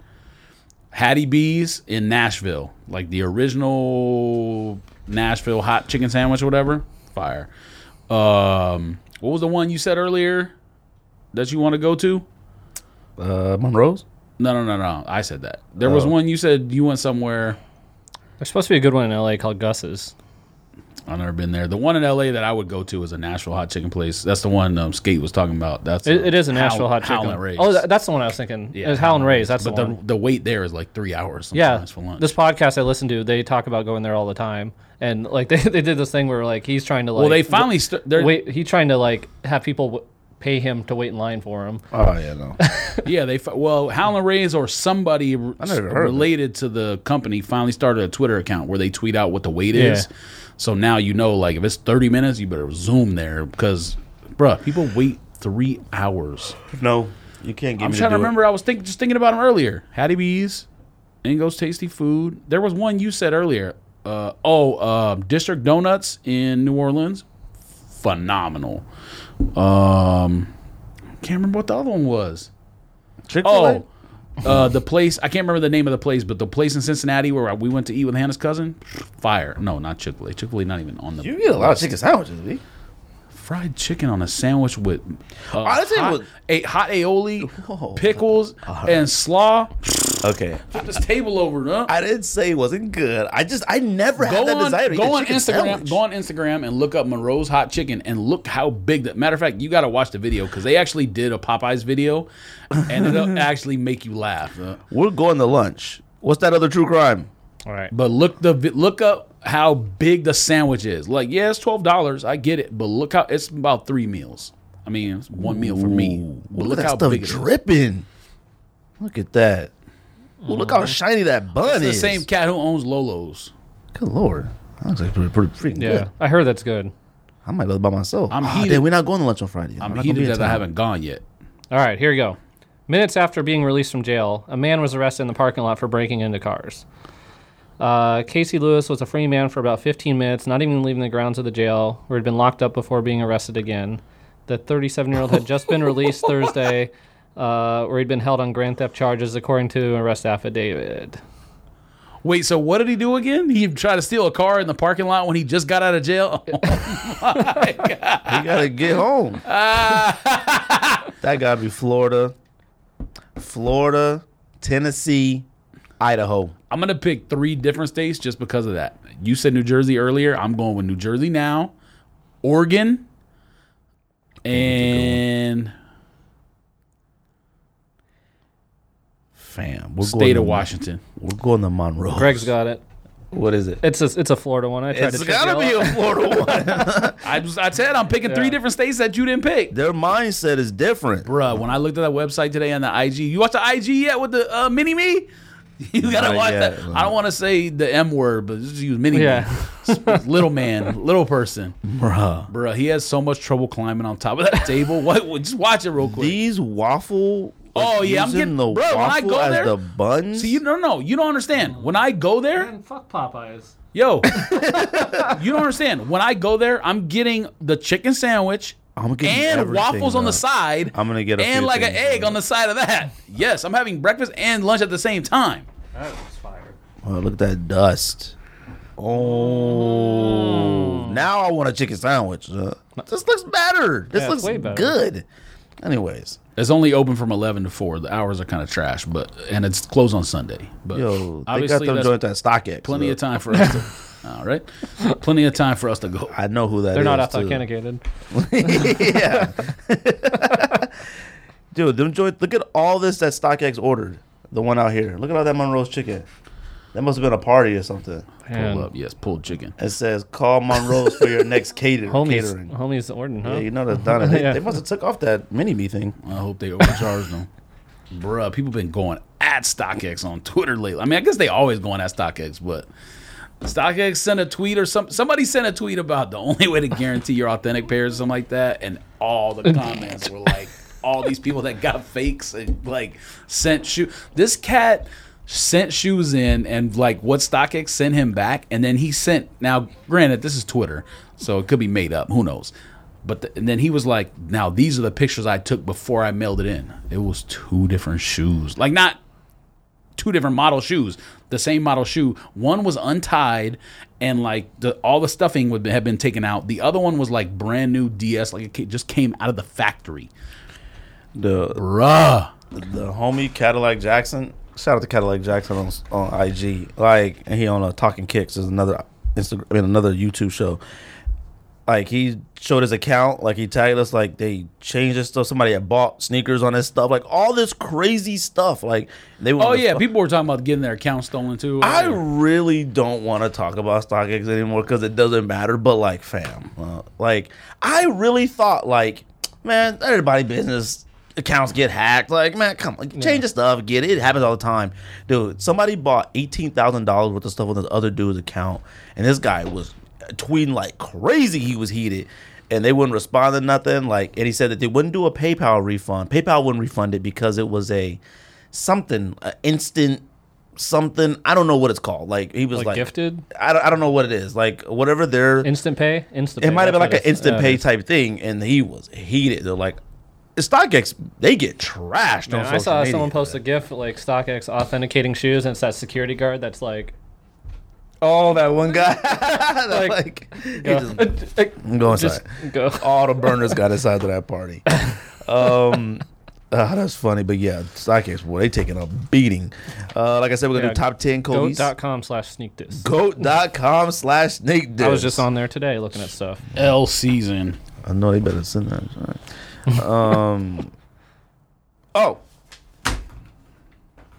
Hattie B's in Nashville. Like the original Nashville hot chicken sandwich or whatever. Fire. Um, what was the one you said earlier that you want to go to? Uh, Monroe's. No, no, no, no. I said that. There was one you said you went somewhere. There's supposed to be a good one in LA called Gus's. I've never been there. The one in LA that I would go to is a Nashville hot chicken place. That's the one um, Skate was talking about. That's It, um, it is a Howl- Nashville hot chicken. Howlin' Rays. Oh, tha- that's the one I was thinking. Yeah, it's Howlin' Howlin' Rays. That's but the the, one. the wait there is like three hours yeah, sometimes for lunch. this podcast I listen to, they talk about going there all the time, and like they, they did this thing where like he's trying to like well, they finally st- they're, wait. He trying to like have people w- pay him to wait in line for him. Oh yeah, no. yeah they fi- well Howlin' Rays or somebody r- never heard of it. related to the company finally started a Twitter account where they tweet out what the wait is. Yeah. So now you know like if it's thirty minutes, you better zoom there because bruh, people wait three hours. no, you can't get I'm me trying to, do it. remember. I was think, just thinking about them earlier. Hattie B's, Ingo's Tasty Food. There was one you said earlier. Uh, oh, uh, District Donuts in New Orleans, phenomenal. Um, can't remember what the other one was. Chick-fil-A? Oh, uh, the place. I can't remember the name of the place, but the place in Cincinnati where we went to eat with Hannah's cousin. Fire. No, not Chick Fil A. Chick Fil A not even on the. you get a lot of chicken sandwiches. B. fried chicken on a sandwich with uh, I think it hot, was- a hot aioli, Whoa. pickles, uh, and slaw. Okay, Put this table over, huh? I didn't say it wasn't good. I just I never had go that on, desire to eat a go on chicken Instagram, sandwich. go on Instagram, and look up Monroe's Hot Chicken, and look how big that. Matter of fact, you got to watch the video because they actually did a Popeyes video, and it'll actually make you laugh. uh. We're going to lunch. What's that other true crime? All right. But look the vi- look up how big the sandwich is. Like, yeah, it's twelve dollars, I get it, but look how it's about three meals. I mean, it's one meal for me. Ooh, But look, at that stuff it is. dripping. Look at that. Ooh, look how shiny that bun Mm-hmm. It's the is. same cat who owns Lolo's. Good lord. That looks like pretty, pretty freaking Yeah, good. I heard that's good. I might go by myself. I'm Ah, heated. damn, we're not going to lunch on Friday. I'm not gonna be heated in that I town. haven't gone yet. All right, here we go. Minutes after being released from jail, a man was arrested in the parking lot for breaking into cars. Uh, Casey Lewis was a free man for about 15 minutes, not even leaving the grounds of the jail, where he'd been locked up before being arrested again. The 37 year old had just been released Thursday, uh, where he'd been held on grand theft charges, according to an arrest affidavit. Wait, so what did he do again? He tried to steal a car in the parking lot when he just got out of jail. You gotta get home. that gotta be Florida, Florida, Tennessee, Idaho. I'm gonna pick three different states just because of that. You said New Jersey earlier. I'm going with New Jersey now, Oregon, and Fam, we're going state to, of Washington. We're going to Monroe. Greg's got it. what is it? It's a, it's a Florida one. I tried It's to check gotta y'all be out. a Florida one. I just, I said I'm picking three Yeah. different states that you didn't pick. Their mindset is different. Bruh, when I looked at that website today on the IG, you watch the IG yet with the uh, mini me? You gotta Not watch yet, that. no. I don't want to say the M word, but just use mini me. Yeah. little man, little person. Bruh. Bruh, he has so much trouble climbing on top of that table. What? Just watch it real quick. These waffle. like, Oh, yeah, I'm using getting- the bro, when I waffle go as there- the buns. So you no no you don't understand. When I go there, Man, fuck Popeyes. yo, you don't understand. When I go there, I'm getting the chicken sandwich I'm getting and everything, waffles on the bro. side. I'm gonna get a and few like an things, egg bro. on the side of that. Yes, I'm having breakfast and lunch at the same time. That was fire. Oh, look at that dust. Oh, now I want a chicken sandwich. Uh, this looks better. This Yeah, looks it's way better. good. Anyways, It's only open from eleven to four. The hours are kind of trash, but and it's closed on Sunday. But yo, they got obviously them that's joints at StockX. plenty though. of time for us. to All right, plenty of time for us to go. I know who that They're not is, too. authenticated. yeah. Dude, them joints. Look at all this that StockX ordered. The one out here. Look at all that Monroe's chicken. That must have been a party or something. Pull up, yes, pulled chicken. It says call Monroe's for your next cater- Homies, catering. homies, Orton, huh? Yeah, you know that's done. it. They, Yeah. they must have took off that mini me thing. I hope they overcharged them. Bruh, people been going at StockX on Twitter lately. I mean, I guess they always going at StockX, but StockX sent a tweet or some somebody sent a tweet about the only way to guarantee your authentic pairs, something like that, and all the comments were like all these people that got fakes and like sent shoe. This cat sent shoes in and like what StockX sent him back, and then he sent. Now, granted, this is Twitter, so it could be made up. Who knows? But the, and then he was like, "Now these are the pictures I took before I mailed it in. It was two different shoes, like not two different model shoes, the same model shoe. One was untied and like the, all the stuffing would had been taken out. The other one was like brand new DS, like it ca- just came out of the factory. The Bruh, the homie Cadillac Jackson. Shout out to Cadillac Jackson on on IG. Like and he on uh, Talking Kicks is another Instagram, I mean another YouTube show. Like he showed his account. Like he tagged us. Like they changed his stuff. Somebody had bought sneakers on his stuff. Like all this crazy stuff. Like they. oh yeah, people were talking about getting their account stolen too. Oh, I really don't want to talk about StockX anymore because it doesn't matter. But like, fam, uh, like I really thought like, man, everybody business accounts get hacked. Like, man, come on, change the stuff, get it. It happens all the time, dude. Somebody bought eighteen thousand dollars worth of stuff on this other dude's account, and this guy was tweeting like crazy. He was heated. And they wouldn't respond to nothing. Like, and he said that they wouldn't do a PayPal refund. PayPal wouldn't refund it because it was a something, a instant something. I don't know what it's called. Like he was Like like, gifted? I don't, I don't know what it is. Like whatever their Instant pay? Instant it pay, might have been that's like what an it is. instant Uh, pay type thing, and he was heated. They're like, StockX they get trashed. on Man, I social saw media. someone post a GIF like StockX authenticating shoes, and it's that security guard that's like, "Oh, that one guy that, Like, like, he go, just- uh, uh, go just inside. go." All the burners got inside to that party. Um, ah, that's funny, but yeah, StockX boy, they taking a beating. Uh, like I said, we're gonna Yeah, do top ten Kobe's. Goat.com slash sneak this. Goat.com slash snake I was just on there today looking at stuff. L season. I know they better send that. All right. um. Oh.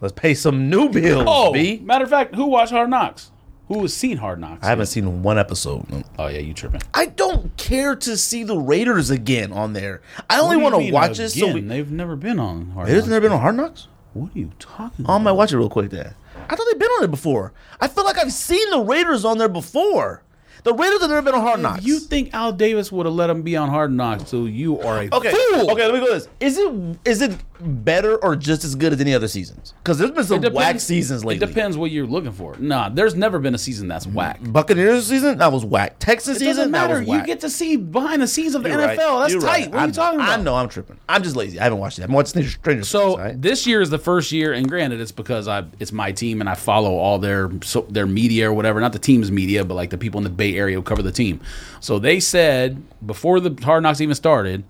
Let's pay some new bills. Oh, B. Oh. matter of fact, who watched Hard Knocks? Who has seen Hard I Knocks? haven't seen one episode. Oh yeah, you tripping? I don't care to see the Raiders again on there. I only What do you want to mean, watch this. So again? we, they've never been on Hard Raiders Knocks. never been on Hard Knocks. What are you talking? Oh, I about? might watch it real quick then. I thought they've been on it before. I feel like I've seen the Raiders on there before. The Raiders have never been on Hard Knocks. You think Al Davis would have let him be on Hard Knocks? So you are a okay? fool. Okay, let me go this. Is it is it better or just as good as any other seasons? Because there's been some It depends- whack seasons lately. It depends what you're looking for. Nah, there's never been a season that's whack. Buccaneers season that was whack. Texas It season doesn't that matter. was whack. You get to see behind the scenes of the You're NFL. right. That's You're tight. right. What are I you talking know. about? I know I'm tripping. I'm just lazy. I haven't watched it. I'm watching Stranger Things. So all right? this year is the first year, and granted, it's because I it's my team and I follow all their so, their media or whatever. Not the team's media, but like the people in the Bay Area who cover the team. So they said before the Hard Knocks even started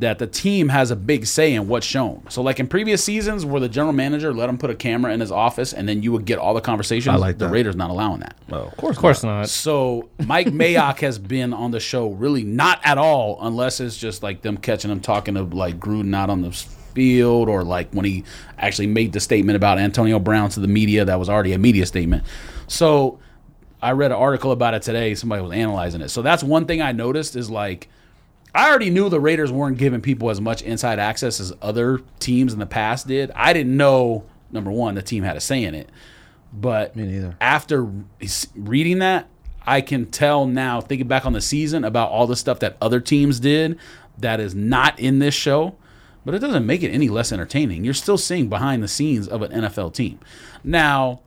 that the team has a big say in what's shown. So like in previous seasons, where the general manager let him put a camera in his office and then you would get all the conversations. I like the that. Raiders not allowing that. of course, Of course not. So Mike Mayock has been on the show really not at all, unless it's just like them catching him talking to like Gruden out on the field, or like when he actually made the statement about Antonio Brown to the media that was already a media statement. So I read an article about it today. Somebody was analyzing it. So that's one thing I noticed is like I already knew the Raiders weren't giving people as much inside access as other teams in the past did. I didn't know number one the team had a say in it, but Me neither. after s- reading that, I can tell now thinking back on the season about all the stuff that other teams did that is not in this show. But it doesn't make it any less entertaining. You're still seeing behind the scenes of an NFL team. Now,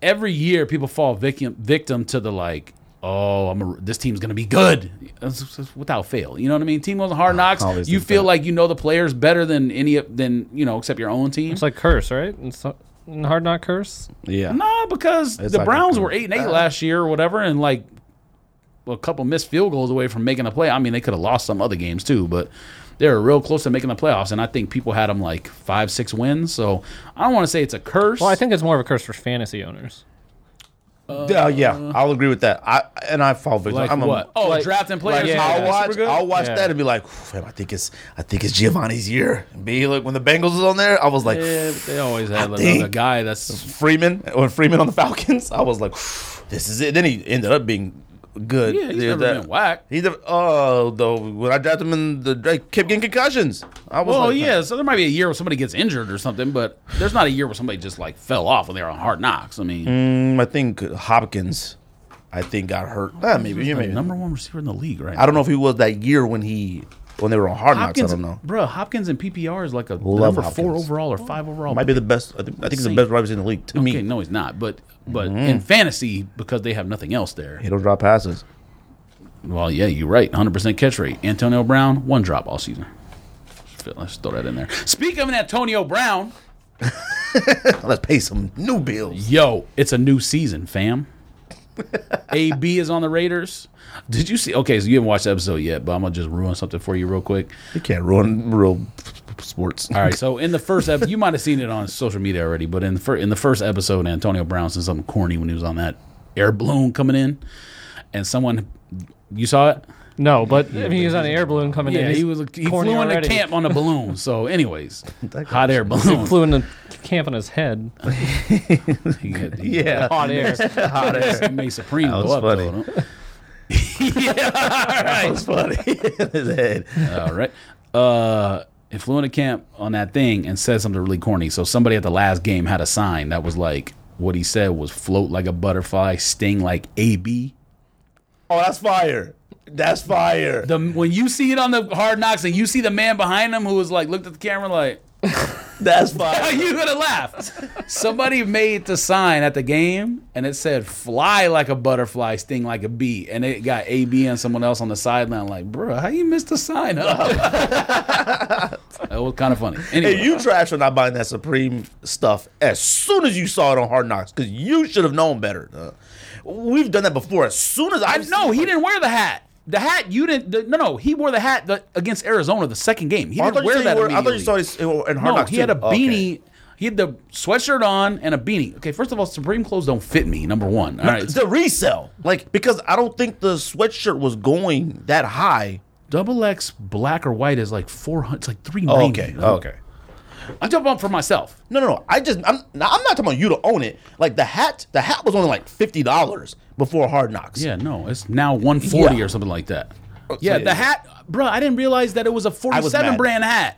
every year people fall victim victim to the like oh I'm a, this team's gonna be good It's- it's- it's without fail you know what I mean team goes on hard knocks Ah, always you think feel that. like you know the players better than any of- than you know except your own team It's like curse, right? It's not- hard not curse. yeah. no because It's the like a Browns good- were eight and eight last year or whatever and like a couple missed field goals away from making a play I mean they could have lost some other games too but they were real close to making the playoffs and I think people had them like five six wins so I don't want to say it's a curse Well, I think it's more of a curse for fantasy owners. Yeah, Uh, yeah, I'll agree with that. I and I fall victim. like I'm a- what oh like- drafting players yeah, not I'll yeah. super watch. good? I'll watch Yeah. that and be like, "Whew, "Fam, I think it's. I think it's Giovanni's year." And be like, when the Bengals was on there, I was like, Yeah, but they always have another think- guy that's Freeman when Freeman on the Falcons, I was like, "This is it." Then he ended up being good. yeah, he's Yeah, never that- been whack. He never. Oh, though when I drafted him in the, I kept getting concussions. I was Well, like, yeah, so there might be a year where somebody gets injured or something, but there's not a year where somebody just like fell off when they were on hard knocks. I mean, mm, I think Hopkins, I think got hurt. Ah, maybe, yeah, the maybe. number one receiver in the league right I don't know if he was that year when he when they were on Hard Knocks. Hopkins, I don't know. bro. Hopkins in PPR is like a Love number four Hopkins. overall or five overall. Might be the best. I think, I think he's the best rivals in the league to okay, me. no, he's not. But but Mm. in fantasy, because they have nothing else there. He don't drop passes. Well, yeah, you're right. 100 percent catch rate. Antonio Brown, one drop all season. Let's throw that in there. Speaking of Antonio Brown, Let's pay some new bills. Yo, it's a new season, fam. AB is on the Raiders. Did you see? Okay, so you haven't watched the episode yet, but I'm gonna just ruin something for you real quick. You can't ruin real sports. All right, so in the first episode, you might have seen it on social media already, but in the, fir- in the first episode, Antonio Brown said something corny when he was on that air balloon coming in, and someone you saw it. No, but I mean, he was on an air balloon coming in. Yeah, he He's was he corny flew into already. camp on a balloon. So, anyways, hot air balloon. flew in the camp on his head. He had- he- Yeah, Hot air. hot ass. It made Supreme That go was up. though, funny. don't- yeah, all right. That's funny. In his head. All right. Uh, it flew into camp on that thing and said something really corny. So somebody at the last game had a sign that was like, what he said was float like a butterfly, sting like AB. Oh, that's fire. That's fire. The when you see it on the hard knocks and you see the man behind him who was like looked at the camera like, That's are fire. you gonna laugh? Somebody made the sign at the game and it said fly like a butterfly, sting like a bee, and it got AB and someone else on the sideline like, bro, how you missed the sign? up?" that was kind of funny. Anyway. Hey, you trash for not buying that Supreme stuff as soon as you saw it on Hard Knocks because you should have known better. Uh, we've done that before. As soon as I No, he didn't wear the hat. The hat you didn't. The, no, no, he wore the hat the, against Arizona the second game. He Oh, I didn't thought, you wear said that. you were, I thought you immediately. saw it in Hard no, Knocks. he had a too. Okay. beanie. He had the sweatshirt on and a beanie. Okay, first of all, Supreme clothes don't fit me. Number one. All right, The resell, like because I don't think the sweatshirt was going that high. double X black or white is like four hundred. It's like three ninety. Oh, okay. I jump up for myself. No, no, no. I just I'm now, I'm not talking about you to own it. Like the hat, the hat was only like fifty dollars before Hard Knocks. Yeah, no, it's now 140 Yeah. or something like that. Yeah, yeah, the yeah. hat, bro. I didn't realize that it was a was 47 mad. brand hat.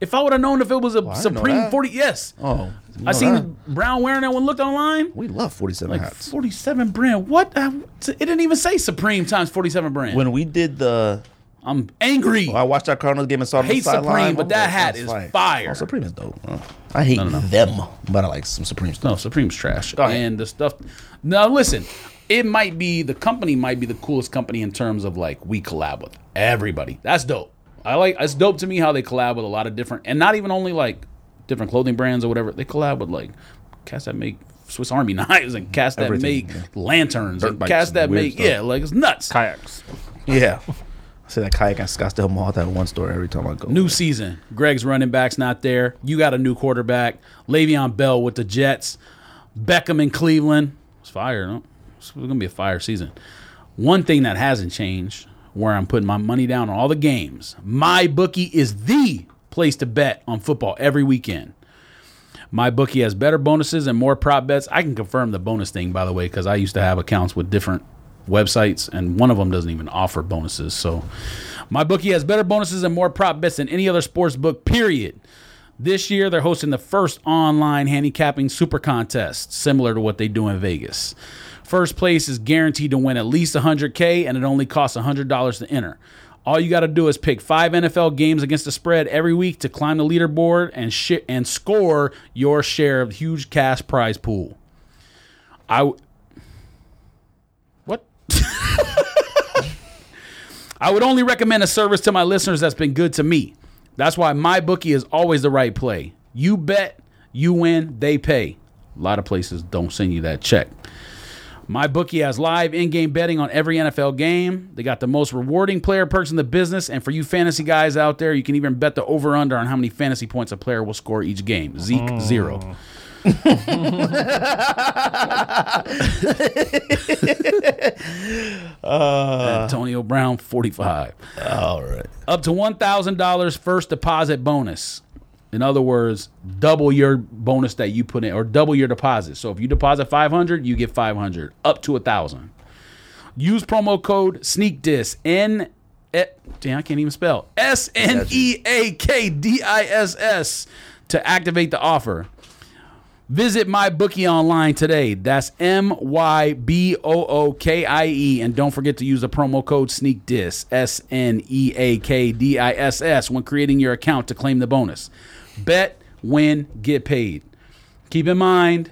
If I would have known if it was a didn't know Supreme that. 40, yes. Oh, I no, seen that- Brown wearing that one. Looked online. We love forty-seven Like hats. 47 brand. What? I- it didn't even say Supreme times 47 brand. When we did the I'm angry. I watched our Cardinals game and saw them Hate Supreme, but that hat is fire. Oh, Supreme is dope. Uh, I hate them, but I like some Supreme stuff. No, Supreme's trash. ahead. And the stuff. Now listen, it might be the company might be the coolest company in terms of like we collab with everybody. That's dope. I like it's dope to me how they collab with a lot of different and not even only like different clothing brands or whatever. They collab with like cats that make Swiss Army knives and cats that Everything, make yeah. lanterns Dirt and bikes cats and that weird make stuff. yeah, like it's nuts. Kayaks. Yeah. I say that kayak at Scottsdale Mall. That one store every time I go. New season. Greg's running back's not there. You got a new quarterback. Le'Veon Bell with the Jets. Beckham in Cleveland. It's fire. No? It's going to be a fire season. One thing that hasn't changed, where I'm putting my money down on all the games, my bookie is the place to bet on football every weekend. My bookie has better bonuses and more prop bets. I can confirm the bonus thing, by the way, because I used to have accounts with different websites, and one of them doesn't even offer bonuses. So, my bookie has better bonuses and more prop bets than any other sports book. Period. This year, they're hosting the first online handicapping super contest, similar to what they do in Vegas. First place is guaranteed to win at least 100K, and it only costs $100 to enter. All you got to do is pick five NFL games against the spread every week to climb the leaderboard and shi and score your share of the huge cash prize pool. I w- what? I would only recommend a service to my listeners that's been good to me. That's why my bookie is always the right play. You bet, you win, they pay. A lot of places don't send you that check. My bookie has live in-game betting on every NFL game. They got the most rewarding player perks in the business, and for you fantasy guys out there, you can even bet the over/under on how many fantasy points a player will score each game. Zeke zero. Antonio Brown forty-five. all right. up to $1,000 first deposit bonus. In other words, double your bonus that you put in or double your deposit. So if you deposit 500, you get 500 up to 1000. Use promo code SNEAKDIS N eh, Damn, I can't even spell. S N E A K D I S S to activate the offer. Visit my bookie online today. That's M Y B O O K I E. And don't forget to use the promo code SNEAKDIS, S N E A K D I S S, when creating your account to claim the bonus. Bet, win, get paid. Keep in mind.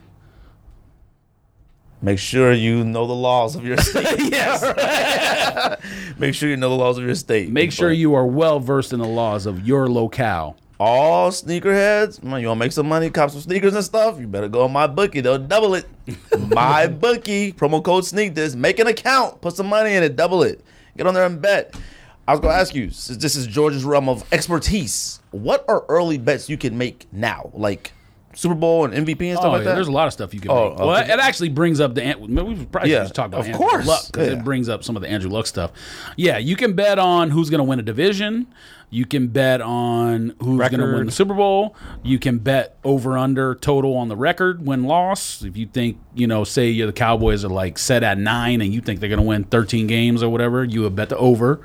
Make sure you know the laws of your state. yes. Make sure you know the laws of your state. Make sure people. you are well versed in the laws of your locale. all sneakerheads. Man, you wanna make some money, cop some sneakers and stuff. You better go on my bookie. They'll double it. my bookie promo code sneak this. Make an account. Put some money in it. Double it. Get on there and bet. I was gonna ask you. Since this is George's realm of expertise, what are early bets you can make now? Like Super Bowl and MVP and stuff Oh, like yeah, that. there's a lot of stuff you can Oh, make. oh, Well, okay. it actually brings up the. Ant- We should probably Yeah, just talk about of Andrew course, Luck because yeah. it brings up some of the Andrew Luck stuff. Yeah, you can bet on who's going to win a division. You can bet on who's going to win the Record. Super Bowl. You can bet over under total on the record win loss. If you think you know, say you're the Cowboys are like set at nine and you think they're going to win 13 games or whatever, you would bet the over.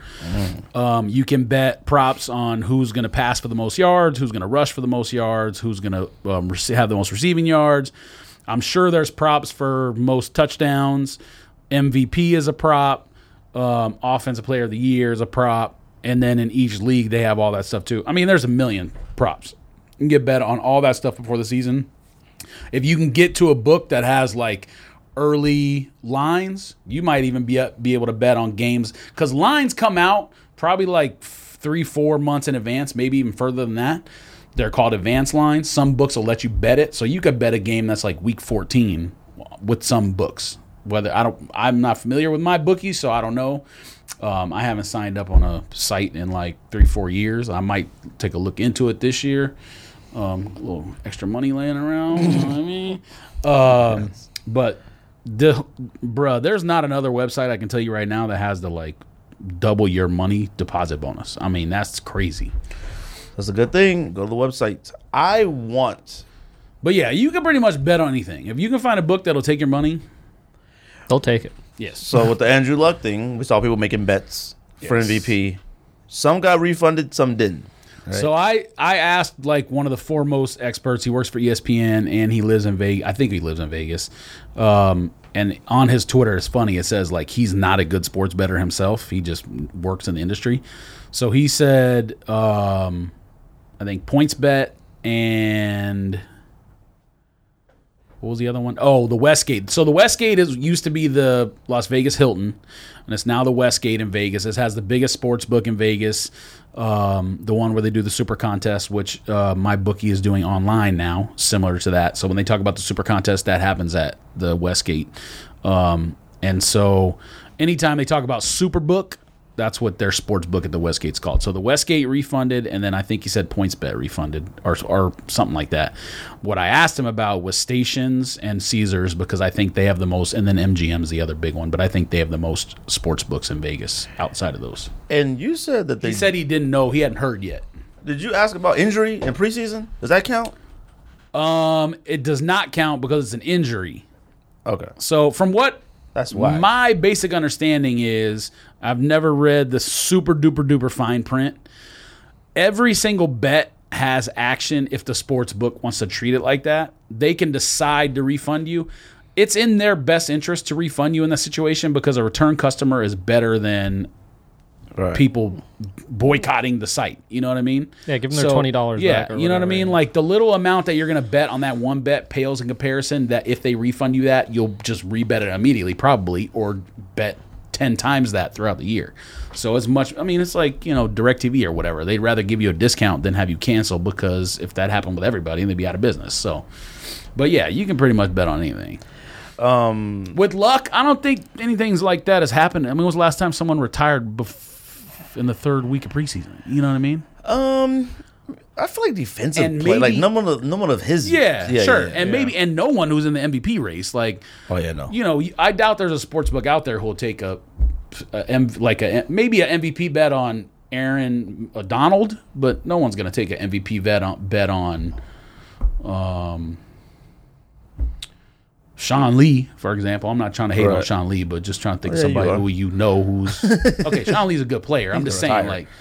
Um, you can bet props on who's going to pass for the most yards, who's going to rush for the most yards, who's going to um, rece- have the most receiving yards. I'm sure there's props for most touchdowns. MVP is a prop. Um, offensive player of the year is a prop. And then in each league, they have all that stuff too. I mean, there's a million props. You can get bet on all that stuff before the season. If you can get to a book that has like early lines, you might even be uh, be able to bet on games because lines come out probably like three, four months in advance, maybe even further than that. They're called advance lines. Some books will let you bet it, so you could bet a game that's like week fourteen with some books. Whether I don't, I'm not familiar with my bookies, so I don't know. Um, I haven't signed up on a site in like three, four years. I might take a look into it this year um, a little extra money laying around. you know what I mean, um, but the bruh, there's not another website I can tell you right now that has the like double your money deposit bonus. I mean, that's crazy. That's a good thing. Go to the website. I want. But yeah, you can pretty much bet on anything. If you can find a book that'll take your money, They'll take it. yes. So with the Andrew Luck thing, we saw people making bets for Yes. MVP. Some got refunded, some didn't. So I I asked like one of the foremost experts. He works for E ESPN and he lives in Vegas. I think he lives in Vegas. Um, and on his Twitter, it's funny. It says like he's not a good sports better himself. He just works in the industry. So he said, um, I think points bet and what was the other one? Oh, the Westgate. So the Westgate is used to be the Las Vegas Hilton, and it's now the Westgate in Vegas. This has the biggest sports book in Vegas, um, the one where they do the Super Contest, which uh, my bookie is doing online now, similar to that. So when they talk about the Super Contest, that happens at the Westgate, um, and so anytime they talk about Superbook. That's what their sports book at the Westgate's called. So the Westgate refunded, and then I think he said PointsBet refunded or, or something like that. What I asked him about was Stations and Caesars because I think they have the most, and then MGM's the other big one, but I think they have the most sports books in Vegas outside of those. And you said that they He said he didn't know, he hadn't heard yet. Did you ask about injury in preseason? Does that count? Um, it does not count because it's an injury. Okay, So from what that's why. My basic understanding is I've never read the super duper duper fine print. Every single bet has action if the sports book wants to treat it like that. They can decide to refund you. It's in their best interest to refund you in that situation because a return customer is better than Right. people boycotting the site. You know what I mean? Yeah, give them their $20 Yeah, back or you know what I whatever, mean. yeah. Like the little amount that you're gonna bet on that one bet pales in comparison. That if they refund you that, you'll just rebet it immediately, probably, or bet ten times that throughout the year. So as much, I mean, it's like you know, Directv or whatever. They'd rather give you a discount than have you cancel because if that happened with everybody, they'd be out of business. So, but yeah, you can pretty much bet on anything. With luck, I don't think anything's like that has happened. I mean, when was the last time someone retired bef- in the third week of preseason? You know what I mean? Um, I feel like defensive And play, like maybe- no one, of, no one of his. Yeah, sure. and yeah. maybe and no one who's in the MVP race, like Oh yeah, no. you know, I doubt there's a sports book out there who'll take a, a M- like a maybe a MVP bet on Aaron Donald, but no one's gonna take an MVP bet on bet on um Sean Lee, for example. I'm not trying to hate on Right. Sean Lee, but just trying to think of Yeah, you somebody are. who you know who's okay. Sean Lee's a good player. I'm just saying, retired. like Chan-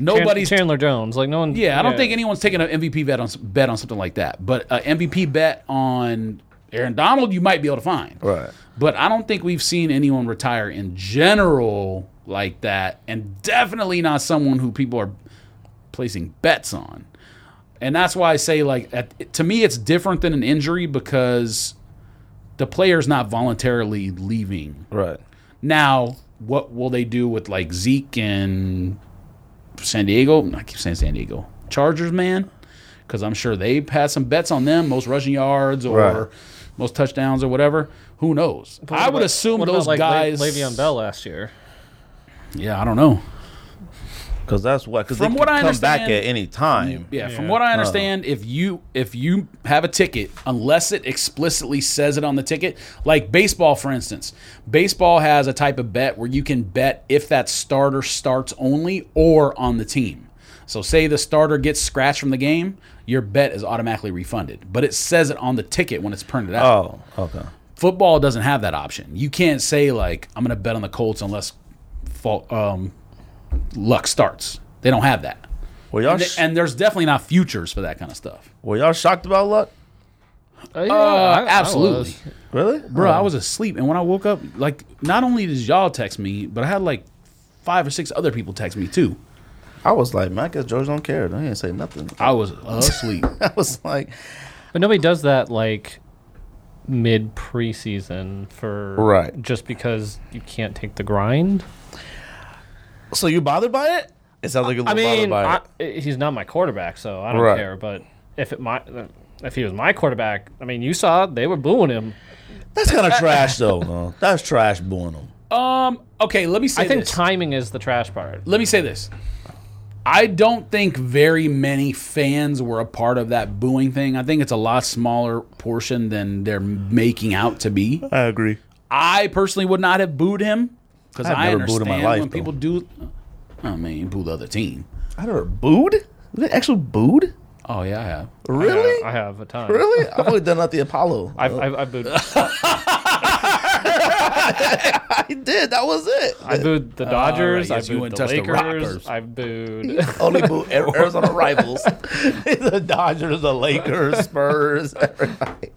nobody's Chandler Jones. Like no one. yeah, I don't think anyone's taking an MVP bet on bet on something like that. But an MVP bet on Aaron Donald, you might be able to find. Right. But I don't think we've seen anyone retire in general like that, and definitely not someone who people are placing bets on. And that's why I say, like, at, to me, it's different than an injury because the player's not voluntarily leaving Right. now, what will they do with like Zeke and San Diego? I keep saying San Diego Chargers, man, because I'm sure they had some bets on them, most rushing yards or Right. most touchdowns or whatever. Who knows? What I would about- assume what those about, like, Le- guys. Le'Veon Bell last year. Yeah, I don't know. Because that's why. Because From they what can I come back understand- at any time. Yeah, from what I understand, if you if you have a ticket, unless it explicitly says it on the ticket, like baseball, for instance, baseball has a type of bet where you can bet if that starter starts only or on the team. So say the starter gets scratched from the game, your bet is automatically refunded. But it says it on the ticket when it's printed out Oh, okay. football doesn't have that option. You can't say like I'm going to bet on the Colts unless fall, um, luck starts. They don't have that. Were y'all And, sh- and there's definitely not futures for that kind of stuff. were y'all shocked about luck? Oh, yeah, Uh, I- I absolutely, was. Really, Oh. bro. I was asleep, and when I woke up, like not only did y'all text me, but I had like five or six other people text me too. I was like, man, I guess George don't care. They ain't say nothing. I was asleep. I was like, But nobody does that like mid preseason for Right. just because you can't take the grind. so you bothered by it? It sounds like you're a I little mean, bothered by I, eh, it. he's not my quarterback, so I don't Right. care. But if it my if he was my quarterback, I mean, you saw they were booing him. That's kind of trash, though. No, that's trash booing them. um. Okay. Let me say. I think this. timing is the trash part. let me say this. I don't think very many fans were a part of that booing thing. I think it's a lot smaller portion than they're making out to be. I agree. I personally would not have booed him because I've I never booed understand in my life, when though. people do. I mean, boo the other team. I never booed. Was it actual booed? Oh yeah, I have. Really? I have a ton. Really? I've only done out the Apollo. I've, I've, I've booed. I did. That was it. I booed the Dodgers. yes, I you booed wouldn't the touch the Lakers. Rockers. I booed. Only boo Ar- Arizona rivals. the Dodgers, the Lakers, Spurs, everybody.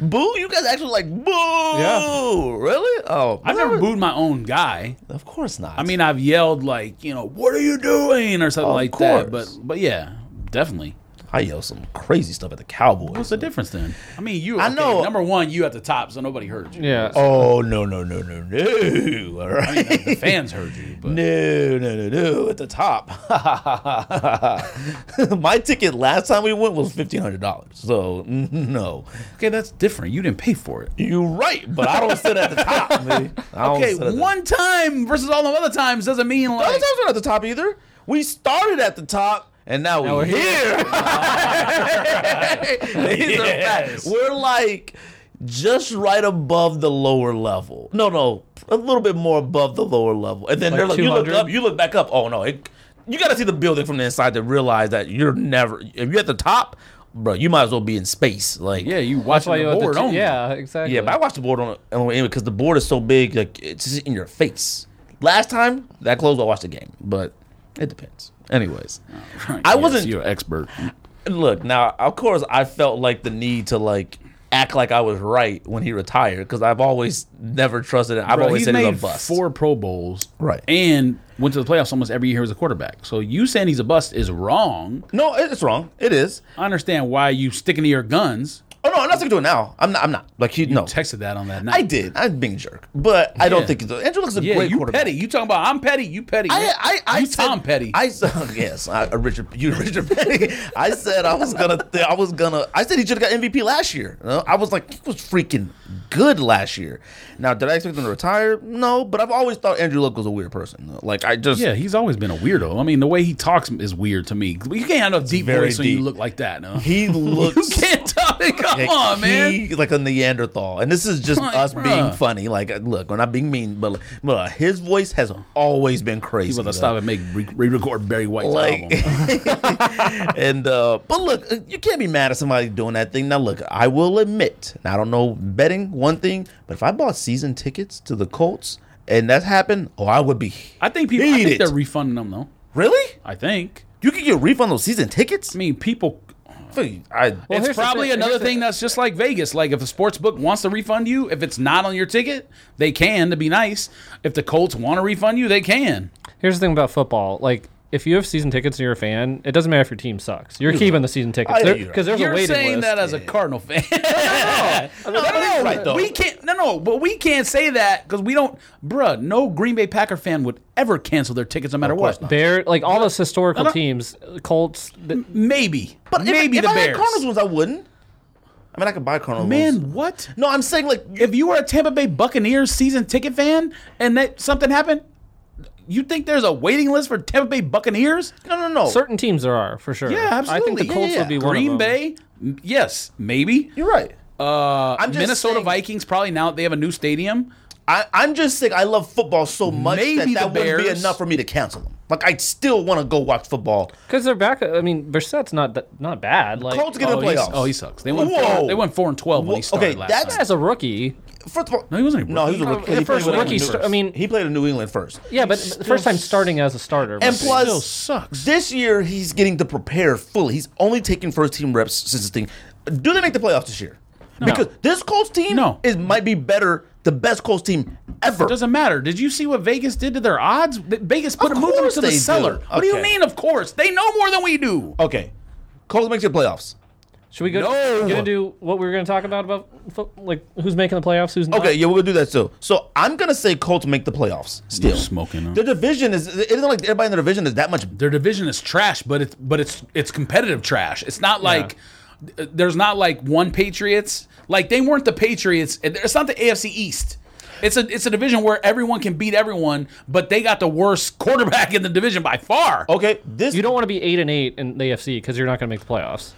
Boo? You guys actually like boo? Yeah. Really? Oh, I've never booed my own guy. Of course not. I mean, I've yelled like, you know, what are you doing or something Of like that. But course. but yeah, definitely. I yelled some crazy stuff at the Cowboys. What's the difference then? I mean, you. I okay, know. Number one, you at the top, so nobody heard you. Yeah. Oh no no no no no! All right. I mean, the fans heard you, but No, no, no, no! At the top, my ticket last time we went was fifteen hundred dollars. So mm, no, okay, that's different. You didn't pay for it. you're right, but I don't sit at the top. Man. I don't Okay, sit at the- one time versus all the other times doesn't mean The other like. times we're not at the top either. We started at the top and now, we're here. These are facts. We're like just right above the lower level. No, no, a little bit more above the lower level. And then Like they're like, you look 200? up, you look back up. Oh no, it, you got to see the building from the inside to realize that you're never. If you're at the top, bro, you might as well be in space. Like, Yeah, you watching Why you the at the board t- only. Yeah, exactly. yeah, but I watched the board on on- anyway because the board is so big, like it's just in your face. Last time that close, I watched the game, but it depends. Anyways, I Yes, wasn't- You're an expert. look now. Of course, I felt like the need to like act like I was right when he retired because I've always never trusted it. I've Bro, always he's said he's made a bust. four Pro Bowls, Right. And went to the playoffs almost every year as a quarterback. So you saying he's a bust is wrong. no, it's wrong. It is. I understand why you sticking to your guns. Oh no, I'm not sticking to it now. I'm not. I'm not. Like he no. Texted that on that night. Oh. I did. I'm being a jerk, but I Yeah. don't think it's Andrew looks a Yeah, great you quarterback. petty. You talking about I'm petty. You petty. I, I, I you said- Tom Petty. I said yes, I, uh, Richard. You Richard Petty. I said I was gonna. Th- I was gonna. I said he should have got MVP last year. You know, I was like he was freaking good last year. Now, did I expect him to retire? No, but I've always thought Andrew Luck was a weird person. though. Like I just. yeah, he's always been a weirdo. I mean, the way he talks is weird to me. You can't have a deep very voice when you deep. look like that. No, He you looks. can't talk. Come like on, man. he- like a Neanderthal, and this is just Like, us being bruh. funny. Like, uh, look, we're not being mean, but, but uh, his voice has always been crazy. He's about to though. stop and make re-record Barry White's like album. and uh but look uh, you can't be mad at somebody doing that thing now look i will admit now, i don't know betting one thing but if i bought season tickets to the colts and that happened oh i would be I think people. I Eat think it. they're refunding them though. really I think. you can get a refund on season I tickets mean, people. Fuck, I, Well, it's here's the probably thing- another here's the- thing that's just like Vegas. Like if a sports book wants to refund you, if it's not on your ticket, they can to be nice. If the Colts want to refund you, they can. Here's the thing about football. Like, if you have season tickets and you're a fan, it doesn't matter if your team sucks. You're keeping the season tickets I- because you're right. there's a You're waiting saying list. that as a Cardinal fan. no, no, that no, is right, though. We can't. No, no, but we can't say that because we don't. Bruh, no Green Bay Packer fan would ever cancel their tickets no matter course what. not. They're like all those historical No, no. teams, Colts. th- Maybe, but if- maybe if the I had Bears. Cardinals ones i wouldn't i mean i could buy Cardinals ones. Man, what? no i'm saying like If you were a Tampa Bay Buccaneers season ticket fan and that something happened, you think there's a waiting list for Tampa Bay Buccaneers? no no no Certain teams there are for sure. Yeah, absolutely. I think the Yeah, Colts yeah, would be yeah. one Green of them. Bay. m- Yes, maybe. you're right Uh, I'm just Minnesota saying- Vikings probably now that they have a new stadium. I, I'm just saying I love football so much Maybe that the that wouldn't be Bears. enough for me to cancel them. Like I still want to go watch football. because they're back. I mean, Brissett's not th- not bad. Like Colts get in oh, the he's- playoffs. oh, he sucks. They went. Whoa. Four, they went four and twelve when Whoa, he started okay, last. that's- time. as a rookie, First of all, No, he wasn't a No, he rookie. was a rookie. the He played first with rookie. England St- first. I mean, he played in New England first. yeah, but the first time starting as a starter. And was- plus, still sucks. this year he's getting to prepare fully. He's only taking first team reps since this thing. Do they make the playoffs this year? Because this Colts team No. is might be better, the best Colts team ever. Doesn't matter. Did you see what Vegas did to their odds? Th- Vegas Of put them, moved them course to the they do. cellar. What do you Okay. mean? Of course, they know more than we do. okay, Colts makes the playoffs. should we go? No. Gonna do what we were gonna talk about about fo- like who's making the playoffs, who's not. Okay, yeah, we'll do that too. So I'm gonna say Colts make the playoffs. Still You're smoking, huh? Their division is. It isn't like everybody in the division is that much. Their division is trash, but it's but it's it's competitive trash. It's not like th- there's not like one Patriots. Like they weren't the Patriots. and It's not the AFC East. It's a it's a division where everyone can beat everyone, but they got the worst quarterback in the division by far. Oh. Okay, this You don't want to be eight and eight in the AFC because you're not going to make the playoffs.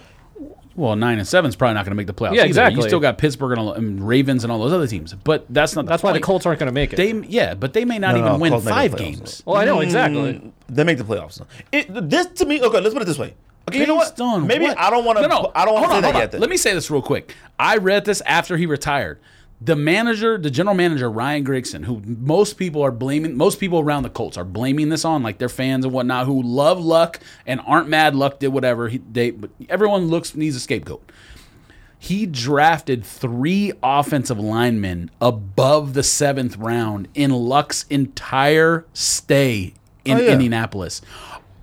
Well, nine and seven is probably not going to make the playoffs. Yeah, either. exactly. You still got Pittsburgh and, all, and Ravens and all those other teams, but that's not. The That's why the point. Colts aren't going to make it. They yeah, but they may not No, even no, win Colts make the five playoffs. games. Mm, well, I know exactly. They make the playoffs. It, this to me, okay. Let's put it this way: Okay, you know what? Based on Maybe what? I don't want to. No, no. I don't want Hold to say on, that hold on. yet. Then. Let me say this real quick. I read this after he retired. The manager, the general manager Ryan Grigson, who most people are blaming, most people around the Colts are blaming this on, like their fans and whatnot, who love Luck and aren't mad Luck did whatever. He, they, but everyone looks needs a scapegoat. He drafted three offensive linemen above the seventh round in Luck's entire stay in Oh, yeah. Indianapolis.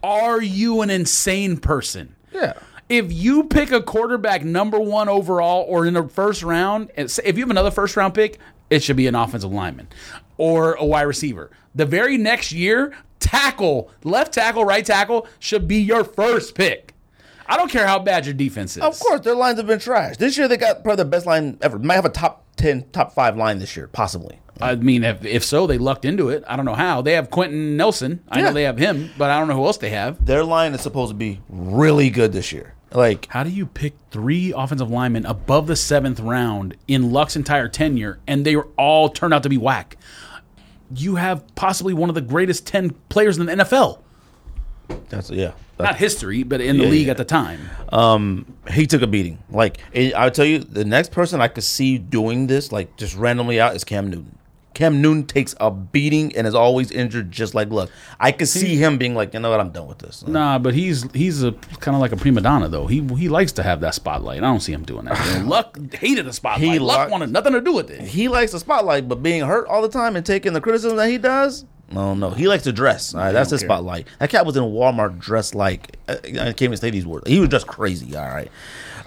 Are you an insane person? Yeah. If you pick a quarterback number one overall or in the first round, it's- if you have another first round pick, it should be an offensive lineman or a wide receiver. The very next year, tackle, left tackle, right tackle should be your first pick. I don't care how bad your defense is. Of course, their lines have been trash. This year, they got probably the best line ever. Might have a top ten, top five line this year, possibly. I mean, if, if so, they lucked into it. I don't know how. They have Quentin Nelson. I Yeah. know they have him, but I don't know who else they have. Their line is supposed to be really good this year. Like, How do you pick three offensive linemen above the seventh round in Luck's entire tenure, and they were all turned out to be whack? You have possibly one of the greatest ten players in the NFL. that's yeah. Not history, but in the Yeah, league yeah. at the time. he took a beating. Like it, I would tell you, the next person I could see doing this, like just randomly out, is Cam Newton. Cam Newton takes a beating and is always injured, just like Luck. I could see him being like, you know what, I'm done with this. Nah, but he's he's a kind of like a prima donna though. He he likes to have that spotlight. I don't see him doing that. And Luck hated the spotlight. He Luck locked- wanted nothing to do with it. He likes the spotlight, but being hurt all the time and taking the criticism that he does. No, no, he likes to dress. All right, that's his care. spotlight. That cat was in Walmart dressed like uh, I I can't even say these words. He was just crazy. All right,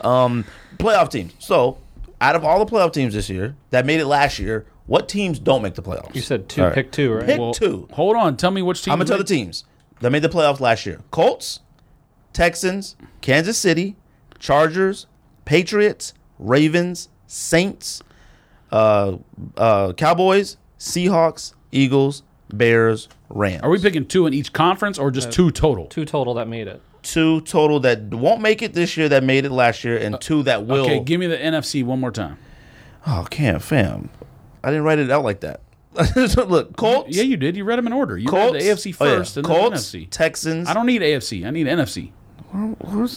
um, playoff teams. So, out of all the playoff teams this year that made it last year, what teams don't make the playoffs? You said two, All right. pick two, right? Pick Well, two. Hold on, tell me which team. I'm gonna to tell the make- teams that made the playoffs last year: Colts, Texans, Kansas City, Chargers, Patriots, Ravens, Saints, uh, uh, Cowboys, Seahawks, Eagles, Bears, Rams. Are we picking two in each conference or Uh, just two total? Two total that made it. two total that won't make it this year that made it last year, and two that will? Uh, Okay, give me the NFC one more time. oh, can't, fam. I didn't write it out like that. So Look, Colts. Yeah, you did. You read them in order. You Colts, read the AFC oh, yeah, first and Colts, then NFC. Texans. I don't need AFC. I need NFC.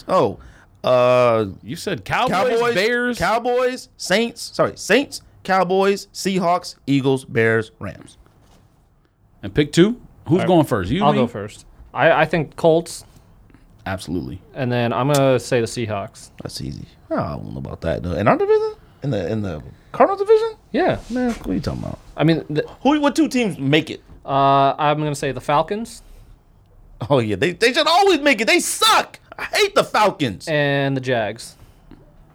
Oh, uh, You said Cowboys, Cowboys, Bears. Cowboys, Saints. Sorry, Saints, Cowboys, Seahawks, Eagles, Bears, Rams. and pick two. Who's going first? You? I'll me? go first. I, I think Colts, Absolutely. and then I'm gonna say the Seahawks. That's easy. Oh, I don't know about that. though. In our division, in the in the Cardinals division, Yeah, man, what are you talking about? I mean, th- Who? What two teams make it? uh, I'm gonna say the Falcons Oh yeah, they they should always make it. They suck. I hate the Falcons. and the Jags.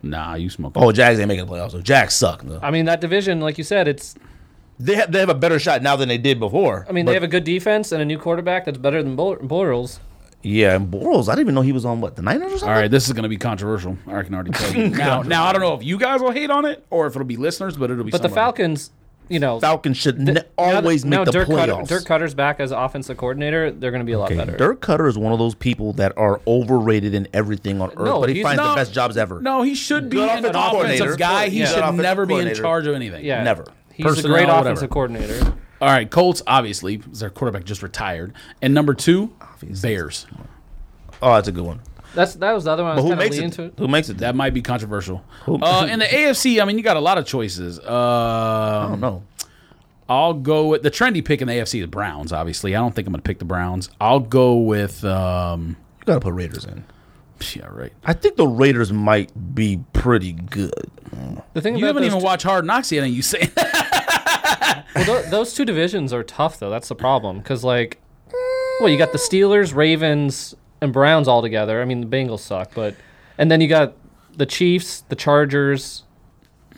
Nah, you smoke. Oh, Jags ain't making the playoffs. So Jags suck. though. I mean, that division, like you said, it's. They have, they have a better shot now than they did before. I mean, they have a good defense and a new quarterback that's better than Bo- Bortles. yeah, and Bortles. I didn't even know he was on what the Niners or something. All right, this is going to be controversial. I can already tell you. now, now I don't know if you guys will hate on it or if it'll be listeners, but it'll be. But the somebody. Falcons, you know, Falcons should ne- now that- always make now the Dirk Cutter- playoffs. Dirk Cutter's back as offensive coordinator. They're gonna be a lot better. Dirk Cutter is one of those people that are overrated in everything on earth, No, but he he's finds not- the best jobs ever. No, he should be Good an offensive offensive coordinator. guy. He Yeah. Good should offensive never be in coordinator. charge of anything. Yeah, Never. He's a Personnel, great whatever. offensive coordinator. All right, Colts obviously, 'cause their quarterback just retired, and number two, Bears. Oh, that's a good one. That's that was the other one. I But was who kind of makes leaning it? to it. Who makes it? That, That might be controversial. Uh, in the AFC, I mean, you got a lot of choices. Uh, I don't know. I'll go with the trendy pick in the AFC, the Browns. Obviously, I don't think I'm going to pick the Browns. I'll go with, um, You gotta put Raiders in. yeah, right. I think the Raiders might be pretty good. The thing You about haven't those even watched Hard Knocks yet, and you say that. Well, th- those two divisions are tough, though. That's the problem. Because, like, well, you got the Steelers, Ravens, and Browns all together. I mean, the Bengals suck, but. And then you got the Chiefs, the Chargers,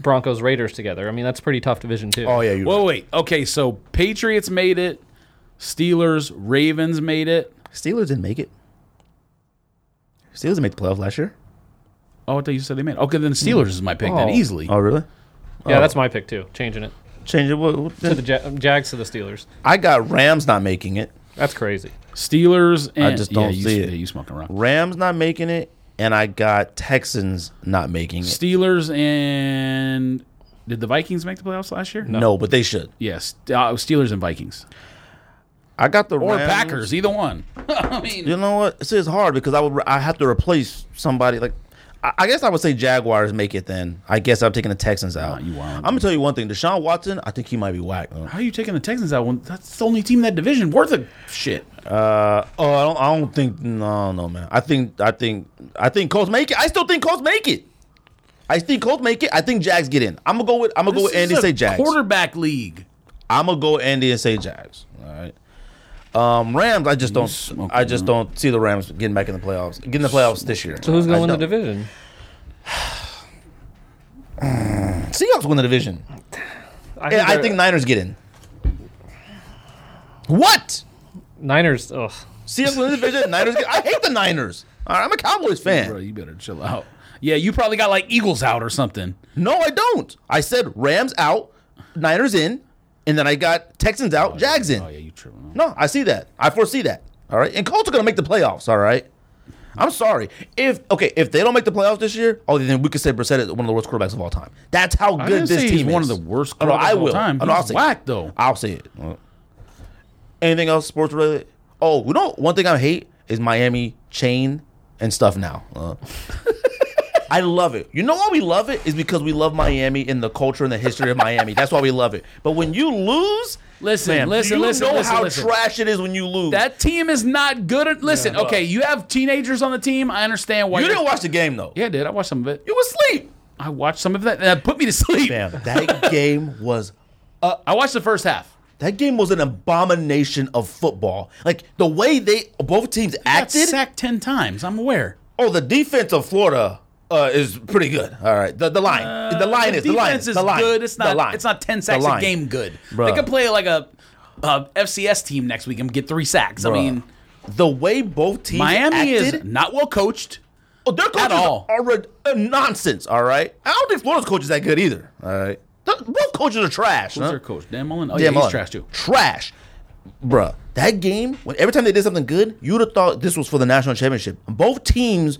Broncos, Raiders together. I mean, that's a pretty tough division, too. Oh yeah, you. Whoa, wait. Okay, so Patriots made it. Steelers, Ravens made it. Steelers didn't make it. Steelers didn't make the playoffs last year. Oh, I thought you said they made it. Okay, then Steelers is my pick then Oh. easily. Oh really? Yeah, that's my pick, too. Changing it Change it. What, what- to the ja- Jags to the Steelers. I got Rams not making it. That's crazy. Steelers and I just don't yeah, you, see it. yeah, you smoking rock. Rams not making it, and I got Texans not making it. Steelers and did the Vikings make the playoffs last year? No, but they should. Yes, uh, Steelers and Vikings. I got the or Rams. Packers, either one. I mean, You know what? This is hard because I would I have to replace somebody like. I I guess I would say Jaguars make it then. I guess I'm taking the Texans out. you wild, I'm gonna tell you one thing. Deshaun Watson, I think he might be whack. though. how are you taking the Texans out when that's the only team in that division worth a shit? Uh, oh, I don't, I don't think. No, no, man. I think. I think. I think Colts make it. I still think Colts make it. I think Colts make it. I think Jags get in. I'm gonna go with. I'm gonna go with This is Andy and a say Jags. Quarterback league. I'm gonna go with Andy and say Jags. All right. Um, Rams. I just don't. smoking I just don't see the Rams getting back in the playoffs. Getting the playoffs this year. So who's I going to win the don't. division? Seahawks win the division. Yeah, Eh, I they're- think Niners get in. What? Niners. Ugh. Seahawks win the division. Niners get. I hate the Niners. All right, I'm a Cowboys fan. Bro, you better chill out. Yeah, you probably got like Eagles out or something. No, I don't. I said Rams out, Niners in, and then I got Texans out, Jags in. Oh yeah, you tripping. No, I see that. I foresee that. All right. And Colts are going to make the playoffs. All right. I'm sorry. If okay, if they don't make the playoffs this year, oh, then we could say Brissett is one of the worst quarterbacks of all time. That's how good I didn't this say team he's one of is. the worst Oh, no, quarterbacks I of all will. time. Oh, no, I'll He's say whack it. though. I'll say it. Anything else sports related? Oh, you know one thing I hate is Miami chain and stuff now. Uh, I love it. You know why we love it is because we love Miami and the culture and the history of Miami. That's why we love it. But when you lose, Listen, man, listen, you listen, know listen, how listen. trash it is when you lose. That team is not good. At, listen, okay, you have teenagers on the team. I understand why. you you're- didn't watch the game though. Yeah, I did. I watched some of it. You were asleep. I watched some of that. That put me to sleep. Damn, that game was I watched the first half. that game was an abomination of football. Like the way they both teams I got acted. sacked ten times. I'm aware. Oh, the defense of Florida uh, is pretty good. All right, the the line, the line is the line, Uh, defense is the line, good. It's the not. line, It's not ten the sacks a line. game. Good. They Bruh. could play like a, a FCS team next week and get three sacks. I Bruh. mean, The way both teams Miami acted, is not well coached. oh, their coaches all. are re- uh, nonsense. All right, I don't think Florida's coach is that good either. All right, The- both coaches are trash. Who's huh? their coach? Dan Mullen. Oh Damn yeah, he's on. trash too. Trash, bruh. That game, when every time they did something good, you'd have thought this was for the national championship. Both teams,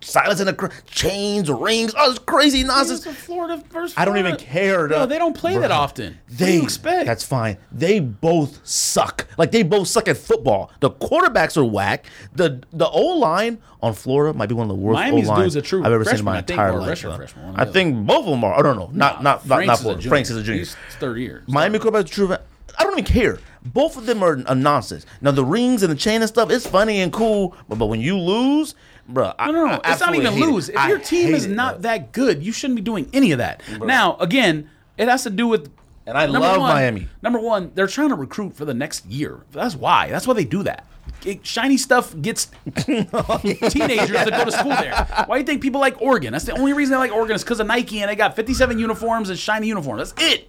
silence in the cr- chains, rings, all this crazy nonsense. Florida versus. I don't even care. No, to- they don't play that Bruh. often. They what do you expect? That's fine. They both suck. Like they both suck at football. The quarterbacks are whack. The the O line on Florida might be one of the worst Miami's O line dudes are true I've ever seen in freshmen, my I think, entire or life. redshirt bro. freshmen, one or I the think both of them are. I don't know. Not not not, not Florida. Franks is a junior. He's third year. Miami quarterbacks are true. I don't even care. Both of them are a nonsense. Now the rings and the chain and stuff is funny and cool, but but when you lose, bro, No, no, no. it's not even lose. If your team is not that good, you shouldn't be doing any of that. Now, again, it has to do with. And I love one- Miami. Number one, they're trying to recruit for the next year. That's why. That's why they do that. It- shiny stuff gets teenagers that go to school there. Why do you think people like Oregon? That's the only reason they like Oregon is because of Nike and they got 57 uniforms and shiny uniforms. That's it.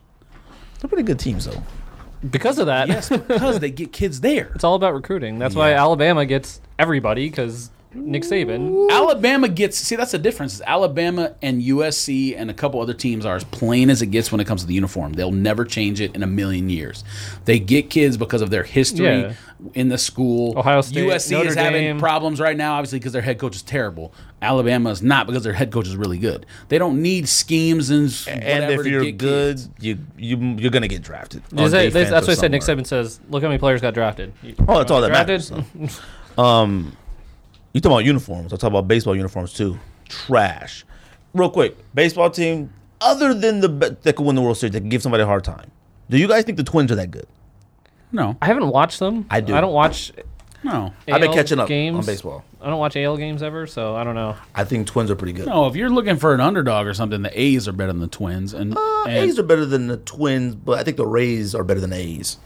they're pretty good teams though. Because of that, Yes, because they get kids there. it's all about recruiting. That's why Alabama gets everybody because Nick Saban. Alabama gets see that's the difference. Is Alabama and USC and a couple other teams are as plain as it gets when it comes to the uniform. They'll never change it in a million years. They get kids because of their history Yeah. in the school. Ohio State, USC is Notre having Dame. problems right now, obviously because their head coach is terrible. Alabama is not because their head coach is really good. They don't need schemes and s- And whatever if to you're get good, kids. you you you're gonna get drafted. They on say- they- defense that's or what I said. Nick somewhere. Saban says, "Look how many players got drafted." You- Oh, that's all that drafted. matters. so. um, you talking about uniforms? I talk about baseball uniforms too. Trash. Real quick, baseball team other than the be- that could win the World Series, that could give somebody a hard time. Do you guys think the Twins are that good? No, I haven't watched them. I do. I don't watch. no, I've been AL catching up games. on baseball. I don't watch AL games ever, so I don't know. I think Twins are pretty good. no. Oh, If you're looking for an underdog or something, the A's are better than the Twins. And, Uh, and A's are better than the Twins, but I think the Rays are better than the A's.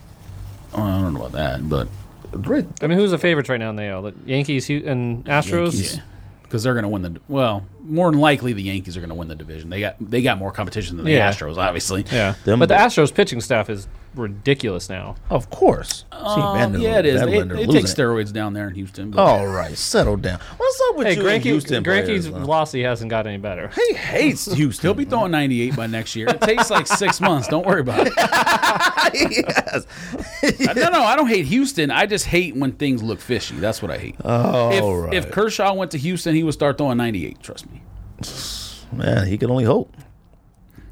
oh, I don't know about that, but Great. I mean, who's the favorites right now in the AL? The Yankees Hu- and Astros. Yeah, because they're going to win the well. More than likely, the Yankees are going to win the division. They got they got more competition than the Yeah. Astros, obviously. Yeah, Them but the bo- Astros pitching staff is ridiculous now. Of course. See, Um, Vander- yeah, it is. They, Vanderlander they losing take it. Oh, steroids down there in Houston. But All right, settle down. What's up with Hey, you and Granky, Houston Granky's players, huh? velocity hasn't got any better. He hates Houston. he'll be throwing 98 by next year. It takes like six months. Don't worry about it. yes. No, no, I don't hate Houston. I just hate when things look fishy. That's what I hate. All if, Oh, right. if Kershaw went to Houston, he would start throwing 98. Trust me. Man, he can only hope.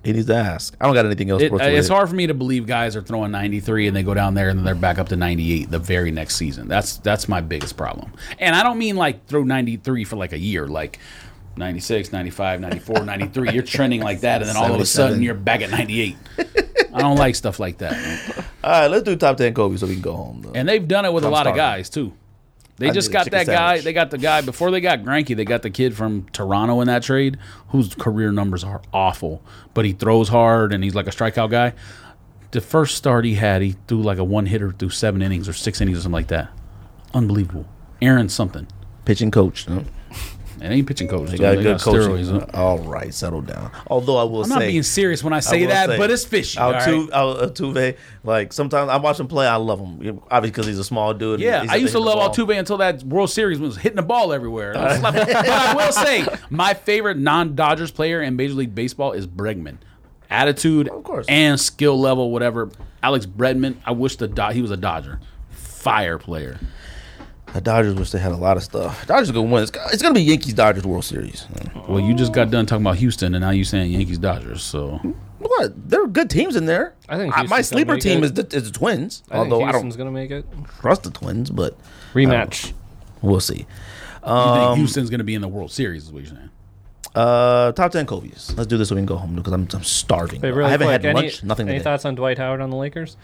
He needs to ask. I don't got anything else. It, worth uh, it's related. hard for me to believe guys are throwing 93 and they go down there and then they're back up to 98 the very next season. That's that's my biggest problem. And I don't mean like throw 93 for like a year, like 96, 95, 94, 93. You're trending like that, and then all of 77. a sudden you're back at 98. I don't like stuff like that. man. All right, let's do top ten Kobe so we can go home. Though. And they've done it with a lot of starving. guys too. They just need a got chicken that guy. sandwich. They got the guy before they got Granky. They got the kid from Toronto in that trade, whose career numbers are awful, but he throws hard and he's like a strikeout guy. The first start he had, he threw like a one hitter through seven innings or six innings or something like that. Unbelievable. Aaron something. Pitching coach. No? It ain't pitching coach. They dude. got They good got coaching. steroids, huh? All right, settle down. Although I will I'm say, not being serious when I I say will that, say, but it's fishy. all right? Altu- Al- Altuve, like sometimes I watch him play. I love him, obviously because he's a small dude. and Yeah, he's I used to hitting the love ball. Altuve until that World Series was hitting the ball everywhere. It Uh, was like- but I will say, my favorite non-Dodgers player in Major League Baseball is Bregman. Attitude, of course. and skill level, whatever. Alex Bregman, I wish the Do- he was a Dodger, fire player. The Dodgers wish they had a lot of stuff. Dodgers gonna win. It's, it's gonna be Yankees Dodgers World Series. Well, you just got done talking about Houston, and now you're saying Yankees Dodgers. So What? There are good teams in there. I think my Houston's gonna sleeper make team it. is the, is the Twins. I although think I Houston's don't gonna make it. trust the Twins, but Rematch. we'll see. you Um, think Houston's going to be in the World Series? Is what you're saying? Uh, top ten Kobe's. Let's do this so we can go home because I'm, I'm starving. Wait, really I haven't quick, had any, lunch. Nothing Any today. thoughts on Dwight Howard on the Lakers?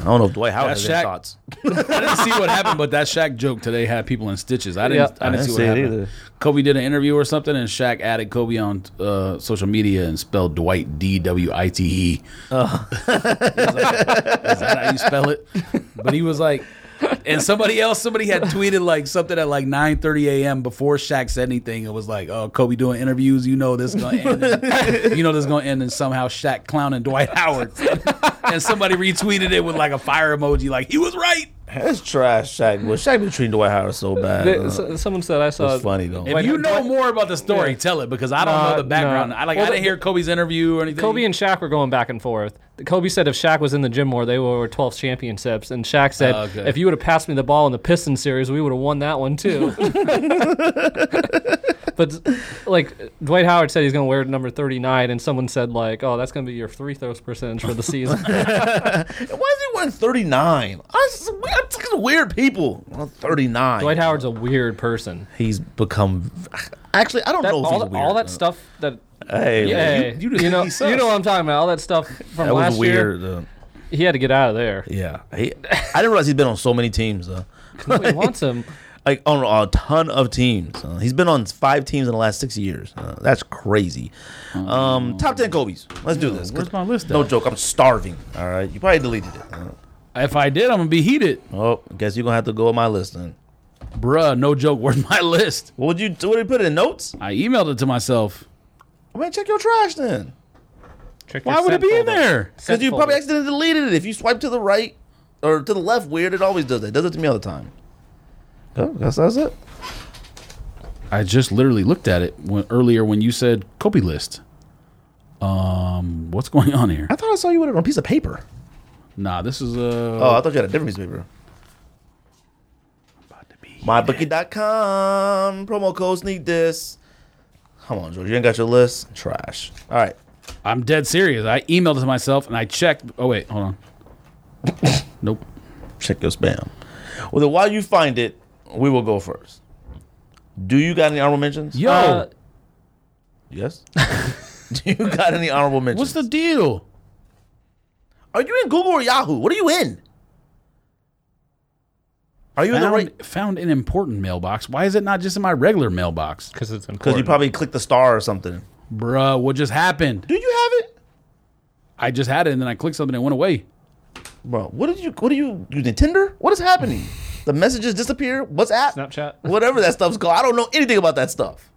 I don't know if Dwight Howard That's has any Shaq. thoughts. I didn't see what happened, but that Shaq joke today had people in stitches. I didn't. Yeah. I, didn't see what it happened. either. Kobe did an interview or something, and Shaq added Kobe on uh, social media and spelled Dwight D W I T E. Is that how you spell it? But he was like, and somebody else, somebody had tweeted like something at like 9:30 a.m. before Shaq said anything. It was like, oh, Kobe doing interviews. You know this is gonna end. in- you know this is gonna end in somehow Shaq clowning Dwight Howard. and somebody retweeted it with like a fire emoji, like he was right. That's trash, Shaq. Well, Shaq been treating Dwight Howard so bad. They- uh, s- someone said I saw. it's funny though. If Wait, you know what- more about the story, Yeah. tell it because I don't Nah, know the background. nah. I like Well, I didn't the- hear Kobe's interview or anything. Kobe and Shaq were going back and forth. Kobe said if Shaq was in the gym more, they were 12 championships. And Shaq said, Oh, okay. if you would have passed me the ball in the Piston series, we would have won that one too. but like Dwight Howard said, he's going to wear number 39, and someone said like, oh, that's going to be your three throws percentage for the season. Why is he wearing 39? Us- we- I'm talking to weird people. Well, 39. Dwight Howard's a weird person. He's become. Actually, I don't That, know if all, he's that- weird. all that stuff that. Hey, Yeah, man, you- you, you just- know, he sucks. you know what I'm talking about. All that stuff from that last was weird. year, though. he had to get out of there. yeah, he, I didn't realize he's been on so many teams. Though. Nobody wants him. Like on a ton of teams. Uh, he's been on five teams in the last six years. Uh, that's crazy. Um, top ten Kobe's. Let's do this. 'cause where's my list No at? joke. I'm starving. All right. You probably deleted it. Uh, if I did, I'm gonna be heated, oh, guess you're gonna have to go with my list then. bruh. No joke. Where's my list? What would you? What did you put in notes? I emailed it to myself. I mean, check your trash then. Check Why your would it scent be in folder. there? Because Scent you probably folder. accidentally deleted it. If you swipe to the right or to the left, weird, it always does that. It does it to me all the time. Oh, that's, that's it. I just literally looked at it when, earlier when you said Kobe list. Um, what's going on here? I thought I saw you with it on a piece of paper. Nah, this is uh, Oh, I thought you had a different piece of paper. about to be. MyBookie.com. Promo code sneak this. Come on, George. You ain't got your list? Trash. All right. I'm dead serious. I emailed it to myself and I checked. Oh wait, hold on. nope. Check your spam. Well, then while you find it, we will go first. Do you got any honorable mentions? Yo, Uh, Yes. Do you got any honorable mentions? what's the deal? Are you in Google or Yahoo? What are you in? Are you in the found, right? found an important mailbox. Why is it not just in my regular mailbox? Because it's important. Because you probably clicked the star or something. Bruh, what just happened? Do you have it, I just had it and then I clicked something and it went away. bro? What did you? What are you using Tinder? What is happening? the messages disappear. What's app? Snapchat. Whatever that stuff's called. I don't know anything about that stuff.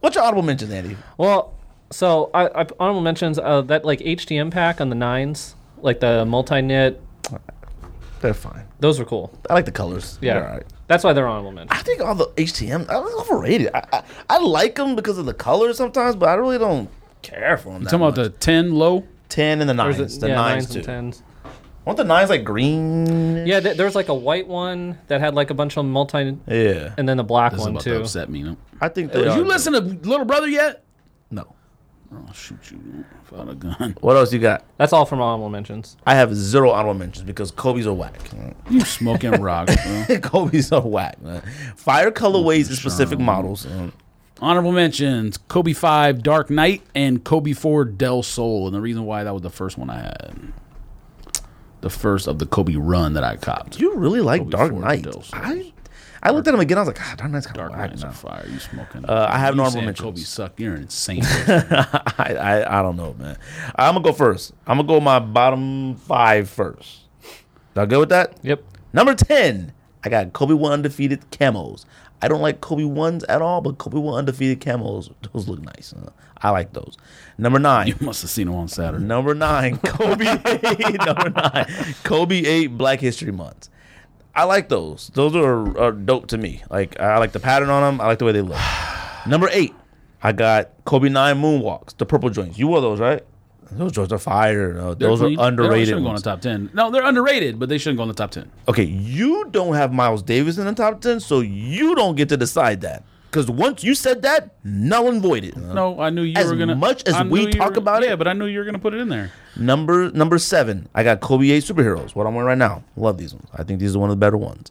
What's your audible mentions, Andy? Well, so I, I honorable mentions uh, that like HDM pack on the nines, like the multi knit. They're fine. Those were cool. I like the colors. Yeah, They're all right. that's why they're honorable mentions. I think all the HTM I was overrated. I, I I like them because of the colors sometimes, but I really don't care for them. Talking about the 10 low? ten and the There's nines. a- the yeah, nines, nines and too. tens. Weren't the nines like green? Yeah, th- there was like a white one that had like a bunch of multi, Yeah. and then the black This is one about to too. upset me. No? I think they Did are you good. listen to Little Brother yet? No. or I'll shoot you without a gun. What else you got? That's all from honorable mentions. I have zero honorable mentions because Kobe's are whack. You smoking rock, bro. Kobe's are whack. man. Fire colorways and specific models. Um, Honorable mentions Kobe 5 Dark Knight and Kobe 4 Del Sol. And the reason why that was the first one I had. The first of the Kobe run that I copped. You really like Kobe Dark Ford Knight. Dells. I, I looked at him again. I was like, God, Dark Knight's kind of Dark whack. Knight's on now. fire. You smoking. I have you an honorable said mentions. Kobe suck. You're an insane. I, I I don't know, man. I'm gonna go first. I'm gonna go my bottom five first. Y'all good with that? Yep. Number ten, I got Kobe one undefeated camos. I don't like Kobe ones at all, but Kobe one undefeated camos, those look nice. Uh, I like those. Number nine, you must have seen him on Saturday. Number nine, Kobe. number nine, Kobe eight. Black History Month. I like those. Those are, are dope to me. Like I like the pattern on them. I like the way they look. number eight, I got Kobe nine moonwalks. The purple joints. You wore those, right? Those joints are fire. Uh, They're those clean. They are don't- They underrated. shouldn't go in ones. the top 10. No, they're underrated, but they shouldn't go in the top 10. Okay, you don't have Miles Davis in the top ten, so you don't get to decide that. Because once you said that, null and voided. No, I knew you As were going to. much as we talk about it- Yeah, but I knew you were going to put it in there. Number number seven, I got Kobe eight superheroes. What I'm wearing right now. Love these ones. I think these are one of the better ones.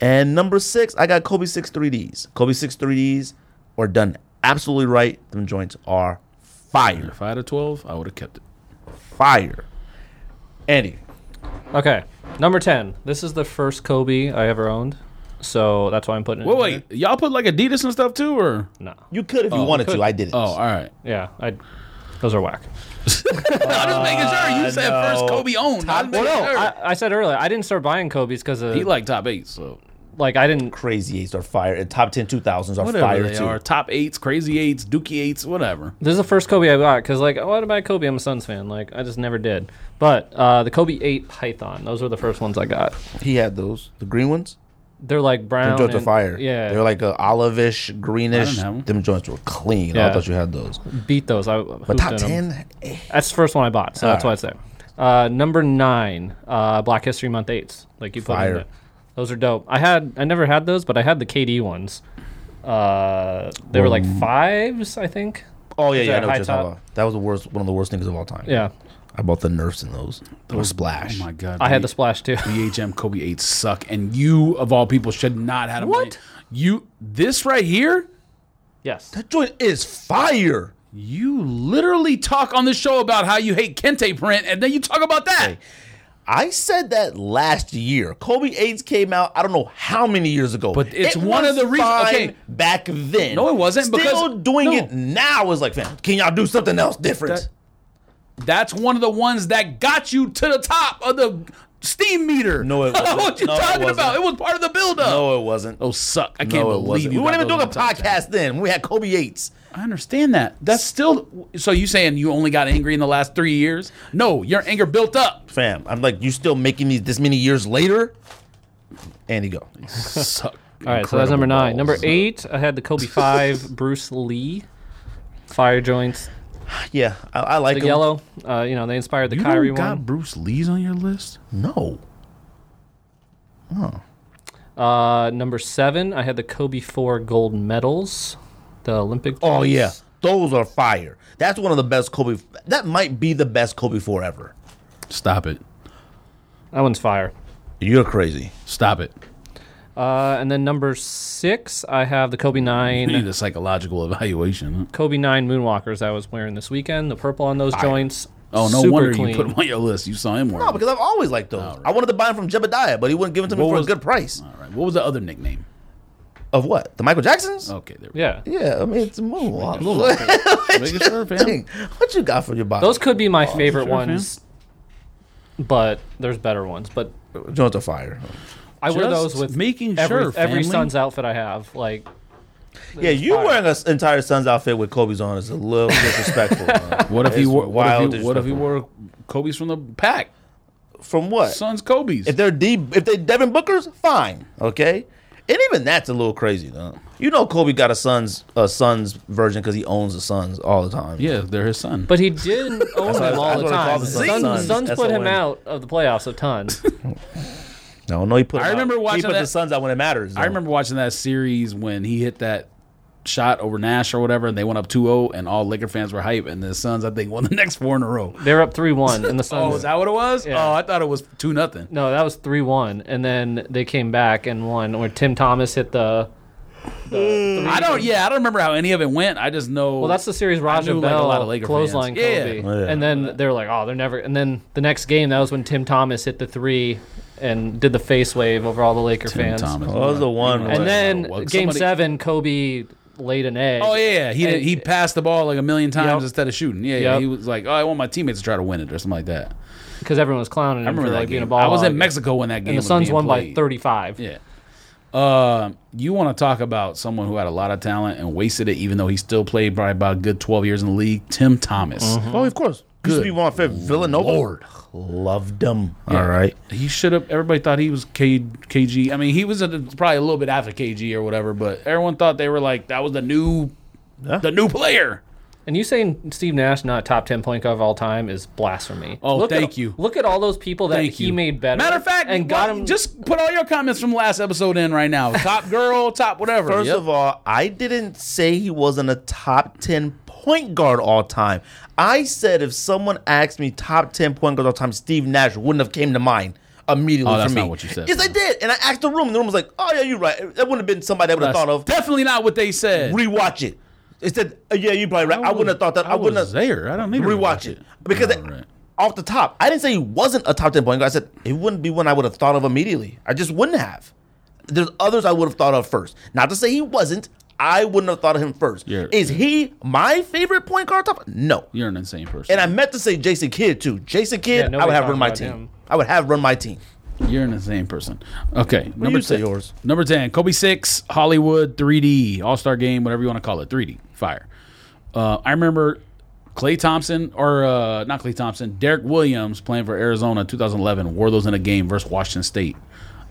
And number six, I got Kobe six 3Ds. Kobe six 3Ds are done absolutely right. Them joints are fire, If I had a 12, I would have kept it. fire. Andy, Okay. Number ten. This is the first Kobe I ever owned, so that's why I'm putting it. Wait, in wait. Y'all put like Adidas and stuff too, or? there. No. you could if you wanted to. I didn't. Oh, all right. Yeah. I. Those are whack. I'm just making sure. You said first Kobe owned. I'm Well, making no, sure. I, I said earlier I didn't start buying Kobe's because of he like top eight, so like I didn't. Crazy eights are fire. And top 10 2000s are whatever fire they too. are. Top eights, crazy eights, dookie eights, whatever. This is the first Kobe I got because like why did I buy Kobe? I'm a Suns fan. Like I just never did. But uh, the Kobe Eight Python. Those were the first ones I got. He had those, the green ones. They're like brown. Them joints are and- fire. Yeah. they're like a olivish, greenish. have 'em. Them joints were clean. I Yeah. thought you had those. beat those. I But top 10, eh, That's the first one I bought, so that's why it's there. Uh, number nine, uh, Black History Month eights. Like you put in Fire. there. Those are dope. I had I never had those, but I had the KD ones. Uh, they were like fives, I think. Oh yeah, Is yeah, I that know what high you're talking top? about. That was the worst, one of the worst things of all time. Yeah, I bought the Nerfs in those. Those splash. Oh my god. I had the splash too. BHM Kobe eights suck, and you of all people should not have What? Money. You this right here. yes, that joint is fire. You literally talk on the show about how you hate Kente print, and then you talk about that. I said that last year. Kobe AIDS came out. I don't know how many years ago, But it's one was of the reasons- fine okay. back then, No, it wasn't, Still because- doing no. it now is like, fam, can y'all do something else different? That- That's one of the ones that got you to the top of the steam meter. No, it wasn't. what you No, it talking wasn't. about? It was part of the buildup. no, it wasn't. Those suck. Oh, I can't no, it believe wasn't. you. We weren't got even doing those a in the top ten. podcast then. We had Kobe AIDS. I understand that. That's still so. You saying you only got angry in the last three years? No, your anger built up. fam. I'm like, you still making these this many years later? Andy, go. Suck. All right, so that's number nine. Incredible Number balls. eight, I had the Kobe Five Bruce Lee fire joints. Yeah, I, I like The 'em. yellow, uh, you know, they inspired the You Kyrie don't got one. Bruce Lee's on your list. No, Uh, number seven, I had the Kobe Four gold medals, the Olympic. Oh ones. yeah, those are fire. That's one of the best Kobe. That might be the best Kobe four ever. Stop it. that one's fire. You're crazy. Stop it. Uh, and then number six, I have the Kobe You need Nine, a psychological evaluation. huh? Kobe Nine Moonwalkers I was wearing this weekend. The purple on those joints. Oh no super wonder clean. you put him on your list. You saw him wearing. No, it. because I've always liked those. I wanted to buy them from Jebediah, but he wouldn't give them to me What for was- a good price. All right. What was the other nickname? Of what? The Michael Jacksons? Okay, there. we Yeah, Yeah, I mean it's a moonwalk. go. Make it sure, fam. Dang, what you got for your body? those could be my favorite Oh, sure, fam. ones, but there's better ones. But joints are fire. I wear Just those with making every, sure, family. every Suns outfit I have. Like Yeah, you fire. wearing an entire Suns outfit with Kobe's on is a little disrespectful. man. What if he It's wore? What if wild he, what if he disrespectful. wore Kobe's from the pack? From what? Son's Kobe's. If they're D, if they Devin Booker's, fine, okay. And even that's a little crazy, though. You know, Kobe got a Suns a Suns version because he owns the Suns all the time. yeah, they're his son. But he didn't own what I- them that's all the what I call time. the Suns, Suns. Suns That's put a him win. out of the playoffs a ton. no, no, he put. I him remember out. watching he put the that- Suns out when it matters. I though. remember watching that series when he hit that shot over Nash or whatever, and they went up 2-0, and all Laker fans were hype, and the Suns I think won the next four in a row. They're up three one, and the Suns. Oh, is that what it was? Yeah. Oh, I thought it was two nothing. No, that was three one, and then they came back and won. Where Tim Thomas hit the. the I don't. Yeah, I don't remember how any of it went. I just know. Well, that's the series Raja knew, like, a Bell lot of Laker clothesline fans. Yeah. Kobe, Yeah. and then they were like, "Oh, they're never." And then the next game, that was when Tim Thomas hit the three and did the face wave over all the Laker Tim fans. Oh, Thomas. Well, that was the one. And where- And then Well, game somebody- seven, Kobe laid an egg. Oh yeah, he did, he passed the ball like a million times Yep. instead of shooting. Yeah, Yep. he was like, "Oh, I want my teammates to try to win it" or something like that. because everyone was clowning I him for remember that like game. being a ball. I was hog. in Mexico when that game. and the was Suns being won by played. thirty-five. Yeah. Uh, you want to talk about someone who had a lot of talent and wasted it, even though he still played probably about a good twelve years in the league? Tim Thomas. Mm-hmm. Oh, of course. Used to be Good one of my favorite Villanova. Lord. Loved them. Yeah. All right. He should have. Everybody thought he was K, KG. I mean, he was a, probably a little bit after KG or whatever, but everyone thought they were like that was the new, the new player. And you saying Steve Nash not a top ten point guard of all time is blasphemy. Oh, look at- thank you. Look at all those people that Thank he you. made better. Matter of fact, and got him. Just put all your comments from last episode in right now. Top girl, top whatever. First Yep. of all, I didn't say he wasn't a top 10 point guard all time. I said if someone asked me top 10 point guard all time, Steve Nash wouldn't have came to mind immediately Oh, for that's me. not what you said. Yes, I did. And I asked the room, and the room was like, oh, yeah, you're right. That wouldn't have been somebody I would have That's thought of. definitely not what they said. Rewatch it. It said, oh, yeah, you're probably right. I, wouldn't have thought that. I, wouldn't was have. there. I don't need to Rewatch it. Because All it- right. off the top, I didn't say he wasn't a top 10 point guard. I said it wouldn't be one I would have thought of immediately. I just wouldn't have. There's others I would have thought of first. Not to say he wasn't. I wouldn't have thought of him 1st Yeah. Is he my favorite point guard top? No. You're an insane person. And I meant to say Jason Kidd too. Jason Kidd, I nobody would have talked run my about team. him. I would have run my team. You're an insane person. Okay. What do Number you say ten. yours? Number ten. Kobe six. Hollywood 3D All Star Game. Whatever you want to call it. 3D fire. Uh, I remember Clay Thompson or uh, not Clay Thompson. Derek Williams playing for Arizona 2011. Wore those in a game versus Washington State.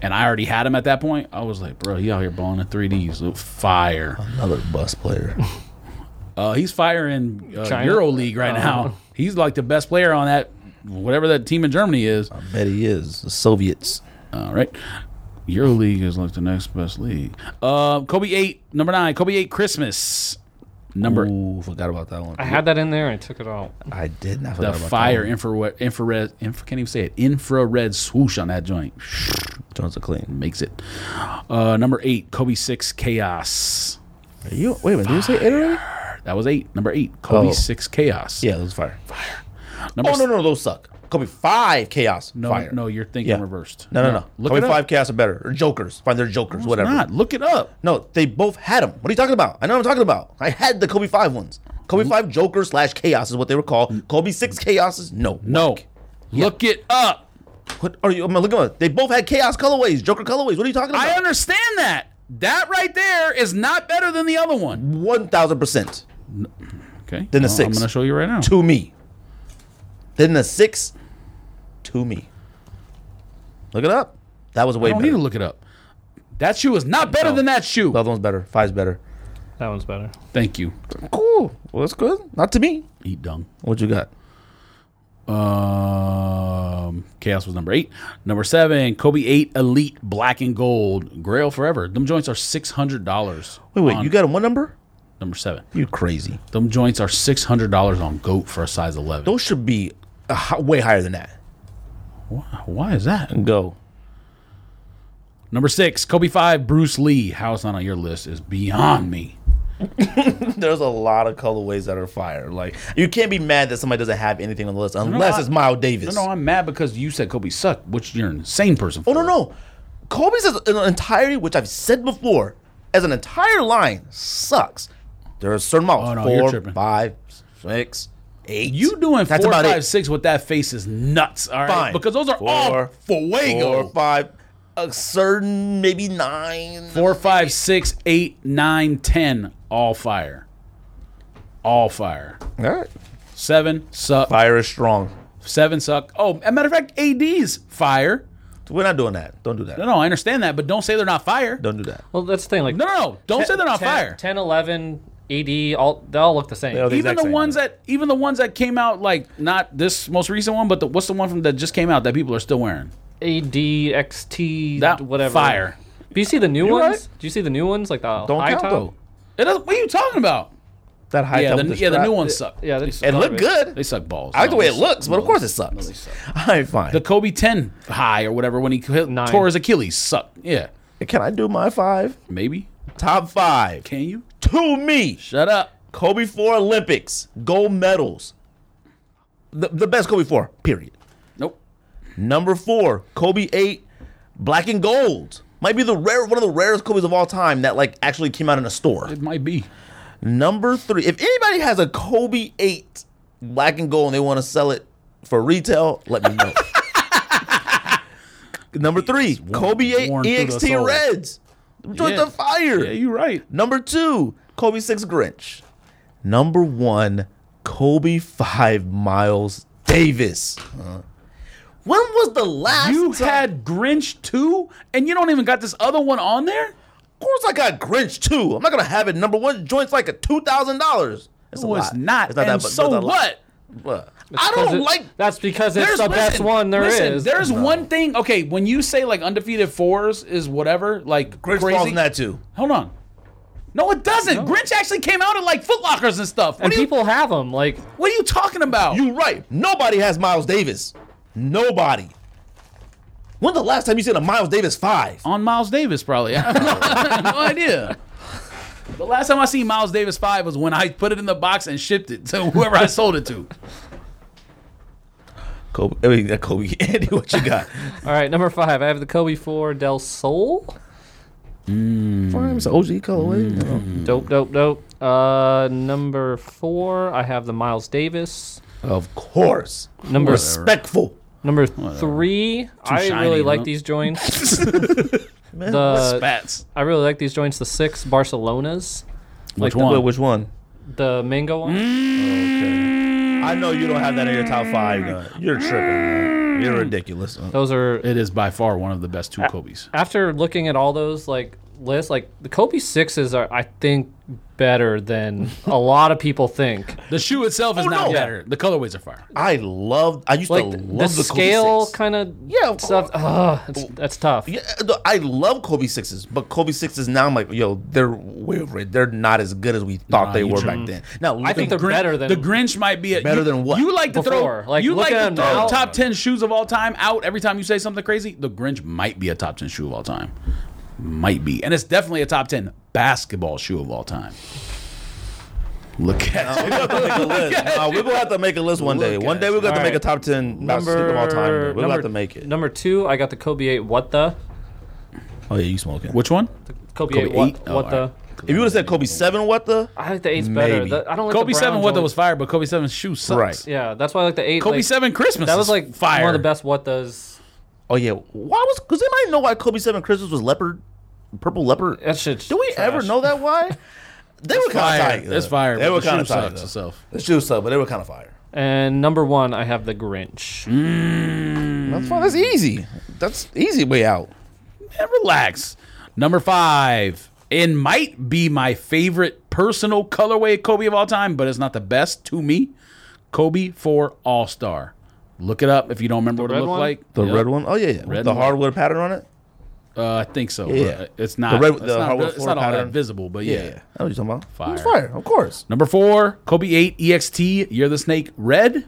And I already had him at that point. I was like, bro, he out here balling in 3Ds. Look, Fire. Another bus player. Uh, he's firing uh, China? EuroLeague right Uh-huh. now. He's like the best player on that whatever that team in Germany is. Bet he is. The Soviets. All right. EuroLeague is like the next best league. Uh, Kobe 8, number 9, Kobe 8 Christmas. Number Ooh, forgot about that one. I had that in there and I took it out. I did not the forgot about fire that infrared infrared infra, can't even say it. Infrared swoosh on that joint one. Jones are clean. makes it. Uh, number 8, Kobe 6 Chaos. Are you wait a minute, did you say eight already? That was 8. Number 8, Kobe Oh. 6 Chaos. Yeah, it was fire. Number Oh no, no, those suck. Kobe five chaos. no, fire. no, you're thinking Yeah. reversed. no, no, no. Look Kobe it up. five chaos are better. Or jokers. Find their jokers. It's whatever. not. Look it up. No, they both had them. What are you talking about? I know what I'm talking about. I had the Kobe 5 ones. Kobe 5 Joker slash Chaos is what they were Mm. called. Kobe 6 Chaos is no. No. Look it up. What are you? I'm looking at They both had Chaos colorways, Joker colorways. What are you talking I about? understand that. That right there is not better than the other one. 1000% Okay. Then the I'm six. going to show you right now. to me. Then the 6 to me. Look it up. That was I way don't better. need to look it up. That shoe is not better than that shoe. the other one's better. Five's better. That one's better. Thank you. Cool. Well, that's good. Not to me. Eat dung. What you got? Um, Chaos was number eight. Number seven, Kobe 8 Elite Black and Gold. Grail Forever. Them joints are $600. Wait, wait. on- You got a one number? Number seven. You crazy. Them joints are $600 on GOAT for a size 11. Those should be uh, hi- way higher than that. Why, why is that? Go. Number six, Kobe 5 Bruce Lee. How it's not on your list is beyond me. There's a lot of colorways that are fire. Like you can't be mad that somebody doesn't have anything on the list unless I- it's Miles Davis. No, no, I'm mad because you said Kobe sucked, which you're an insane person. For. oh no no, Kobe's as an entirety, which I've said before, as an entire line sucks. There are certain models. Oh, no, you're four, tripping. five, six, eight. You doing That's four, about five, it. six with that face is nuts. All right, Fine. because those are all Four, fuego. four, five, a certain maybe nine. Four, five, six, eight, nine, ten, all fire, all fire. All right, Seven suck. fire is strong. Seven suck. Oh, as a matter of fact, AD's fire. We're not doing that. Don't do that. No, no, I understand that, but don't say they're not fire. Don't do that. Well, that's the thing. Like No, no, no. Don't say they're not fire. 10, 11, AD, all they all look the same. all the even exact the same. ones that even the ones that came out like not this most recent one, but the, what's the one from that just came out that people are still wearing? AD, XT, That whatever. fire. Do you see the new right. ones? Do you see the new ones like the Don't high count top? though. It doesn't, what are you talking about? That high Yeah, top the, of yeah, the strap. new ones suck. yeah, they they suck suck. It looked good. They suck balls. I like the No, way they it suck. looks, but of No, course it no, they sucks. suck. All right, fine. The Kobe 10 high or whatever when he hit, Nine. tore his Achilles sucked. Yeah. Can I do my five? Maybe. Top five. Can you? To me, Shut up. Kobe 4 Olympics, gold medals. The, the best Kobe 4, period. Nope. Number four, Kobe 8, black and gold. Might be the rare one of the rarest Kobe's of all time that like actually came out in a store. It might be. Number three, if anybody has a Kobe 8 black and gold and they want to sell it for retail, let me know. Number three, Kobe 8 worn through the EXT soul. Reds. Join Yeah. the fire. Yeah, you're right. Number two, Kobe six Grinch. Number one, Kobe five Miles Davis. Uh-huh. When was the last You time- had Grinch 2 and you don't even got this other one on there? Of course, I got Grinch too. I'm not gonna have it. Number one joint's like a two thousand dollars. It's a No, it's lot. not. that and bu- so that's a lot. what? What? I don't 'Cause it- like. That's because it's the best listen, one there is. listen, There's one thing. Okay, when you say like undefeated fours is whatever, like Grinch crazy. falls in that too. Hold on. No, it doesn't. Grinch actually came out in like Footlockers and stuff. What, and are, you, people have them. Like what are you talking about? You right. Nobody has Miles Davis. Nobody. When's the last time you seen a Miles Davis five? on Miles Davis, probably. I have no idea. The last time I seen Miles Davis 5 was when I put it in the box and shipped it to whoever I sold it to. Kobe. I mean, that Kobe. Andy, what you got? all right, number five. I have the Kobe Four Del Sol. Prime, it's an OG colorway. you know. Dope, dope, dope. Uh, number four. I have the Miles Davis. Of course. Number Respectful. number three. I shiny, really like huh? these joints. the Spats. I really like these joints. The six Barcelonas, Which the- one? Mm. which one? the mango one. I know you don't have that in your top five. uh, You're tripping. man. You're ridiculous. Uh, Those are It is by far one of the best two Kobe's. after looking at all those like lists. Like the Kobe sixes are, I think, better than a lot of people think. The shoe itself is Oh, not no. better. The colorways are fire. I love. I used Like to love the, the, Kobe scale six. kind of Yeah, of stuff. Ugh, it's, that's tough. Yeah, no, I love Kobe sixes, but Kobe sixes now I'm like, yo, they're way over it. They're not as good as we thought Nah, they you were tripping. back then. Now I think they're better than the Grinch might be a, Better you- than what? You like to Before. throw Like, you look like at to them throw now. top ten shoes of all time out every time you say something crazy. The Grinch might be a top ten shoe of all time, might be, and it's definitely a top ten basketball shoe of all time. Look at you. uh, we're gonna have to make a list one day. Look One at day us. we're gonna have to All make a right. top ten number Number, of all time. We're gonna have number- to make it. Number two, I got the Kobe eight. What the Oh yeah, you smoking? which one? Kobe, Kobe eight? What, eight? Oh, what the? all right. If you would have said Kobe seven, what the? I like the eight's Maybe. better. The- I don't like Kobe the seven brown what the joint. was fire, but Kobe seven shoe sucks. Right. Yeah, that's why I like the eight. Kobe like, seven Christmas. That is was like fire. one of the best what does. Oh yeah. Why was? Because anybody know why Kobe seven Christmas was leopard, purple leopard? That shit. Do we ever know that why? They were kind of Fire. tight. That's though. fire. They but were the kind of shoe tight. sucks though. itself. The shoes suck, but they were kind of fire. And number one, I have the Grinch. That's fine. That's easy. That's easy way out. And relax. Number five, and might be my favorite personal colorway Kobe of all time, but it's not the best to me. Kobe for All Star. Look it up if you don't remember what it red looked one? like. The Yep. red one? Oh yeah, yeah. Red the one. hardwood pattern on it. Uh, I think so. Yeah. Uh, It's not. The red- it's the not, hardwood it's floor not all that pattern. visible, but yeah. I know what you're talking about. It was Fire. fire, of course. Number four, Kobe eight EXT. You're the snake. Red,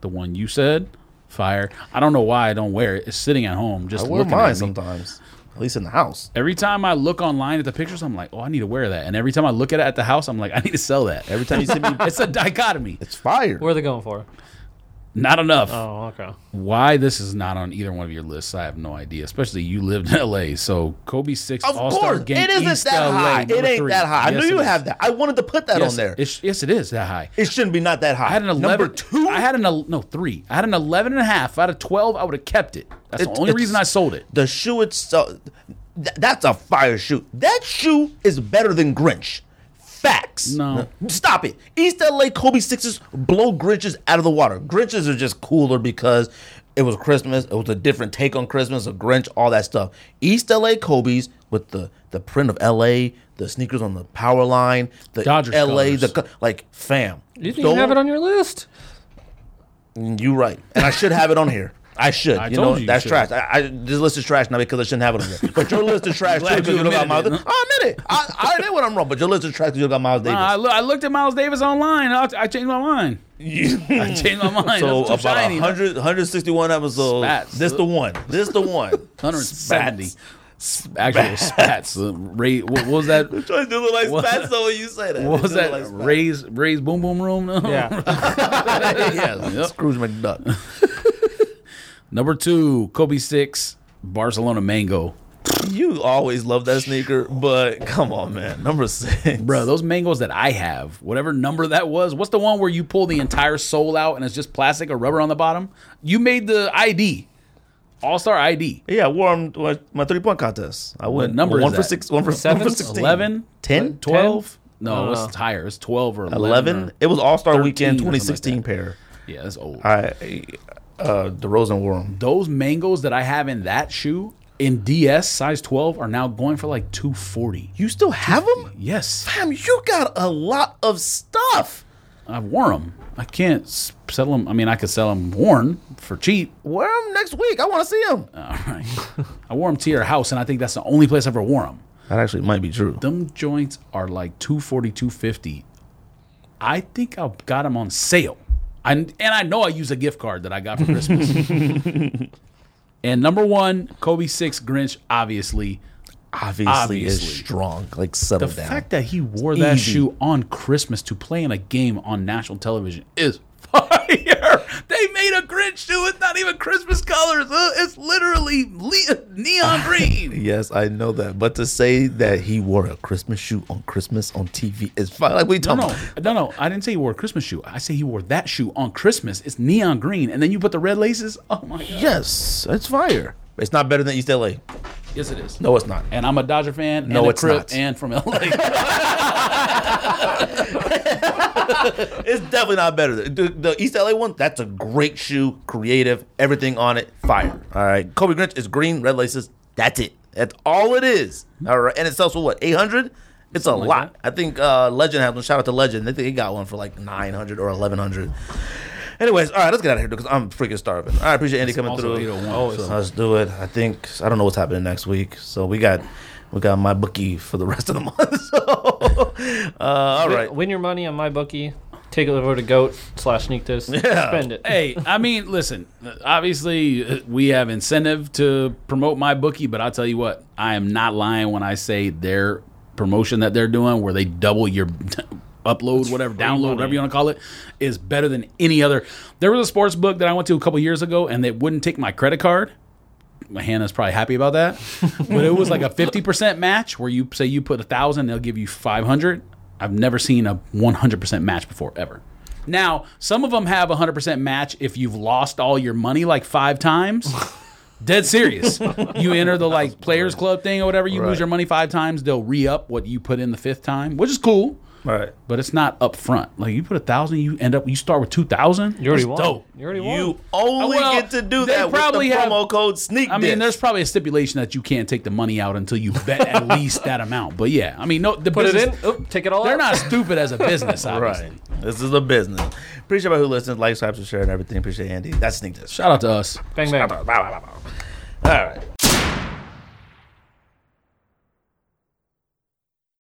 the one you said. Fire. I don't know why I don't wear it. It's sitting at home. Just I wear looking mine at me. sometimes. At least in the house. Every time I look online at the pictures, I'm like, oh, I need to wear that. And every time I look at it at the house, I'm like, I need to sell that. Every time you see me, it's a dichotomy. it's fire. Where are they going for? Not enough. Oh, okay. Why this is not on either one of your lists, I have no idea. Especially you lived in LA, so Kobe six Of All Star course, game. it isn't East that LA, high. It number ain't three. that high. I Yes, knew it you is. have that. I wanted to put that Yes, on there. it sh- yes, it is that high. It shouldn't be not that high. I had an eleven. Number two. I had an el- no three. I had an eleven and a half out of twelve. I would have kept it. That's It- the only it's- reason I sold it. the shoe itself. th- that's a fire shoe. That shoe is better than Grinch. Facts. No. Stop it. East LA Kobe Sixes blow Grinches out of the water. Grinches are just cooler because it was Christmas. It was a different take on Christmas, a Grinch, all that stuff. East LA Kobe's with the the print of LA, the sneakers on the power line, the Dodgers LA, colors. the co- like fam. You didn't even have it on your list. You right. And I should have it on here. I should. I you told know, you you that's should. trash. I, I, this list is trash now because I shouldn't have it on there. But your list is trash too Glad because you you don't got Miles. admitted it, Davis. I admit it. I, I admit when I'm wrong. But your list is trash because you don't got Miles Davis. I, loo- I looked at Miles Davis online. I, I changed my mind. I Mm. changed my mind. so That's too about shiny. 100, 161 episodes. Spats. This the one. This the one. 170 Sp- actual spats. Uh, Ray, what, what was that? What Trying to look like What? Spats though when you say that. was It that? look like Ray's Ray's boom boom room. Yeah. Spats. yeah, Scrooge McDuck. Number two, Kobe six, Barcelona mango. You always love that sneaker, but come on, man. Number six. Bro, those mangoes that I have, whatever number that was, what's the one where you pull the entire sole out and it's just plastic or rubber on the bottom? You made the ID, All Star ID. Yeah, I wore 'em to my, my three point contest. I went number is one for that? six, one for Seven? one for sixteen, 11, 10, 12? No, No, it's no. higher. It's 12 or 11. 11. or- it was All Star 13 Weekend or something like 2016 that. pair. yeah, that's old. I uh, DeRozan wore them. those mangoes that I have in that shoe in DS size 12 are now going for like 240. You still have them? Yes, Damn, you got a lot of stuff. I've worn them. I can't s- sell them. I mean, I could sell them worn for cheap. Wear them next week. I want to see them. All right. I wore them to your house, and I think that's the only place I ever wore them. That actually might be true. Them joints are like 240, 250. I think I got them on sale. I, and I know I used a gift card that I got for Christmas. and number one, Kobe 6 Grinch, obviously. Obviously, Obviously. is strong. Like settle The down. fact that he wore that easy. shoe on Christmas to play in a game on national television is fire. They made a Grinch shoe. It's not even Christmas colors. Uh, It's literally le- neon green. yes, I know that. But to say that he wore a Christmas shoe on Christmas on TV is fine. Like we No, talking no, about. no, no. I didn't say he wore a Christmas shoe. I say he wore that shoe on Christmas. It's neon green, and then you put the red laces. Oh my god! Yes, it's fire. It's not better than East LA. Yes, it is. No, it's not. And I'm a Dodger fan. No, and a it's Crip, not. And from LA. It's definitely not better. The, the East LA one, that's a great shoe, creative, everything on it, fire. All right, Kobe Grinch is green, red laces. That's it. That's all it is. All right, and it sells for what eight hundred? It's a like lot. I think uh, Legend has one. Shout out to Legend. They think he got one for like nine hundred or eleven hundred. Anyways, all right, let's get out of here because I'm freaking starving. I appreciate Andy coming also through. 8:01, Oh, so- Let's do it. I think I don't know what's happening next week, so we got we got my bookie for the rest of the month. So uh, all right, Win your money on my bookie. Take it over to Goat slash Sneak This. Spend it. hey, I mean, listen. Obviously, uh, we have incentive to promote my bookie, but I'll tell you what, I am not lying when I say their promotion that they're doing, where they double your upload, whatever, download, whatever you want to call it, is better than any other. There was a sports book that I went to a couple years ago, and they wouldn't take my credit card. Hannah's probably happy about that. but it was like a 50% match where you say you put a thousand, they'll give you 500. I've never seen a 100% match before ever. Now, some of them have 100% match if you've lost all your money like five times. Dead serious. you enter the like players club thing or whatever, you lose your money five times, they'll re up what you put in the fifth time, which is cool, all right. but it's not up front. Like you put a thousand, you end up, you start with 2,000. You already That's won. dope. You already won. You only Well, get to do they that with the probably have- promo code sneak. I mean, Disc. there's probably a stipulation that you can't take the money out until you bet at least that amount. But yeah, I mean, no, the Put it in. business, Oop, take it all They're out. not stupid as a business, obviously. This is a business. Appreciate everybody who listens, likes, subscribes, and share, and everything. Appreciate Andy. That's sneak this. Shout out to us. Bang, bang. All right.